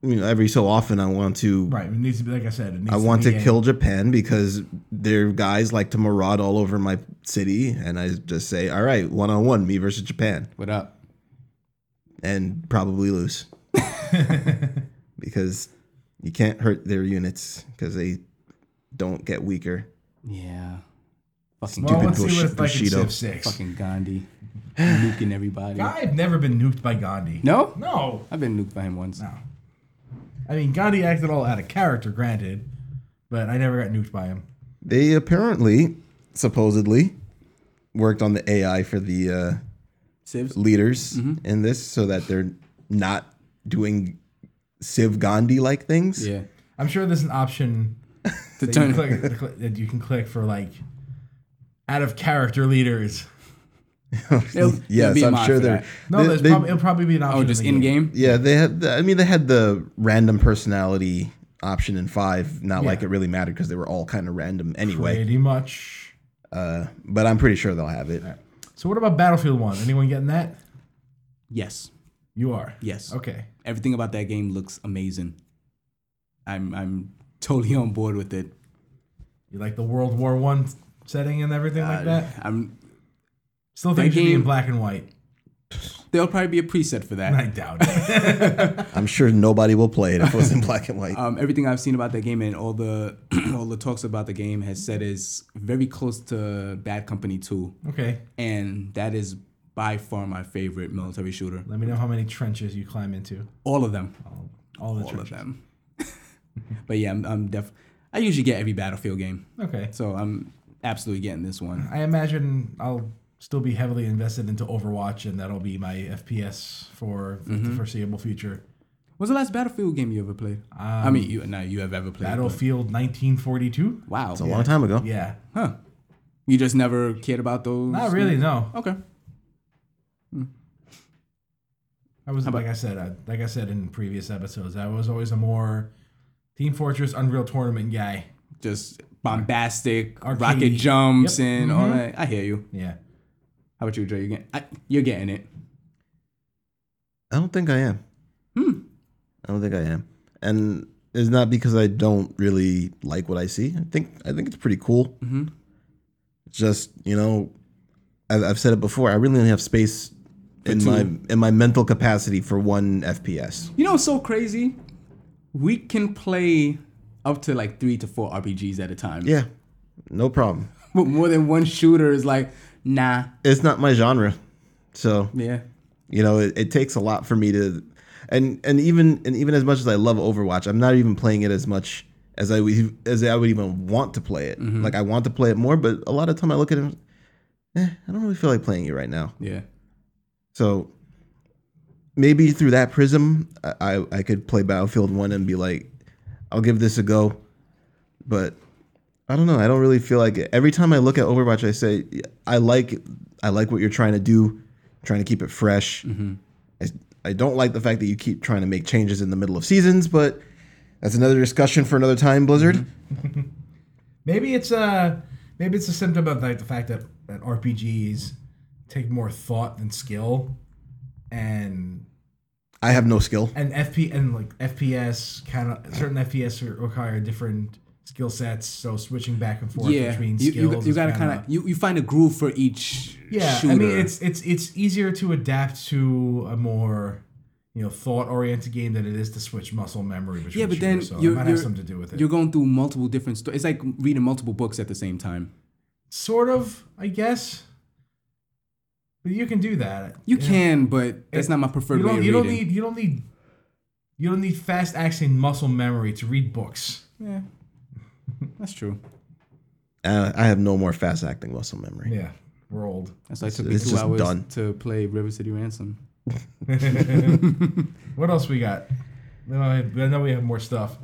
Speaker 1: you know, every so often, I want to
Speaker 3: Right. It needs to be like I said. It needs
Speaker 1: I want
Speaker 3: be
Speaker 1: to
Speaker 3: a-
Speaker 1: kill Japan because their guys like to maraud all over my city, and I just say, "All right, one on one, me versus Japan,"
Speaker 2: What up?
Speaker 1: and probably lose because you can't hurt their units because they don't get weaker.
Speaker 2: Yeah. Fucking,
Speaker 3: Well,
Speaker 1: Stupid
Speaker 3: let's see what
Speaker 1: Bush-
Speaker 3: it's like in
Speaker 1: Bushido.
Speaker 3: Civ Six.
Speaker 2: fucking Gandhi. nuking everybody.
Speaker 3: I've never been nuked by Gandhi.
Speaker 2: No?
Speaker 3: No.
Speaker 2: I've been nuked by him once.
Speaker 3: No. I mean, Gandhi acted all out of character, granted, but I never got nuked by him.
Speaker 1: They apparently, supposedly, worked on the AI for the. Uh,
Speaker 2: Civs?
Speaker 1: leaders
Speaker 2: Mm-hmm.
Speaker 1: in this so that they're not doing Civ Gandhi like things. [laughs]
Speaker 2: Yeah.
Speaker 3: I'm sure there's an option
Speaker 2: To
Speaker 3: that you,
Speaker 2: turn
Speaker 3: click, to click- that you can click for like out of character leaders.
Speaker 2: It'll- there'll
Speaker 1: yes,
Speaker 2: be a
Speaker 1: I'm
Speaker 2: mod
Speaker 1: sure
Speaker 2: for
Speaker 1: they're.
Speaker 2: that.
Speaker 3: No,
Speaker 1: they-
Speaker 3: there's
Speaker 1: they-
Speaker 3: probably, it'll probably be an option.
Speaker 2: Oh, just in game?
Speaker 1: yeah, they had. The, I mean, they had the random personality option in five. Not like
Speaker 3: Yeah.
Speaker 1: it really mattered because they were all kind of random anyway.
Speaker 3: Pretty much.
Speaker 1: Uh, but I'm pretty sure they'll have it.
Speaker 3: So what about Battlefield One? Anyone getting that?
Speaker 2: Yes.
Speaker 3: You are.
Speaker 2: Yes.
Speaker 3: Okay.
Speaker 2: Everything about that game looks amazing. I'm I'm totally [laughs] on board with it.
Speaker 3: You like the World War One setting and everything like
Speaker 2: Uh,
Speaker 3: that?
Speaker 2: I'm
Speaker 3: Still think it should be
Speaker 2: game-
Speaker 3: in black and white.
Speaker 2: there'll probably be a preset for that.
Speaker 3: I doubt it. [laughs]
Speaker 1: I'm sure nobody will play it if it was in black and
Speaker 2: [laughs]
Speaker 1: white.
Speaker 2: um, everything I've seen about that game and all the [clears throat] all the talks about the game has said is very close to Bad Company 2,
Speaker 3: okay.
Speaker 2: and that is by far my favorite military shooter.
Speaker 3: Let me know how many trenches you climb into.
Speaker 2: All of them,
Speaker 3: All the
Speaker 2: all of
Speaker 3: trenches.
Speaker 2: [laughs] them. but yeah, I'm, I'm def. I usually get every Battlefield game,
Speaker 3: Okay.
Speaker 2: so I'm absolutely getting this one.
Speaker 3: I imagine I'll still be heavily invested into Overwatch, and that'll be my FPS for
Speaker 2: Mm-hmm.
Speaker 3: the foreseeable future.
Speaker 2: What's the last Battlefield game you ever played? I mean, you no, you have ever played. but-
Speaker 3: Battlefield 1942.
Speaker 2: Wow.
Speaker 1: It's a long time ago.
Speaker 3: Yeah.
Speaker 2: Huh. You just never cared about those?
Speaker 3: Not really. No.
Speaker 2: Okay.
Speaker 3: I was like I said. I, like I said in previous episodes, I was always a more Team Fortress, Unreal Tournament guy.
Speaker 2: Just bombastic
Speaker 3: Arcade.
Speaker 2: rocket jumps
Speaker 3: Yep.
Speaker 2: and
Speaker 3: Mm-hmm.
Speaker 2: all that. I hear you.
Speaker 3: Yeah.
Speaker 2: How about you, Dre? You get, I, you're getting it.
Speaker 1: I don't think I am. I don't think I am, and it's not because I don't really like what I see. I think I think it's pretty cool. Mm-hmm. Just you know, I've, I've said it before. I really only have space in
Speaker 2: two.
Speaker 1: my in my mental capacity for one FPS.
Speaker 2: You know what's so crazy? We can play up to like three to four RPGs at a time.
Speaker 1: Yeah, no problem.
Speaker 2: But more than one shooter is like, nah.
Speaker 1: It's not my genre, so
Speaker 2: Yeah.
Speaker 1: you know it, it takes a lot for me to, and and even and even as much as I love Overwatch, I'm not even playing it as much as I would as I would even want to play it. Like I want to play it more, but a lot of time I look at it, eh, I don't really feel like playing it right now.
Speaker 2: Yeah.
Speaker 1: So maybe through that prism, I I, I could play Battlefield One and be like, I'll give this a go, but I don't know. I don't really feel like it. Every time I look at Overwatch, I say I like I like what you're trying to do, trying to keep it fresh. I I don't like the fact that you keep trying to make changes in the middle of seasons, but that's another discussion for another time, Blizzard.
Speaker 3: Maybe it's a maybe it's a symptom of like the fact that, that RPGs take more thought than skill, and
Speaker 1: I have no skill.
Speaker 3: and FP and like FPS kind of certain FPS re- require different skill sets. So switching back and forth
Speaker 2: Yeah.
Speaker 3: between
Speaker 2: You, you,
Speaker 3: skills,
Speaker 2: you
Speaker 3: is
Speaker 2: gotta
Speaker 3: kinda-
Speaker 2: kind of, you, you find a groove for each
Speaker 3: yeah.
Speaker 2: shooter.
Speaker 3: I mean, it's it's it's easier to adapt to a more you know thought oriented game than it is to switch muscle memory between
Speaker 2: Yeah, but then
Speaker 3: shooters, so
Speaker 2: you're-
Speaker 3: it might
Speaker 2: you're-
Speaker 3: have something to do with it.
Speaker 2: You're going through multiple different stories. It's like reading multiple books at the same time.
Speaker 3: Sort of, I guess. But you can do that.
Speaker 2: You
Speaker 3: know?
Speaker 2: can, but that's not my preferred
Speaker 3: you
Speaker 2: way
Speaker 3: don't,
Speaker 2: of
Speaker 3: you don't
Speaker 2: reading.
Speaker 3: need you don't need you don't need fast acting muscle memory to read books
Speaker 2: yeah, [laughs] that's true.
Speaker 1: Uh, I have no more fast acting muscle memory.
Speaker 3: yeah we're old
Speaker 2: That's why it took me
Speaker 1: It's
Speaker 2: two
Speaker 1: just
Speaker 2: hours
Speaker 1: done.
Speaker 2: to play River City Ransom.
Speaker 3: what else we got No, I I know we have more stuff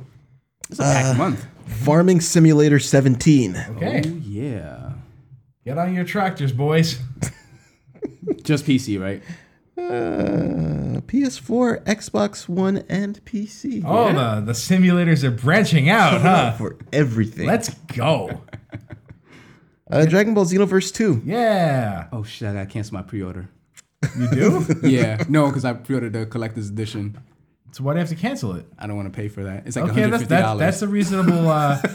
Speaker 2: It's a packed month.
Speaker 1: Farming Simulator 17.
Speaker 3: okay
Speaker 2: Oh yeah,
Speaker 3: get on your tractors boys
Speaker 2: just PC, right?
Speaker 1: Uh, PS4, Xbox One, and PC.
Speaker 3: oh the, the simulators are branching out huh
Speaker 1: For everything.
Speaker 3: let's go
Speaker 1: Uh, Dragon Ball Xenoverse 2.
Speaker 3: yeah
Speaker 2: Oh shit, I gotta cancel my pre-order.
Speaker 3: you do
Speaker 2: [laughs] Yeah, no, because I pre-ordered the collector's edition.
Speaker 3: so why do you have to cancel it
Speaker 2: I don't want to pay for that. It's like
Speaker 3: okay that's
Speaker 2: $150.
Speaker 3: that, that's a reasonable uh
Speaker 2: [laughs]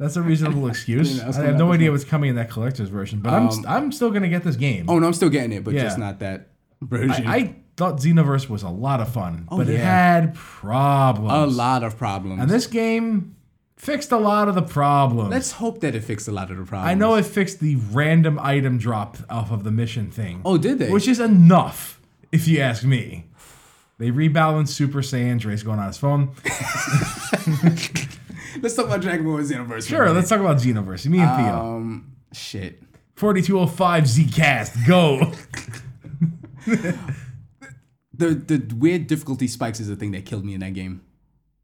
Speaker 3: That's a reasonable excuse.
Speaker 2: Yeah, that's
Speaker 3: I have
Speaker 2: not Um,
Speaker 3: no
Speaker 2: the
Speaker 3: idea what's coming in that collector's version, but I'm st- I'm still gonna get this game.
Speaker 2: oh no, I'm still getting it, but
Speaker 3: Yeah.
Speaker 2: just not that version.
Speaker 3: I, I thought Xenoverse was a lot of fun, but it
Speaker 2: Oh, yeah.
Speaker 3: had
Speaker 2: a
Speaker 3: problems.
Speaker 2: lot of problems.
Speaker 3: and this game fixed a lot of the problems.
Speaker 2: Let's hope that it fixed a lot of the problems.
Speaker 3: I know it fixed the random item drop off of the mission thing.
Speaker 2: Oh, did they?
Speaker 3: Which is enough, if you ask me. They rebalanced Super Saiyan. Dre's going on his phone.
Speaker 2: Let's talk about Dragon Ball Xenoverse.
Speaker 3: Sure, let's talk about Xenoverse. Me and Theo.
Speaker 2: Um, shit.
Speaker 3: 4205
Speaker 2: [laughs]
Speaker 3: Zcast, go.
Speaker 2: The the weird difficulty spikes is the thing that killed me in that game.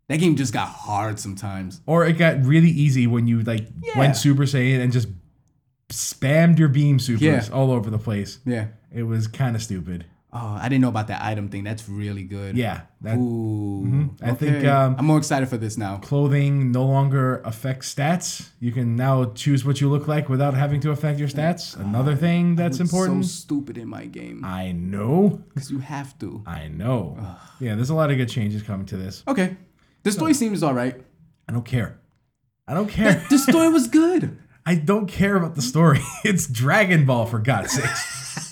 Speaker 2: That game just got hard sometimes.
Speaker 3: or it got really easy when you like
Speaker 2: Yeah.
Speaker 3: went Super Saiyan and just spammed your beam supers
Speaker 2: Yeah.
Speaker 3: all over the place.
Speaker 2: Yeah.
Speaker 3: It was kind of stupid.
Speaker 2: Oh, I didn't know about that item thing. That's really good.
Speaker 3: Yeah, that
Speaker 2: Ooh.
Speaker 3: I
Speaker 2: Okay.
Speaker 3: think, um,
Speaker 2: I'm more excited for this now.
Speaker 3: clothing no longer affects stats. You can now choose what you look like without having to affect your
Speaker 2: Oh,
Speaker 3: stats. Another thing that's important. Uh,
Speaker 2: So stupid in my game
Speaker 3: I know.
Speaker 2: because you have to.
Speaker 3: I know. Yeah, there's a lot of good changes coming to this.
Speaker 2: Okay. The story seems all right.
Speaker 3: I don't care. I
Speaker 2: [laughs]
Speaker 3: don't care.
Speaker 2: The story was good.
Speaker 3: I don't care about the story. [laughs] It's Dragon Ball for God's sakes.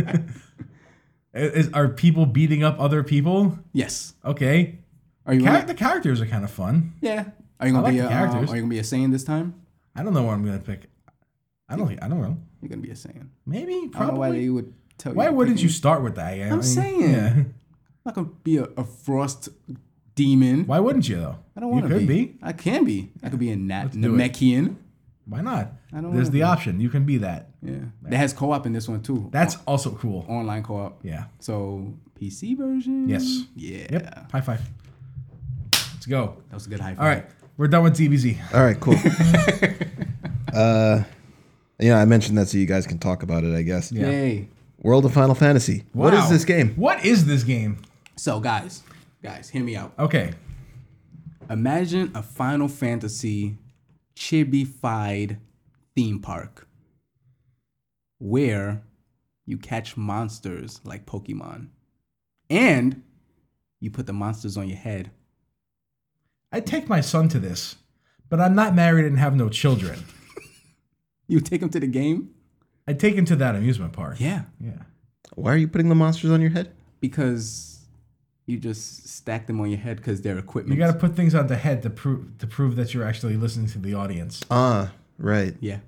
Speaker 2: [laughs]
Speaker 3: Is, are people beating up other people?
Speaker 2: Yes.
Speaker 3: Okay.
Speaker 2: Are you?
Speaker 3: Char-
Speaker 2: gonna-
Speaker 3: the characters are kind of fun.
Speaker 2: yeah. Are you gonna
Speaker 3: I like
Speaker 2: be
Speaker 3: the
Speaker 2: a?
Speaker 3: characters.
Speaker 2: Uh, are you gonna be a Saiyan this time?
Speaker 3: I don't know what I'm gonna pick. I don't. I don't know.
Speaker 2: You're gonna be a Saiyan.
Speaker 3: Maybe.
Speaker 2: I don't know why
Speaker 3: Probably.
Speaker 2: they would tell you.
Speaker 3: Why
Speaker 2: to pick
Speaker 3: wouldn't
Speaker 2: me.
Speaker 3: you start with that? I
Speaker 2: I'm saying.
Speaker 3: Yeah.
Speaker 2: I'm not gonna be a, a frost demon.
Speaker 3: [laughs] Why wouldn't you though?
Speaker 2: I don't
Speaker 3: You
Speaker 2: want to
Speaker 3: could
Speaker 2: be.
Speaker 3: be.
Speaker 2: I can be. I could be a Nat
Speaker 3: do it.
Speaker 2: Namekian.
Speaker 3: Why not?
Speaker 2: I don't
Speaker 3: There's
Speaker 2: wanna
Speaker 3: the
Speaker 2: be.
Speaker 3: option. You can be that.
Speaker 2: Yeah, that has co-op in this one too.
Speaker 3: That's also cool.
Speaker 2: On- online co-op.
Speaker 3: Yeah.
Speaker 2: So PC version.
Speaker 3: Yes.
Speaker 2: Yeah.
Speaker 3: Yep. High five. Let's go.
Speaker 2: That was a good high five.
Speaker 3: All right, we're done with TBZ.
Speaker 1: [laughs] All right,
Speaker 3: [laughs]
Speaker 1: cool. uh, yeah, I mentioned that so you guys can talk about it. I guess.
Speaker 3: Yeah.
Speaker 2: Yay.
Speaker 1: World of Final Fantasy. What
Speaker 3: Wow.
Speaker 1: is this game?
Speaker 3: What is this game?
Speaker 2: So guys, guys, hear me out.
Speaker 3: Okay.
Speaker 2: Imagine a Final Fantasy chibified theme park where you catch monsters like Pokemon and you put the monsters on your head.
Speaker 3: I take my son to this, but I'm not married and have no children.
Speaker 2: You take them to the game?
Speaker 3: I take him to that amusement park.
Speaker 2: Yeah.
Speaker 3: Yeah.
Speaker 1: Why are you putting the monsters on your head?
Speaker 2: Because you just stack them on your head because they're equipment.
Speaker 3: You got to put things on the head to prove to prove that you're actually listening to the audience.
Speaker 1: Ah, right.
Speaker 2: yeah.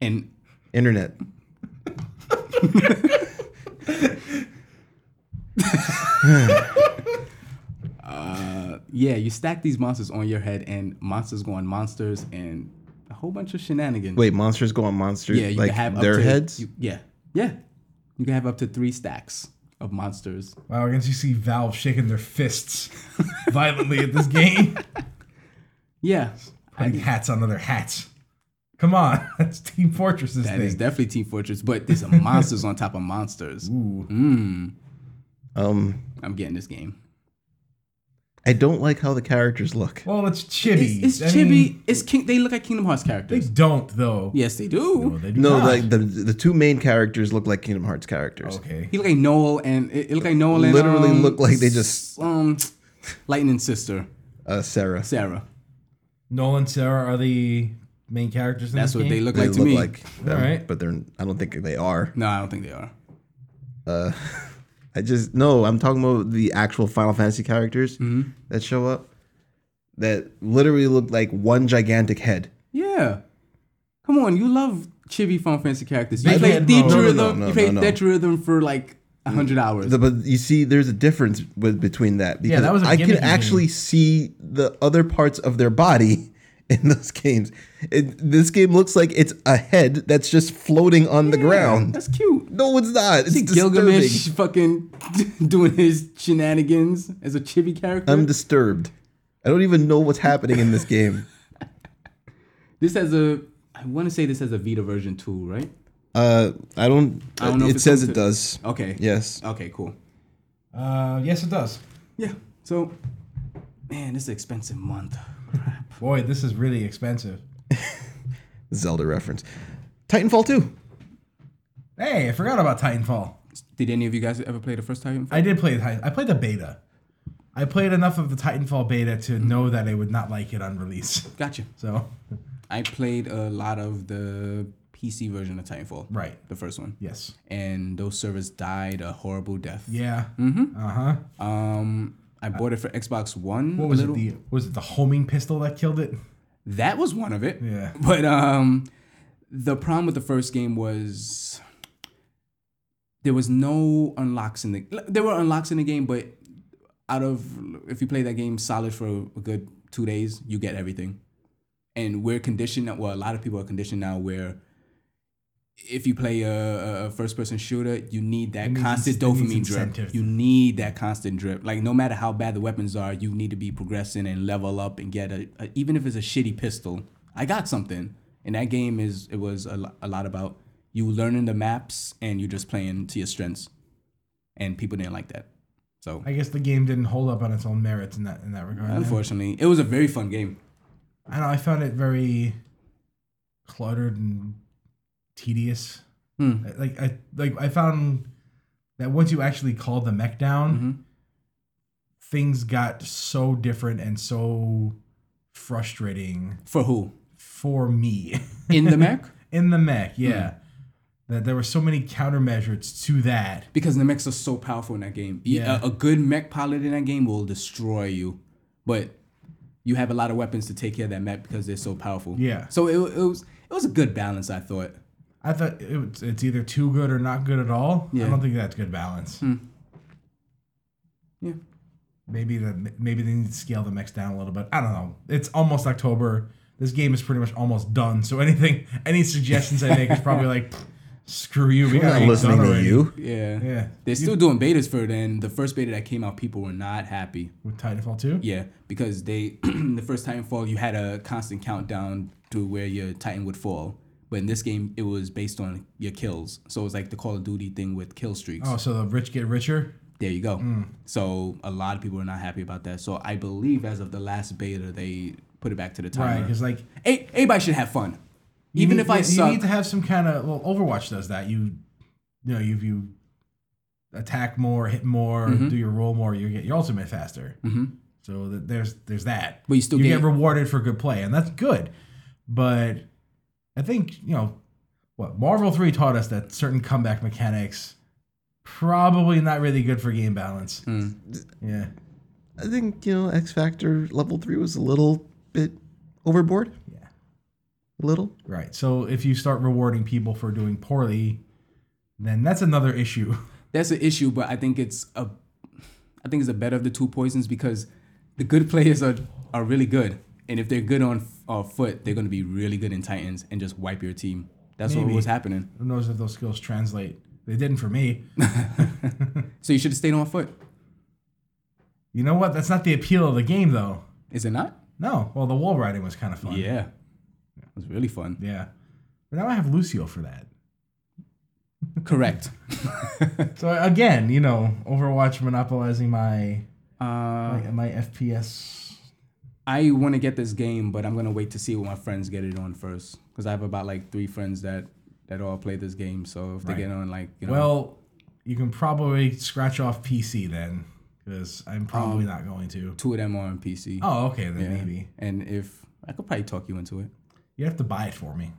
Speaker 2: And
Speaker 1: Internet.
Speaker 2: uh, yeah, you stack these monsters on your head and monsters go on monsters and a whole bunch of shenanigans.
Speaker 1: Wait, monsters go on monsters.
Speaker 2: Yeah, you
Speaker 1: like
Speaker 2: can have up
Speaker 1: their
Speaker 2: to,
Speaker 1: heads.
Speaker 2: you- yeah, yeah. You can have up to three stacks of monsters.
Speaker 3: Wow, we're gonna see Valve shaking their fists [laughs] violently at this game,
Speaker 2: Yeah,
Speaker 3: putting hats on other hats. Come on, [laughs] that's Team Fortress's
Speaker 2: that
Speaker 3: thing.
Speaker 2: is definitely Team Fortress, but there's
Speaker 1: [laughs]
Speaker 2: some monsters on top of monsters.
Speaker 3: Ooh.
Speaker 1: Um,
Speaker 2: I'm getting this game.
Speaker 1: I don't like how the characters look.
Speaker 3: Well, it's chibi.
Speaker 2: It's,
Speaker 3: I
Speaker 2: chibi.
Speaker 3: mean,
Speaker 2: it's King. They look like Kingdom Hearts
Speaker 3: they
Speaker 2: characters.
Speaker 3: don't though.
Speaker 2: yes, they do.
Speaker 3: No, they do
Speaker 1: No,
Speaker 3: not.
Speaker 1: like the the two main characters look like Kingdom Hearts characters.
Speaker 3: okay.
Speaker 2: he look like Noel and it, it look like Noel and
Speaker 1: Literally
Speaker 2: um,
Speaker 1: look like they just-
Speaker 2: s- um Lightning sister
Speaker 1: Uh, Sarah.
Speaker 2: Sarah.
Speaker 3: Noel and Sarah are the main characters in
Speaker 2: That's
Speaker 3: this
Speaker 2: what they
Speaker 3: game?
Speaker 2: look
Speaker 1: They
Speaker 2: like to
Speaker 1: look
Speaker 2: me.
Speaker 1: like them,
Speaker 3: Alright.
Speaker 1: but they're. I don't think they are.
Speaker 2: No, I don't think they are.
Speaker 1: I just no. I'm talking about the actual Final Fantasy characters
Speaker 3: Mm-hmm.
Speaker 1: that show up. That literally look like one gigantic head.
Speaker 2: Yeah. Come on, you love chibi Final Fantasy characters.
Speaker 3: Big
Speaker 2: You played
Speaker 3: head mode. No, no,
Speaker 2: Tetrarhythm.
Speaker 1: no, no,
Speaker 2: you played
Speaker 1: no, no.
Speaker 2: Tetrarhythm for like hundred hours.
Speaker 1: The- but you see, there's a difference with, between that because
Speaker 3: that was a
Speaker 1: I can
Speaker 3: gimmicky
Speaker 1: actually
Speaker 3: game.
Speaker 1: see the other parts of their body [laughs] in those games. It, this game looks like it's a head that's just floating on the ground.
Speaker 2: That's cute.
Speaker 1: No, it's not. It's
Speaker 2: See
Speaker 1: disturbing.
Speaker 2: Gilgamesh fucking [laughs] doing his shenanigans as a chibi character.
Speaker 1: I'm disturbed. I don't even know what's happening in this game.
Speaker 2: this has a, I want to say this has a Vita version too, right?
Speaker 1: Uh, I don't.
Speaker 2: I don't know if
Speaker 1: it
Speaker 2: it's
Speaker 1: says
Speaker 2: on
Speaker 1: it
Speaker 2: to-
Speaker 1: does.
Speaker 2: Okay.
Speaker 1: Yes.
Speaker 2: Okay. Cool.
Speaker 3: Uh, yes, it does.
Speaker 2: Yeah. So, man, this is an expensive month.
Speaker 3: Boy, this is really expensive.
Speaker 1: Zelda reference. Titanfall 2.
Speaker 3: Hey, I forgot about Titanfall.
Speaker 2: Did any of you guys ever play the first Titanfall?
Speaker 3: I did play Titan. I played the beta. I played enough of the Titanfall beta to know that I would not like it on release. [laughs]
Speaker 2: Gotcha.
Speaker 3: So,
Speaker 2: I played a lot of the PC version of Titanfall.
Speaker 3: right.
Speaker 2: The first one.
Speaker 3: Yes.
Speaker 2: and those servers died a horrible death.
Speaker 3: Yeah. Mm-hmm. Uh huh.
Speaker 2: Um, I bought it for Xbox One.
Speaker 3: What was it? The was it the homing pistol that killed it?
Speaker 2: that was one of it.
Speaker 3: Yeah.
Speaker 2: But um, the problem with the first game was there was no unlocks in the. There were unlocks in the game, but out of if you play that game solid for a good two days, you get everything. And we're conditioned. Well, a lot of people are conditioned now where. If you play a, a first-person shooter, you need that
Speaker 3: needs
Speaker 2: constant
Speaker 3: inc- it
Speaker 2: dopamine
Speaker 3: needs
Speaker 2: drip.
Speaker 3: incentive.
Speaker 2: You need that constant drip. Like no matter how bad the weapons are, you need to be progressing and level up and get a, a even if it's a shitty pistol. I got something, and that game is it was a, lo- a lot about you learning the maps and you just playing to your strengths, and people didn't like that. So
Speaker 3: I guess the game didn't hold up on its own merits in that in that regard. then.
Speaker 2: unfortunately, it was a very fun game.
Speaker 3: I know I found it very cluttered and tedious. I- Like I like I found that once you actually called the mech down, things got so different and so frustrating
Speaker 2: For who?
Speaker 3: for me [laughs]
Speaker 2: In the mech?
Speaker 3: in the mech. Yeah, that there were so many countermeasures to that.
Speaker 2: Because the mechs are so powerful in that game. You-
Speaker 3: Yeah.
Speaker 2: A, a good mech pilot in that game will destroy you. But you have a lot of weapons to take care of that mech because they're so powerful.
Speaker 3: Yeah.
Speaker 2: So it, it was it was a good balance, I thought.
Speaker 3: I thought it was, it's either too good or not good at all.
Speaker 2: Yeah.
Speaker 1: Hmm.
Speaker 3: I don't think that's good balance.
Speaker 2: Yeah.
Speaker 3: Maybe the maybe they need to scale the mix down a little bit. I don't know. It's almost October. This game is pretty much almost done. So anything, any suggestions I make is
Speaker 1: [laughs]
Speaker 3: probably like, screw you. We
Speaker 1: I'm
Speaker 3: got
Speaker 1: not listening to you.
Speaker 2: Yeah.
Speaker 3: Yeah.
Speaker 2: They're still doing betas for it, and the first beta that came out, people were not happy.
Speaker 3: with Titanfall two.
Speaker 2: Yeah, because they [clears throat] the first Titanfall you had a constant countdown to where your Titan would fall, but in this game it was based on your kills, so it was like the Call of Duty thing with kill streaks.
Speaker 3: Oh, Mm. so the rich get richer.
Speaker 2: There you go. So a lot of people are not happy about that. So I believe as of the last beta they put it back to the
Speaker 3: Right,
Speaker 1: Uh-huh.
Speaker 2: timer.
Speaker 3: because like
Speaker 2: Hey, everybody should have fun,
Speaker 3: you
Speaker 2: even
Speaker 3: need-
Speaker 2: if I
Speaker 3: you,
Speaker 2: suck.
Speaker 3: you need to have some kind of well, Overwatch does that. You, you know, you you attack more, hit more,
Speaker 2: Mm-hmm.
Speaker 3: do your roll more, you get your ultimate faster. So that there's there's that.
Speaker 2: But you still
Speaker 3: you
Speaker 2: get-
Speaker 3: get rewarded for good play, and that's good. But I think you know what Marvel Three taught us that certain comeback mechanics probably not really good for game balance.
Speaker 2: Mm.
Speaker 3: Yeah,
Speaker 1: I think you know X Factor level three was a little bit overboard.
Speaker 3: Yeah.
Speaker 1: a little.
Speaker 3: right. So if you start rewarding people for doing poorly, then that's another issue. [laughs]
Speaker 2: that's an issue, but I think it's a, I think it's the better of the two poisons because the good [laughs] players are are really good, and if they're good on uh, foot, they're going to be really good in Titans and just wipe your team. That's what
Speaker 3: Maybe.
Speaker 2: was happening.
Speaker 3: Who knows if those skills translate? They didn't for me.
Speaker 2: So you should have stayed on foot.
Speaker 3: You know what? That's not the appeal of the game, though.
Speaker 2: Is it not?
Speaker 3: No. Well, the wall riding was kind of fun.
Speaker 2: Yeah, it was really fun.
Speaker 3: Yeah. But now I have Lucio for that.
Speaker 2: Correct.
Speaker 3: So again, you know, Overwatch monopolizing my
Speaker 2: Uh,
Speaker 3: my, my FPS.
Speaker 2: I want to get this game, but I'm gonna wait to see what my friends get it on first because I have about like three friends that that all play this game. So if they
Speaker 3: Right.
Speaker 2: get on, like you know,
Speaker 3: Well, you can probably scratch off PC then, because I'm probably not going to.
Speaker 2: two of them are on PC.
Speaker 3: Oh, okay, then
Speaker 2: Um, Yeah.
Speaker 3: maybe
Speaker 2: And if I could probably talk you into it.
Speaker 3: you have to buy it for me.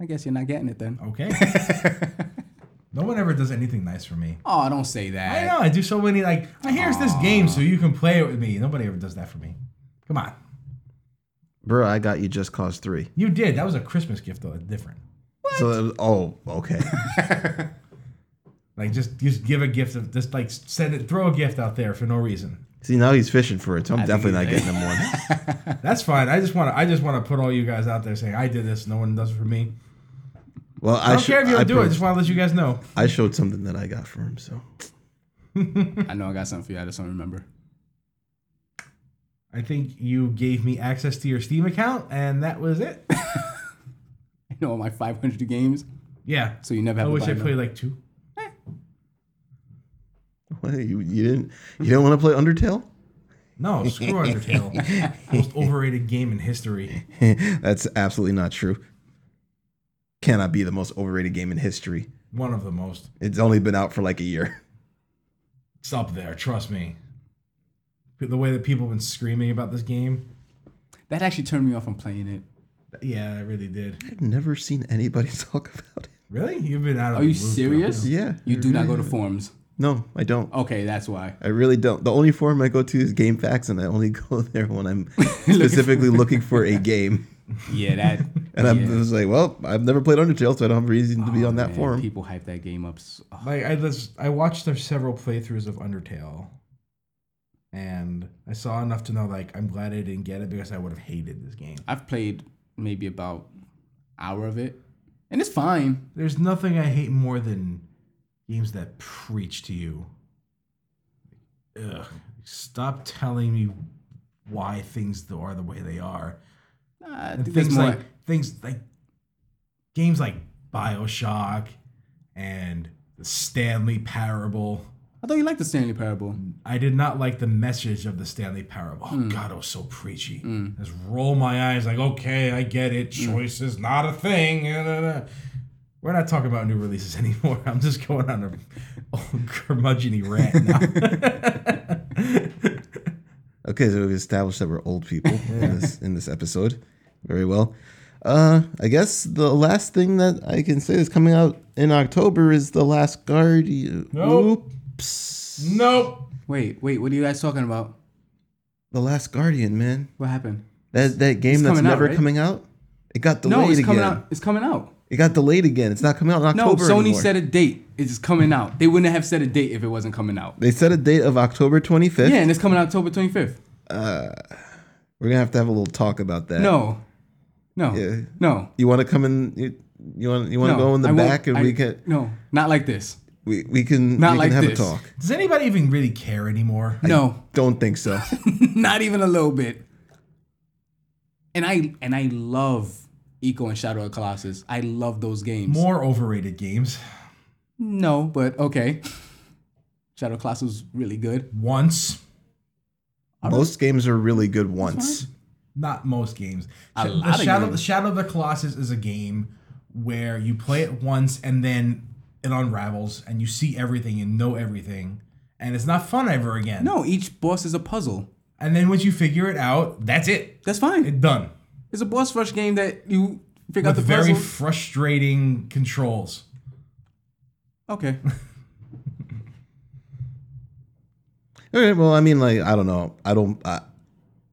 Speaker 2: I guess you're not getting it then. [laughs]
Speaker 3: Okay. no one ever does anything nice for me.
Speaker 2: Oh, don't say
Speaker 3: I
Speaker 2: that.
Speaker 3: know. I do so many like. "Oh, here's this game, so you can play it with me. Nobody ever does that for me. Come on,
Speaker 1: Bro, I got you Just Cause three.
Speaker 3: you did. That was a Christmas gift though. Different.
Speaker 1: So that was, oh, [laughs] okay.
Speaker 3: Like just just give a gift of just like send it throw a gift out there for no reason.
Speaker 1: See, now he's fishing for it, so I'm
Speaker 2: I think
Speaker 1: definitely not
Speaker 2: he's-
Speaker 1: getting him one.
Speaker 3: [laughs] That's fine. I just want to I just want to put all you guys out there saying I did this. No one does it for me.
Speaker 1: [laughs] Well,
Speaker 3: I
Speaker 1: I,
Speaker 3: don't
Speaker 1: sho-
Speaker 3: care if you don't
Speaker 1: I
Speaker 3: do it. I
Speaker 1: pro-
Speaker 3: just want to let you guys know.
Speaker 1: I showed something that I got from him, so [laughs]
Speaker 2: I know I got something for you. I just don't remember. [laughs]
Speaker 3: I think you gave me access to your Steam account, and that was it.
Speaker 2: I know all my 500 games,
Speaker 3: Yeah.
Speaker 2: so you never
Speaker 3: I
Speaker 2: have
Speaker 3: wish
Speaker 2: to buy
Speaker 3: I
Speaker 2: them.
Speaker 3: played like two.
Speaker 1: What, you, you didn't you didn't want to play Undertale?
Speaker 3: No, screw
Speaker 2: [laughs]
Speaker 3: Undertale. Most overrated game in history.
Speaker 1: [laughs] That's absolutely not true. Cannot be the most overrated game in history.
Speaker 3: One of the most.
Speaker 1: It's only been out for like a year. [laughs]
Speaker 3: It's up there, trust me. The way that people have been screaming about this game,
Speaker 2: That actually turned me off from playing it.
Speaker 3: yeah, I really did.
Speaker 1: I've never seen anybody [laughs] talk about it.
Speaker 3: Really? You've been out of
Speaker 2: Are
Speaker 3: the
Speaker 2: you
Speaker 3: loop, bro.
Speaker 2: serious?
Speaker 1: Yeah.
Speaker 2: You
Speaker 1: I
Speaker 2: do not
Speaker 1: really
Speaker 2: go to
Speaker 1: haven't.
Speaker 2: forums.
Speaker 1: No, I don't.
Speaker 2: Okay, that's why.
Speaker 1: I really don't. The only forum I go to is Game Facts, and I only [laughs] go there when
Speaker 2: [laughs]
Speaker 1: I'm specifically looking for a game.
Speaker 2: Yeah, that.
Speaker 1: [laughs] And I'm
Speaker 2: yeah.
Speaker 1: just like, well, I've never played Undertale, so I don't have a reason to be on that
Speaker 2: Man,
Speaker 1: forum.
Speaker 2: People hype that game up. s- oh,
Speaker 3: Like I just, I watched their several playthroughs of Undertale, and I saw enough to know like I'm glad I didn't get it because I would have hated this game.
Speaker 2: I've played maybe about hour of it, and it's fine.
Speaker 3: There's nothing I hate more than games that preach to you. Ugh! Stop telling me why things are the way they are.
Speaker 2: Nah, I
Speaker 3: and
Speaker 2: think there's
Speaker 3: things
Speaker 2: more.
Speaker 3: like things like games like Bioshock and the Stanley Parable.
Speaker 2: I thought you liked the Stanley Parable.
Speaker 3: I did not like the message of the Stanley Parable. Oh God, it was so preachy. Just roll my eyes like, okay, I get it. Choice is not a thing. Yeah, nah, nah. We're not talking about new releases [laughs] anymore. I'm just going on a [laughs] old curmudgeony rant now.
Speaker 1: Okay, so we've established that we're old [laughs] people in this in this episode. Very well. Uh, I guess the last thing that I can say is coming out in October is the Last Guardian.
Speaker 3: [laughs] Nope.
Speaker 1: Oops.
Speaker 3: nope.
Speaker 2: Wait, wait, what are you guys talking about?
Speaker 1: The Last Guardian, man.
Speaker 2: What happened?
Speaker 1: That that game that's
Speaker 2: coming out,
Speaker 1: never
Speaker 2: right?
Speaker 1: coming out. It got delayed
Speaker 2: No, it's
Speaker 1: again.
Speaker 2: coming out. It's coming out.
Speaker 1: It It got delayed again. It's not coming out in
Speaker 2: No,
Speaker 1: October.
Speaker 2: Sony
Speaker 1: anymore.
Speaker 2: said a date. It's coming out. They wouldn't have said a date if it wasn't coming out.
Speaker 1: They set a date of October 25th.
Speaker 2: Yeah, and it's coming out October 25th.
Speaker 1: We're gonna have to have a little talk about that.
Speaker 2: No, no,
Speaker 1: Yeah.
Speaker 2: no.
Speaker 1: you want to come in? You, you want you want
Speaker 2: no.
Speaker 1: to go in the
Speaker 2: I won't-
Speaker 1: back and
Speaker 2: I-
Speaker 1: we can
Speaker 2: No, not like this.
Speaker 1: we, we can
Speaker 2: Not
Speaker 1: we
Speaker 2: like
Speaker 1: can have
Speaker 2: this.
Speaker 1: a talk.
Speaker 3: Does anybody even really care anymore?
Speaker 2: No, [laughs]
Speaker 1: Don't think so.
Speaker 2: not even a little bit. And I and I love Eco and Shadow of the Colossus. I love those games.
Speaker 3: More overrated games.
Speaker 2: No, but okay. [laughs] Shadow of the Colossus was really good.
Speaker 3: Once,
Speaker 1: Most games are really good once.
Speaker 3: not most games.
Speaker 2: A
Speaker 3: Sh- the
Speaker 2: lot of
Speaker 3: Shadow,
Speaker 2: games.
Speaker 3: the Shadow of the Colossus is a game where you play it once and then it unravels and you see everything and know everything, and it's not fun ever again.
Speaker 2: No, each boss is a puzzle.
Speaker 3: And then once you figure it out, that's it.
Speaker 2: That's fine.
Speaker 3: It's done.
Speaker 2: It's a boss rush game that you figure out
Speaker 3: With
Speaker 2: the
Speaker 3: very
Speaker 2: puzzle.
Speaker 3: frustrating controls. [laughs]
Speaker 2: okay.
Speaker 1: Okay, well, I mean, like I don't know. I don't. I,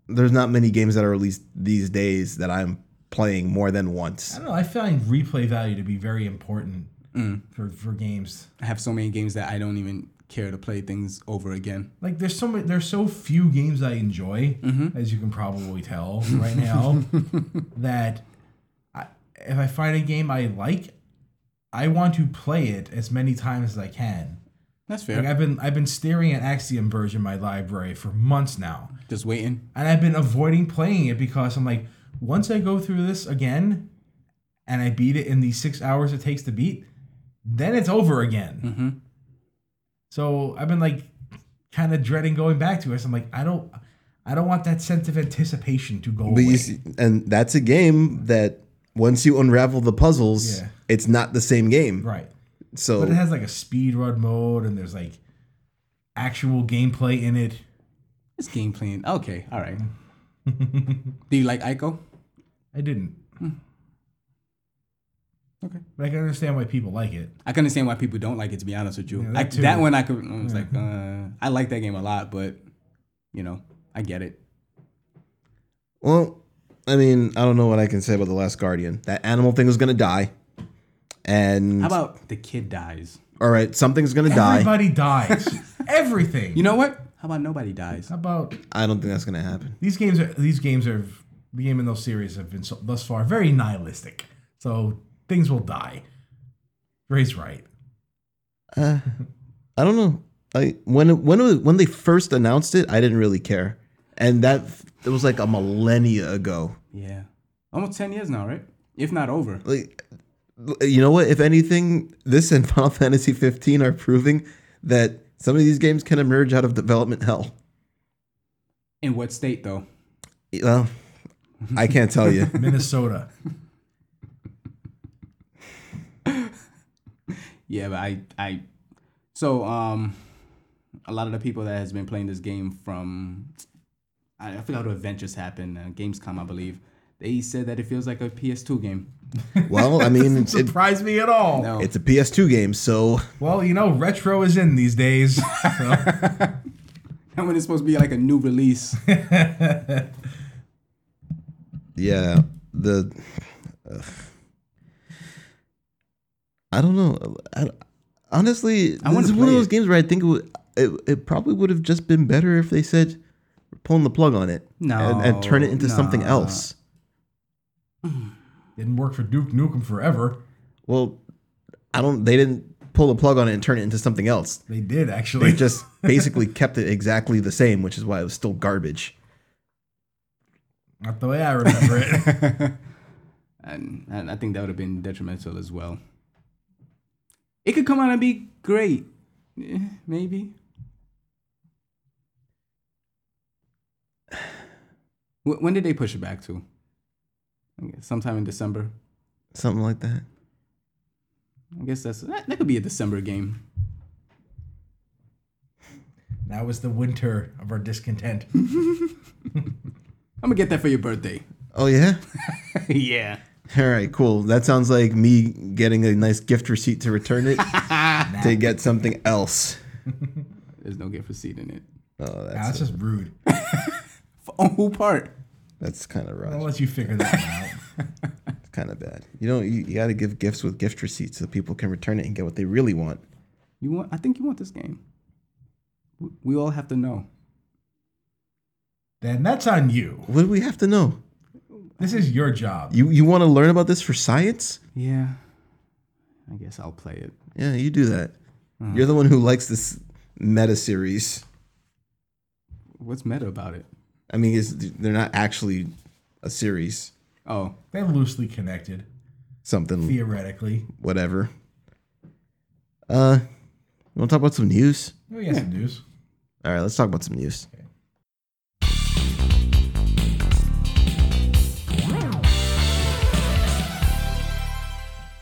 Speaker 1: there's not many games that are released these days that I'm playing more than
Speaker 3: I
Speaker 1: once.
Speaker 3: don't know. I find replay value to be very important
Speaker 2: Mm.
Speaker 3: for, for games.
Speaker 2: I have so many games that I don't even care to play things over again.
Speaker 3: Like there's so many, there's so few games I enjoy, as you can probably tell right now, that I, if I find a game I like, I want to play it as many times as I can.
Speaker 2: That's fair.
Speaker 3: Like I've been I've been staring at Axiom Verge in my library for months now,
Speaker 2: Just waiting.
Speaker 3: and I've been avoiding playing it because I'm like, once I go through this again, and I beat it in the six hours it takes to beat, then it's over again.
Speaker 1: Mm-hmm.
Speaker 3: So I've been like, kind of dreading going back to it. So I'm like, I don't, I don't want that sense of anticipation to go
Speaker 1: But
Speaker 3: away.
Speaker 1: you see, and that's a game that once you unravel the puzzles,
Speaker 3: Yeah.
Speaker 1: it's not the same game.
Speaker 3: right?
Speaker 1: So
Speaker 3: But it has like a speed run mode, and there's like actual gameplay in it.
Speaker 2: It's game playing. Okay, all right. [laughs] Do you like Ico?
Speaker 3: I didn't.
Speaker 1: Hmm.
Speaker 2: Okay.
Speaker 3: But I can understand why people like it.
Speaker 2: I can understand why people don't like it. To be honest with you,
Speaker 3: Yeah, that
Speaker 2: I,
Speaker 3: too.
Speaker 2: that one I could. I was like, uh, I like that game a lot, but you know, I get it.
Speaker 1: Well, I mean, I don't know what I can say about the Last Guardian. That animal thing was gonna die, and
Speaker 2: How about the kid dies?
Speaker 1: all right, something's gonna die. [laughs]
Speaker 3: Everybody dies. Everything.
Speaker 2: You know what? How about nobody dies?
Speaker 3: How about
Speaker 1: I don't think that's gonna happen.
Speaker 3: these games? Are these games are the game in those series have been so, thus far very nihilistic. So things will die. Ray's right.
Speaker 1: I don't know. I when when it was- when they first announced it, I didn't really care, and that it was like a millennia ago.
Speaker 2: Yeah, almost ten years now, right? If not over.
Speaker 1: Like, you know what? If anything, this and [laughs] Final Fantasy 15 are proving that some of these games can emerge out of development hell.
Speaker 2: In what state though?
Speaker 1: Well, I can't tell
Speaker 2: [laughs]
Speaker 1: you.
Speaker 3: Minnesota.
Speaker 2: Yeah, but I, I, so um, a lot of the people that has been playing this game from, I, I forgot what event just happened, uh, Gamescom, I believe. They said that it feels like a PS2 game. [laughs]
Speaker 1: Well, I mean, it's, [laughs] it,
Speaker 3: Surprise me at all.
Speaker 2: No,
Speaker 1: it's a PS2 game, so
Speaker 3: Well, you know, retro is in these days.
Speaker 1: [laughs]
Speaker 3: So,
Speaker 2: and when it's supposed to be like a new release.
Speaker 1: yeah the i don't know I, honestly
Speaker 2: I wanna
Speaker 1: this is one
Speaker 2: play
Speaker 1: of those
Speaker 2: it.
Speaker 1: games where i think it, would, it, it probably would have just been better if they said we're pulling the plug on it and, and turn it into something
Speaker 2: No,
Speaker 1: else
Speaker 3: didn't work for Duke Nukem forever.
Speaker 1: well i don't they didn't pull the plug on it and turn it into something else
Speaker 3: They did actually.
Speaker 1: they just basically kept it exactly the same which is why it was still garbage
Speaker 3: [laughs] Not the way I
Speaker 1: [laughs]
Speaker 3: remember it.
Speaker 2: and, and I think that would have been detrimental as well. It could come out and be great, Eh, maybe. [sighs] Wh- When did they push it back to? I guess Sometime in December.
Speaker 1: something like that
Speaker 2: I guess that's that, that could be a December game.
Speaker 3: that was the winter of our discontent.
Speaker 2: I'm gonna get that for your
Speaker 3: [laughs]
Speaker 2: birthday.
Speaker 1: oh yeah [laughs]
Speaker 2: yeah.
Speaker 1: all right cool that sounds like me getting a nice gift receipt to return it to get something else.
Speaker 2: There's no gift receipt in it.
Speaker 1: Oh,
Speaker 3: Nah,
Speaker 1: that's
Speaker 3: that's just rude.
Speaker 2: For- On who part?
Speaker 1: that's kind of
Speaker 3: I'll
Speaker 1: rough. [laughs]
Speaker 3: let you figure that one out.
Speaker 1: kind of bad. You know, you, you got to give gifts with gift receipts so people can return it and get what they really want.
Speaker 2: You want? I think you want this game. W- We all have to know.
Speaker 3: Then that's on you.
Speaker 1: What do we have to know?
Speaker 3: This is your job.
Speaker 1: You you want to learn about this for science?
Speaker 2: Yeah. I guess I'll play it.
Speaker 1: Yeah, you do that. You're the one who likes this meta series.
Speaker 2: What's meta about it?
Speaker 1: I mean, it's, they're not actually a series.
Speaker 2: Oh,
Speaker 3: They're loosely connected,
Speaker 1: Something
Speaker 3: theoretically.
Speaker 1: whatever. Uh, you want to talk about some news?
Speaker 3: Oh, yeah, some news.
Speaker 1: All right, let's talk about some news.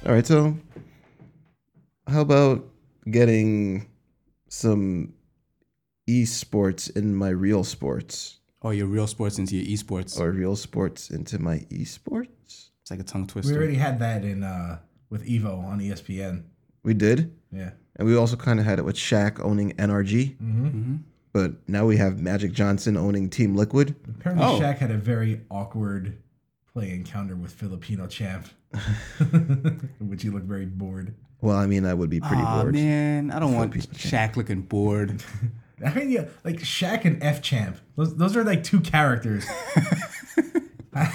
Speaker 1: All right, so how about getting some esports in my real sports
Speaker 2: oh, your real sports into your esports.
Speaker 1: or real sports into my esports?
Speaker 2: It's like a tongue
Speaker 3: We
Speaker 2: twister.
Speaker 3: already had that in uh, with Evo on E ESPN.
Speaker 1: We did,
Speaker 3: Yeah.
Speaker 1: and we also kind of had it with Shaq owning NRG,
Speaker 3: Mm-hmm.
Speaker 2: Mm-hmm.
Speaker 1: but now we have Magic Johnson owning Team Liquid.
Speaker 3: Apparently,
Speaker 2: Oh.
Speaker 3: Shaq had a very awkward play encounter with Filipino champ, in which he looked very bored.
Speaker 1: Well, I mean, I would be pretty
Speaker 2: Aw,
Speaker 1: bored.
Speaker 2: Ah, man, I don't want Shaq looking
Speaker 3: [laughs]
Speaker 2: bored.
Speaker 3: I mean, yeah, like Shaq and F Champ. Those, those are like two characters. [laughs] I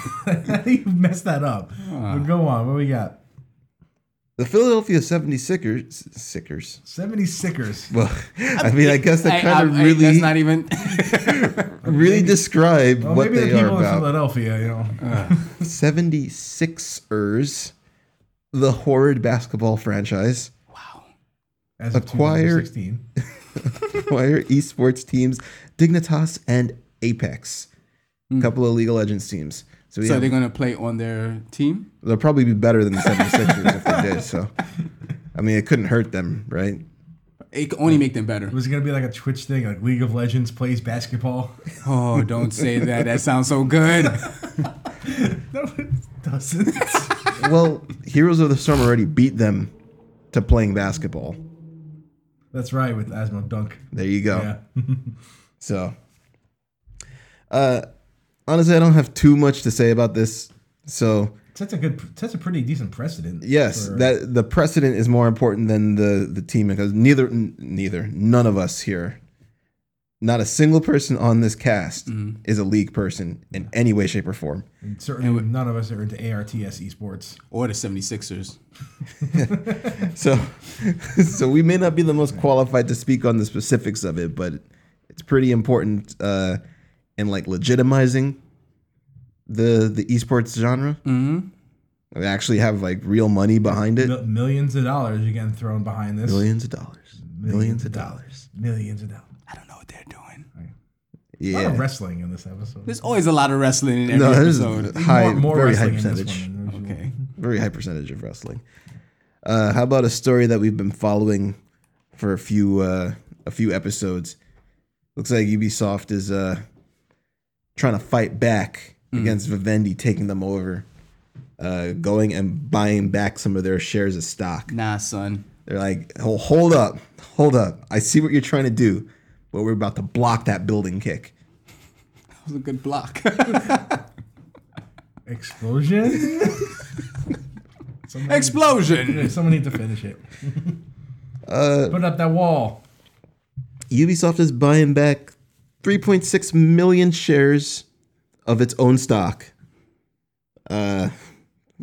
Speaker 3: think you messed that up. But go on. What we got?
Speaker 1: The Philadelphia 76ers. Sickers.
Speaker 3: 70 Sickers.
Speaker 2: [laughs]
Speaker 1: Well, I mean, I guess that
Speaker 2: I-
Speaker 1: kind of
Speaker 2: I- I- that's
Speaker 1: really,
Speaker 2: not even. [laughs]
Speaker 1: really describe
Speaker 3: Well,
Speaker 1: what
Speaker 3: maybe
Speaker 1: they
Speaker 3: the
Speaker 1: are
Speaker 3: people in
Speaker 1: about.
Speaker 3: Philadelphia, you know.
Speaker 1: 76ers, the horrid basketball franchise,
Speaker 3: as of
Speaker 1: Acquire-
Speaker 3: 2016.
Speaker 1: [laughs] acquire esports teams Dignitas and Apex, a couple of League of Legends teams. So, we
Speaker 2: so
Speaker 1: have-
Speaker 2: they're gonna play on their team.
Speaker 1: they'll probably be better than the 76ers if they did. So, I mean, it couldn't hurt them, right?
Speaker 2: It can only make them better.
Speaker 3: Was it gonna be like a Twitch thing, like League of Legends plays basketball? [laughs]
Speaker 2: Oh, don't say that. That sounds so good.
Speaker 3: no, it doesn't.
Speaker 1: Well, Heroes of the Storm already beat them to playing basketball.
Speaker 3: That's right, with Asmo Dunk.
Speaker 1: There you go.
Speaker 3: Yeah. [laughs]
Speaker 1: So, uh, honestly, I don't have too much to say about this. So,
Speaker 3: That's a good. That's a pretty decent precedent.
Speaker 1: yes,
Speaker 3: for-
Speaker 1: that the precedent is more important than the the team because neither n- neither none of us here, not a single person on this cast
Speaker 3: Mm-hmm.
Speaker 1: is a league person in any way, shape, or form.
Speaker 3: certainly none of us are into ARTS esports.
Speaker 2: or the 76ers.
Speaker 1: So, [laughs] so we may not be the most qualified to speak on the specifics of it, but it's pretty important uh, in like legitimizing the the esports genre. Mm-hmm. They actually have like real money behind it.
Speaker 3: Mil- millions of dollars are getting thrown behind this.
Speaker 1: Millions of dollars. Millions of dollars.
Speaker 3: Millions of dollars.
Speaker 2: I don't know what they're doing.
Speaker 3: A lot of
Speaker 1: Yeah.
Speaker 3: wrestling in this episode.
Speaker 2: There's always a lot of wrestling in every
Speaker 1: No, there's
Speaker 2: episode.
Speaker 1: high, very high
Speaker 3: wrestling in this
Speaker 1: percentage.
Speaker 3: one than usual.
Speaker 2: [laughs] Okay.
Speaker 1: Very high percentage of wrestling. Uh, how about a story that we've been following for a few uh, a few episodes? Looks like Ubisoft is uh, trying to fight back against Vivendi taking them over, uh, going and buying back some of their shares of stock.
Speaker 2: Nah, son.
Speaker 1: They're like, oh, hold up, hold up. I see what you're trying to do, but we're about to block that building kick.
Speaker 2: That was a good block. [laughs]
Speaker 3: Explosion. [laughs] Somebody- [laughs]
Speaker 2: Explosion.
Speaker 3: Someone needs to
Speaker 1: [laughs]
Speaker 3: finish it.
Speaker 1: Uh,
Speaker 3: Put up that wall.
Speaker 1: Ubisoft is buying back 3.6 million shares of its own stock. Uh,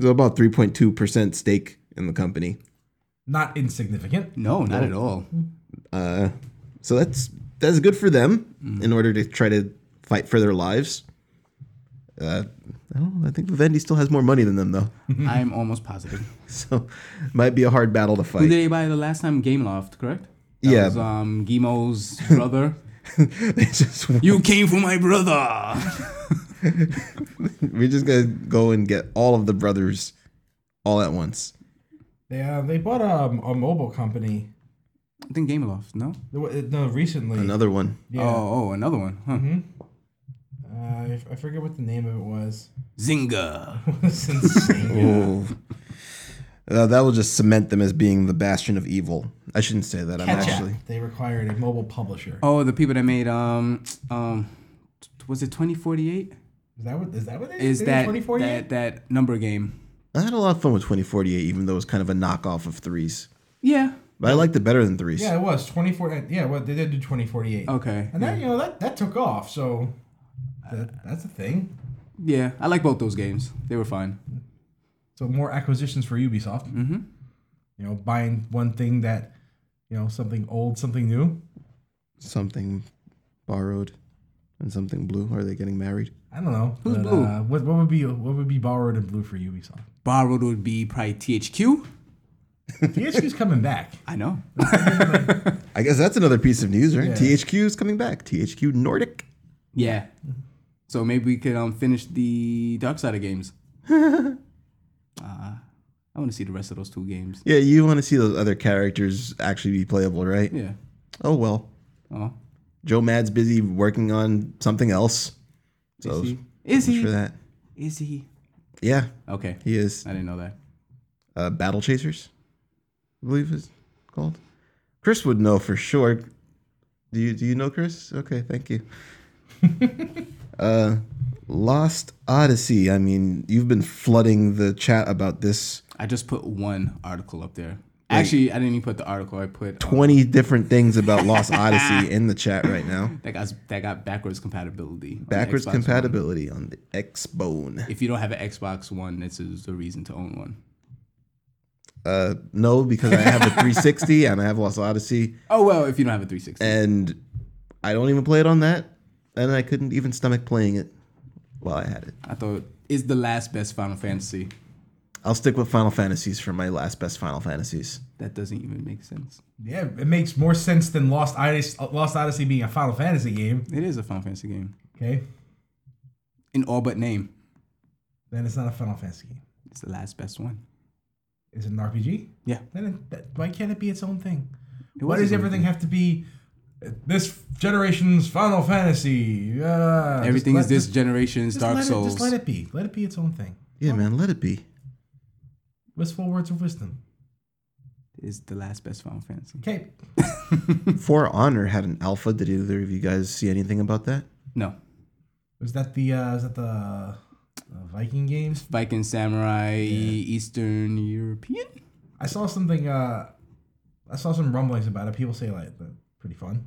Speaker 1: so about 3.2% stake in the company.
Speaker 3: Not insignificant.
Speaker 2: No, not at all.
Speaker 1: So that's that's good for them in order to try to fight for their lives. Uh, I don't know. I think Vivendi still has more money than them though, [laughs]
Speaker 2: I'm almost positive.
Speaker 1: so might be a hard battle to
Speaker 2: Who
Speaker 1: fight.
Speaker 2: did they buy the last time? Gameloft, correct? That
Speaker 1: Yeah.
Speaker 2: Was, um, Gimo's brother.
Speaker 1: [laughs] It's just-
Speaker 2: you came for my brother. [laughs]
Speaker 1: we're just gonna go and get all of the brothers all at once.
Speaker 3: They uh, they bought a, a mobile company.
Speaker 2: I think Gameloft, no?
Speaker 3: There wa- No, recently.
Speaker 1: Another one.
Speaker 3: Yeah.
Speaker 2: Oh, oh, another one. Huh.
Speaker 3: Uh, I, I forget what the name of it was. [laughs]
Speaker 2: Zynga.
Speaker 3: It's
Speaker 1: Oh.
Speaker 3: insane.
Speaker 1: Uh, that will just cement them as being the bastion of evil. I shouldn't say that. I'm
Speaker 2: Catch up.
Speaker 1: actually.
Speaker 3: they required a mobile publisher.
Speaker 2: Oh, the people that made um um t- was it 2048?
Speaker 3: Is that what is that what they
Speaker 2: Is
Speaker 3: they did
Speaker 2: that
Speaker 3: 2048?
Speaker 2: that that number game?
Speaker 1: I had a lot of fun with 2048, even though it was kind of a knockoff of threes.
Speaker 2: Yeah.
Speaker 1: But I liked it better than threes.
Speaker 3: Yeah, it was twenty four. Yeah, well, they did do twenty forty eight.
Speaker 2: Okay.
Speaker 3: and that you know that that took off. So that, that's a thing.
Speaker 2: Yeah, I like both those games. They were fine.
Speaker 3: So more acquisitions for Ubisoft. Mm-hmm. You know, buying one thing that you know something old, something new.
Speaker 1: Something borrowed and something blue. Are they getting married?
Speaker 3: I don't know.
Speaker 2: Who's
Speaker 3: but,
Speaker 2: blue?
Speaker 3: Uh, what, what would be what would be borrowed and blue for Ubisoft?
Speaker 2: Borrowed would be probably THQ. [laughs]
Speaker 3: THQ's coming back.
Speaker 2: I
Speaker 1: [laughs]
Speaker 2: know.
Speaker 1: I guess that's another piece of news, right?
Speaker 3: Yeah.
Speaker 1: THQ is coming back. THQ Nordic.
Speaker 2: Yeah. So maybe we could um, finish the Dark Side
Speaker 1: [laughs]
Speaker 2: of games. uh, I want to see the rest of those two games.
Speaker 1: Yeah, you want to see those other characters actually be playable, right?
Speaker 2: Yeah.
Speaker 1: Oh well.
Speaker 2: Oh,
Speaker 1: Joe Mad's busy working on something else. So
Speaker 2: is he? Is
Speaker 1: for
Speaker 2: he?
Speaker 1: that.
Speaker 2: Is he?
Speaker 1: Yeah,
Speaker 2: Okay.
Speaker 1: he is.
Speaker 2: I didn't know that.
Speaker 1: Uh, Battle Chasers, I believe is called. Chris would know for sure. Do you do you know Chris? Okay, thank
Speaker 2: [laughs]
Speaker 1: you. uh, Lost Odyssey. I mean, you've been flooding the chat about this.
Speaker 2: I just put one article up there. Actually, I didn't even put the article. I put um,
Speaker 1: Twenty different things about Lost
Speaker 2: [laughs]
Speaker 1: Odyssey in the chat right now.
Speaker 2: that got that got backwards compatibility. on the
Speaker 1: Backwards
Speaker 2: Xbox One.
Speaker 1: compatibility on the Xbone.
Speaker 2: If you don't have an Xbox One, this is the reason to own one.
Speaker 1: Uh, no, because I have a
Speaker 2: [laughs]
Speaker 1: 360 and I have Lost Odyssey,
Speaker 2: Oh well, if you don't have a 360.
Speaker 1: and I don't even play it on that, and I couldn't even stomach playing it while I had it.
Speaker 2: I thought is the last best Final Fantasy.
Speaker 1: I'll stick with Final Fantasies for my last best Final Fantasies.
Speaker 2: That doesn't even make sense.
Speaker 3: Yeah, it makes more sense than Lost Odyssey, Lost Odyssey being a Final Fantasy game.
Speaker 2: It is a Final Fantasy game
Speaker 3: Okay,
Speaker 2: in all but name.
Speaker 3: then it's not a Final Fantasy game.
Speaker 2: It's the last best one.
Speaker 3: Is it an RPG?
Speaker 2: Yeah.
Speaker 3: Then it, that, why can't it be its own thing?
Speaker 2: It
Speaker 3: why
Speaker 2: was its
Speaker 3: does
Speaker 2: own
Speaker 3: everything have to be uh, this generation's Final Fantasy? Uh, just
Speaker 2: Everything
Speaker 3: let-
Speaker 2: is this
Speaker 3: just-
Speaker 2: generation's
Speaker 3: just
Speaker 2: Dark
Speaker 3: let it-
Speaker 2: Souls.
Speaker 3: Just let it be. Let it be its own thing.
Speaker 1: Yeah, man, let it
Speaker 2: [laughs]
Speaker 1: be.
Speaker 3: Wistful words of wisdom.
Speaker 2: Is the last best Final Fantasy.
Speaker 3: Okay.
Speaker 1: For Honor had an alpha. Did either of you guys see anything about that?
Speaker 2: No.
Speaker 3: Was that the uh, was that the uh, Viking games?
Speaker 2: Viking samurai, Eastern European.
Speaker 3: I saw something. Uh, I saw some rumblings about it. People say like they're pretty fun.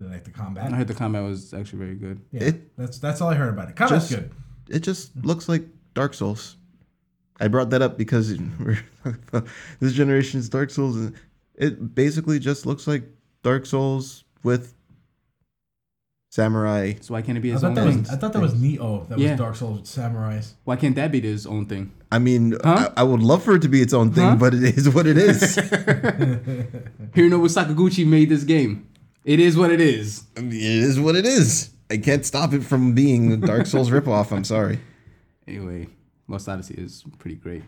Speaker 3: They like the combat.
Speaker 2: I heard the combat was actually very good.
Speaker 3: Yeah,
Speaker 1: It-
Speaker 3: that's that's all I heard about it. Combat's
Speaker 1: Just-
Speaker 3: good.
Speaker 1: It just looks like Dark Souls. I brought that up because [laughs] we're talking about this generation's Dark Souls, and it basically just looks like Dark Souls with samurai.
Speaker 2: So why can't it be
Speaker 3: I
Speaker 2: his
Speaker 3: thought
Speaker 2: own
Speaker 3: that
Speaker 2: thing?
Speaker 3: was I thought that was Neo. That
Speaker 2: Yeah.
Speaker 3: was Dark Souls Samurais.
Speaker 2: why can't that be his own thing?
Speaker 1: I mean,
Speaker 2: Huh?
Speaker 1: I, I would love for it to be its own thing,
Speaker 2: Huh?
Speaker 1: but it is what it
Speaker 2: [laughs]
Speaker 1: is.
Speaker 2: Hironobu Sakaguchi made this game. It is what it is.
Speaker 1: I mean, it is what it is. I can't stop it from being a Dark Souls ripoff. I'm sorry.
Speaker 2: Anyway, Lost Odyssey is pretty great.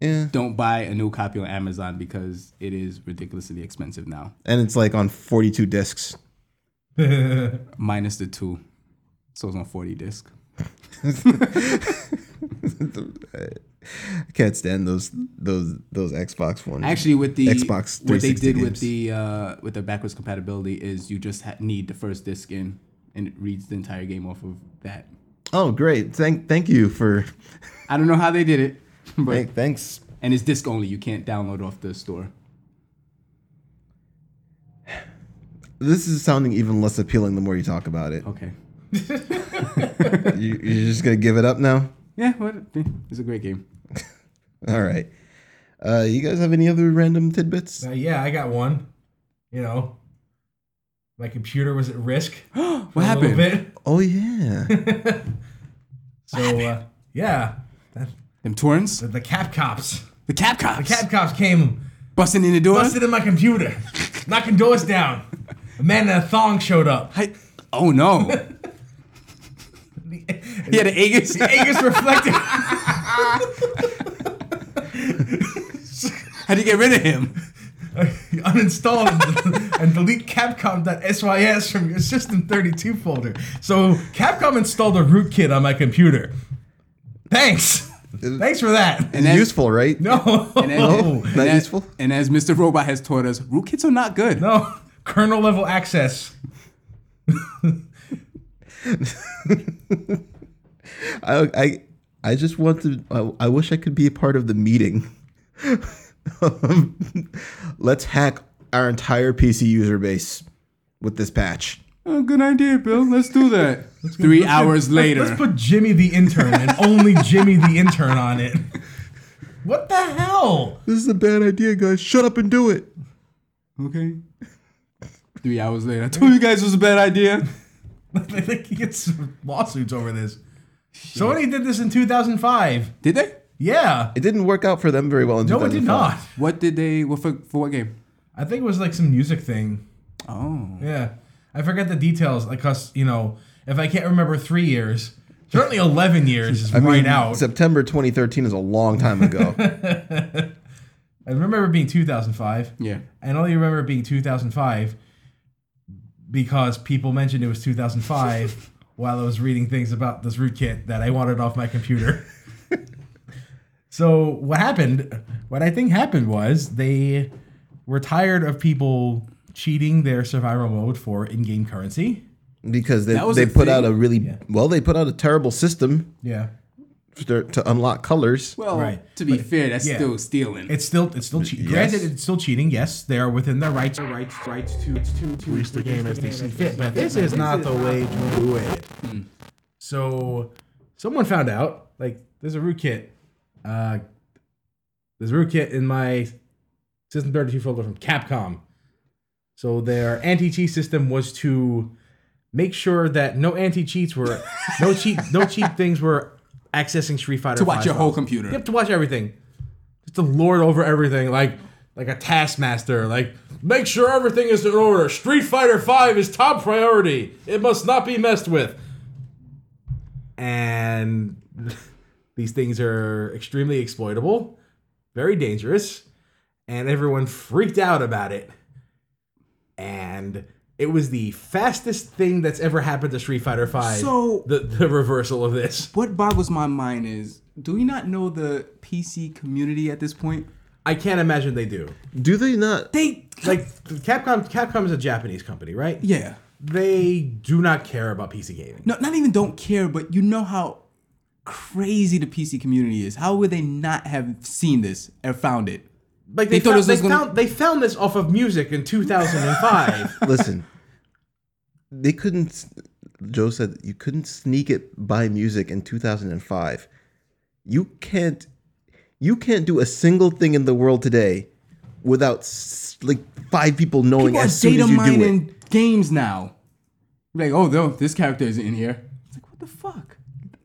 Speaker 1: Yeah.
Speaker 2: Don't buy a new copy on Amazon because it is ridiculously expensive now,
Speaker 1: And it's like on 42 discs.
Speaker 2: minus the two. So it's on 40 disc.
Speaker 1: I can't stand those those those Xbox ones.
Speaker 2: Actually, with the
Speaker 1: Xbox
Speaker 2: what they
Speaker 1: 360
Speaker 2: did with
Speaker 1: games.
Speaker 2: the uh, with the backwards compatibility is you just ha- need the first disc in, and it reads the entire game off of that.
Speaker 1: oh great. Thank thank you for
Speaker 2: I don't know how they did it, [laughs] but
Speaker 1: thank, thanks.
Speaker 2: and it's disc only. You can't download off the store.
Speaker 1: This is sounding even less appealing the more you talk about it.
Speaker 2: Okay.
Speaker 1: You, you're just gonna give it up now.
Speaker 2: Yeah, what? eh, It's a great game.
Speaker 1: All right. Uh, you guys have any other random tidbits?
Speaker 3: Uh, yeah, I got one. You know, my computer was at risk.
Speaker 2: [gasps] What happened?
Speaker 1: Oh yeah.
Speaker 3: So uh, yeah, that,
Speaker 2: Them torrents?
Speaker 3: the, the cap cops.
Speaker 2: The cap cops
Speaker 3: Cap cops came
Speaker 2: busting in the door.
Speaker 3: busted in my computer, knocking doors down. A man in a thong showed up. [laughs]
Speaker 2: Hi- oh no! he had an Aegis.
Speaker 3: Angus [laughs] reflecting.
Speaker 2: How do you get rid of him?
Speaker 3: uninstall and, and delete capcom.sys from your system 32 folder. So Capcom installed a rootkit on my computer. Thanks. Thanks for that.
Speaker 1: It's
Speaker 2: then-
Speaker 1: useful, right?
Speaker 3: [laughs] No.
Speaker 2: then-
Speaker 3: [laughs]
Speaker 1: Not
Speaker 2: That-
Speaker 1: useful.
Speaker 2: And as Mr. Robot has taught us, rootkits are not good.
Speaker 3: [laughs] No. Oh, Kernel level access.
Speaker 1: I, I I just want to. I, I wish I could be a part of the meeting. [laughs] Let's hack our entire PC user base with this patch.
Speaker 2: Oh, good idea, Bill. Let's do that. 3 hours
Speaker 3: [laughs] Let's-
Speaker 2: later.
Speaker 3: Let's put Jimmy the intern and only Jimmy the intern on it. What the hell? [laughs]
Speaker 1: This is a bad idea, guys. Shut up and do it.
Speaker 2: okay. Three hours
Speaker 3: [laughs]
Speaker 2: later. I told you guys it was a bad idea.
Speaker 3: I think he gets some lawsuits over this. Sony did this in 2005.
Speaker 2: Did they?
Speaker 3: Yeah.
Speaker 1: It didn't work out for them very well in
Speaker 3: No, it did
Speaker 1: 2005.
Speaker 3: not.
Speaker 2: What did they? What for, for what game?
Speaker 3: I think it was like some music thing.
Speaker 2: Oh.
Speaker 3: Yeah. I forget the details. Like, us, you know, if I can't remember three years, certainly 11 years
Speaker 2: [laughs]
Speaker 3: is
Speaker 1: I mean,
Speaker 3: right out.
Speaker 1: September 2013 is a long time ago.
Speaker 3: I remember it being 2005.
Speaker 2: Yeah.
Speaker 3: And I only remember it being 2005 because people mentioned it was 2005 while I was reading things about this rootkit that I wanted off my computer. so what happened? What I think happened was they were tired of people cheating their survival mode for in-game currency.
Speaker 1: because they,
Speaker 2: That was
Speaker 1: they
Speaker 2: a
Speaker 1: put
Speaker 2: thing?
Speaker 1: out a really well they put out a terrible system
Speaker 3: Yeah.
Speaker 1: to, to unlock colors
Speaker 2: Well,
Speaker 3: Right.
Speaker 2: to be
Speaker 3: But-
Speaker 2: fair, that's
Speaker 3: yeah.
Speaker 2: still stealing.
Speaker 3: It's still it's still cheating.
Speaker 1: Yes.
Speaker 3: Granted, it's still cheating. Yes, they are within their rights rights rights to to to
Speaker 4: Reach the game as they see fit, but this is not the way to do it.
Speaker 3: Hmm. So someone found out, like, there's a rootkit. Uh, there's a rootkit in my System 32 folder from Capcom. So their anti-cheat system was to make sure that no anti-cheats were, no cheat, no cheat things were accessing Street Fighter.
Speaker 2: to watch your whole
Speaker 3: computer.
Speaker 2: computer.
Speaker 3: You have to watch everything. Just to lord over everything, like like a taskmaster. Like make sure everything is in order. Street Fighter Five is top priority. It must not be messed with. And [laughs] these things are extremely exploitable, very dangerous, and everyone freaked out about it. And it was the fastest thing that's ever happened to Street Fighter Five.
Speaker 2: So-
Speaker 3: the, the reversal of this.
Speaker 2: What boggles my mind is, do we not know the PC community at this point?
Speaker 3: I can't imagine they do.
Speaker 1: do they not
Speaker 2: They
Speaker 3: like Capcom Capcom is a Japanese company, right?
Speaker 2: yeah.
Speaker 3: They do not care about PC gaming.
Speaker 2: No, not even don't care, but you know how crazy the PC community is. How would they not have seen this or found it?
Speaker 3: Like they,
Speaker 2: They thought it
Speaker 3: found,
Speaker 2: was
Speaker 3: they,
Speaker 2: just gonna-
Speaker 3: found they found this off of music in
Speaker 2: [laughs]
Speaker 3: 2005.
Speaker 1: listen they couldn't s- joe said you couldn't sneak it by music in 2005 you can't you can't do a single thing in the world today without s- like five people knowing
Speaker 2: People are
Speaker 1: as soon
Speaker 2: data
Speaker 1: as you do it
Speaker 2: mining games now. Like, oh no, this character isn't in here. It's like, what the fuck?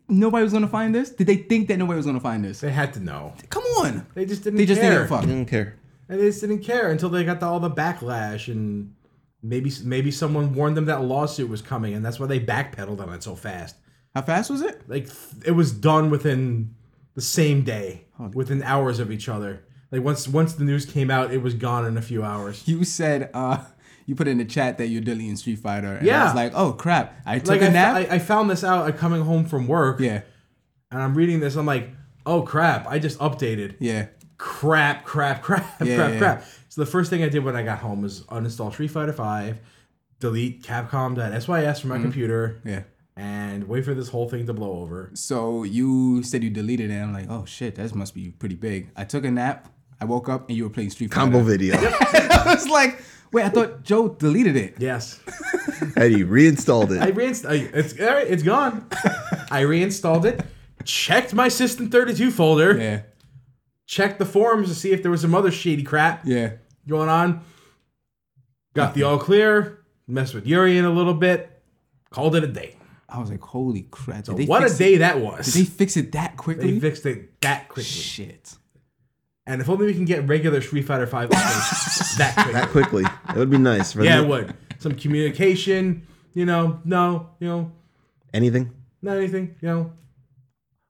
Speaker 2: Nobody was gonna find this? Did they think that nobody was gonna find this?
Speaker 3: they had to know.
Speaker 2: Come on.
Speaker 3: They just didn't.
Speaker 2: They just
Speaker 3: care.
Speaker 2: didn't give a
Speaker 1: i
Speaker 2: fuck.
Speaker 1: don't care
Speaker 3: And they just didn't care until they got the, all the backlash and maybe maybe someone warned them that lawsuit was coming and that's why they backpedaled on it so fast.
Speaker 2: How fast was it?
Speaker 3: Like it was done within the same day,
Speaker 2: Oh,
Speaker 3: within hours of each other. Like once once the news came out, it was gone in a few hours.
Speaker 2: You said uh you put in the chat that you're deleting Street Fighter. And I
Speaker 3: Yeah.
Speaker 2: was like, oh crap. I took
Speaker 3: like
Speaker 2: a
Speaker 3: I,
Speaker 2: nap.
Speaker 3: I, I found this out like, coming home from work
Speaker 2: yeah,
Speaker 3: and i'm reading this i'm like oh crap i just updated
Speaker 2: yeah.
Speaker 3: crap crap [laughs] crap
Speaker 2: Yeah,
Speaker 3: crap
Speaker 2: yeah.
Speaker 3: crap so the first thing i did when i got home was uninstall street fighter 5 delete capcom.sys from my computer
Speaker 2: Mm-hmm. Yeah.
Speaker 3: and wait for this whole thing to blow over
Speaker 2: So you said you deleted it. and I'm like, oh shit, that must be pretty big. I took a nap. I woke up and you were playing Street Fighter.
Speaker 1: combo video
Speaker 2: [laughs] I was like, wait, I thought Joe deleted it.
Speaker 3: yes
Speaker 1: and he reinstalled
Speaker 3: i
Speaker 1: it
Speaker 3: reinstalled it's all right it's
Speaker 2: [laughs]
Speaker 3: gone i reinstalled it checked my system 32 folder
Speaker 2: Yeah,
Speaker 3: checked the forums to see if there was some other shady crap
Speaker 2: yeah.
Speaker 3: going on. Got the all clear, messed with Urian a little bit, called it a day.
Speaker 2: I was like, holy crap. Did they
Speaker 3: what
Speaker 2: fix
Speaker 3: a
Speaker 2: it-
Speaker 3: day that was.
Speaker 2: Did they fix it that quickly?
Speaker 3: They fixed it that quickly.
Speaker 2: shit.
Speaker 3: And if only we can get regular Street Fighter Five [laughs] updates that quickly.
Speaker 1: that quickly that would be nice for
Speaker 3: yeah,
Speaker 1: them.
Speaker 3: it would. Some communication, you know, no, you know,
Speaker 1: anything
Speaker 3: not anything, you know.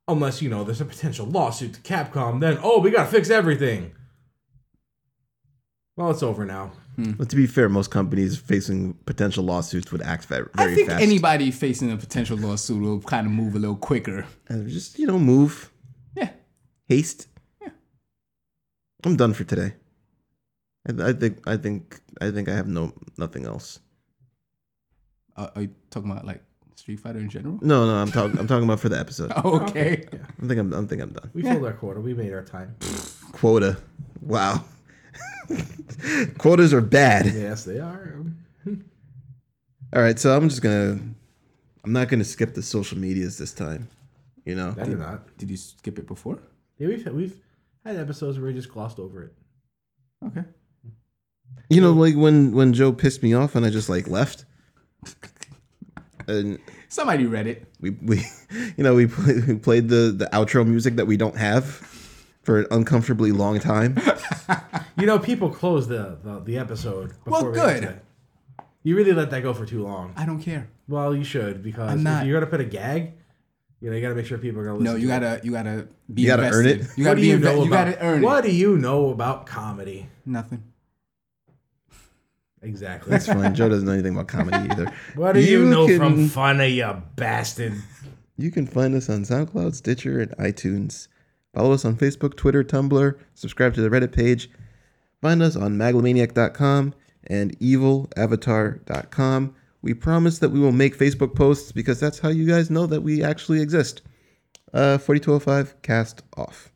Speaker 3: Unless, you know, there's a potential lawsuit to Capcom, then, oh, we gotta fix everything. Well, it's over now.
Speaker 1: But to be fair, most companies facing potential lawsuits would act fa- very
Speaker 2: I think
Speaker 1: fast.
Speaker 2: anybody facing a potential lawsuit will kind of move a little quicker.
Speaker 1: Uh, just you know, move,
Speaker 2: Yeah.
Speaker 1: haste. I'm done for today. I, I think I think I think I have no nothing else.
Speaker 2: Uh, are you talking about like Street Fighter in
Speaker 3: [laughs]
Speaker 2: general?
Speaker 1: No, no, I'm talking. I'm talking about for the episode.
Speaker 3: Oh.
Speaker 1: I
Speaker 2: Okay.
Speaker 1: think I'm. I think I'm done.
Speaker 3: We filled our quota. We made our time.
Speaker 1: Quota. Wow. [laughs] Quotas are bad.
Speaker 3: yes, they are.
Speaker 1: All right, so I'm just gonna. I'm not gonna skip the social medias this time. You know.
Speaker 3: I did not.
Speaker 2: Did you skip it before?
Speaker 3: Yeah, we've we've had episodes where we just glossed over it.
Speaker 2: Okay.
Speaker 1: You know, like when when Joe pissed me off and I just like left. And
Speaker 2: Somebody read it.
Speaker 1: we we, [laughs] you know, we, play, we played the the outro music that we don't have for an uncomfortably long time.
Speaker 3: You know, people close the the, the episode.
Speaker 2: Well,
Speaker 3: we get
Speaker 2: good.
Speaker 3: to it. You really let that go for too long.
Speaker 2: I don't care.
Speaker 3: Well, you should because
Speaker 2: I'm
Speaker 3: if
Speaker 2: not.
Speaker 3: you're gonna put a gag, you know, you gotta make sure people are gonna
Speaker 2: No,
Speaker 3: listen.
Speaker 2: you
Speaker 3: to it.
Speaker 2: gotta you gotta be
Speaker 1: You gotta earn
Speaker 2: invested.
Speaker 1: it?
Speaker 2: You gotta
Speaker 3: what
Speaker 2: be
Speaker 3: do you
Speaker 2: invested.
Speaker 3: know
Speaker 2: You
Speaker 3: about
Speaker 2: gotta earn
Speaker 3: what
Speaker 2: it.
Speaker 3: do you know about comedy?
Speaker 2: Nothing.
Speaker 3: Exactly.
Speaker 1: It's fine. Joe doesn't know anything about comedy either.
Speaker 3: [laughs] what do you, know
Speaker 1: can,
Speaker 3: from funny, you bastard?
Speaker 1: You can find us on SoundCloud, Stitcher, and iTunes. Follow us on Facebook, Twitter, Tumblr. Subscribe to the Reddit page. Find us on maglemaniac.com and evilavatar.com. We promise that we will make Facebook posts because that's how you guys know that we actually exist. Uh, 4205, cast off.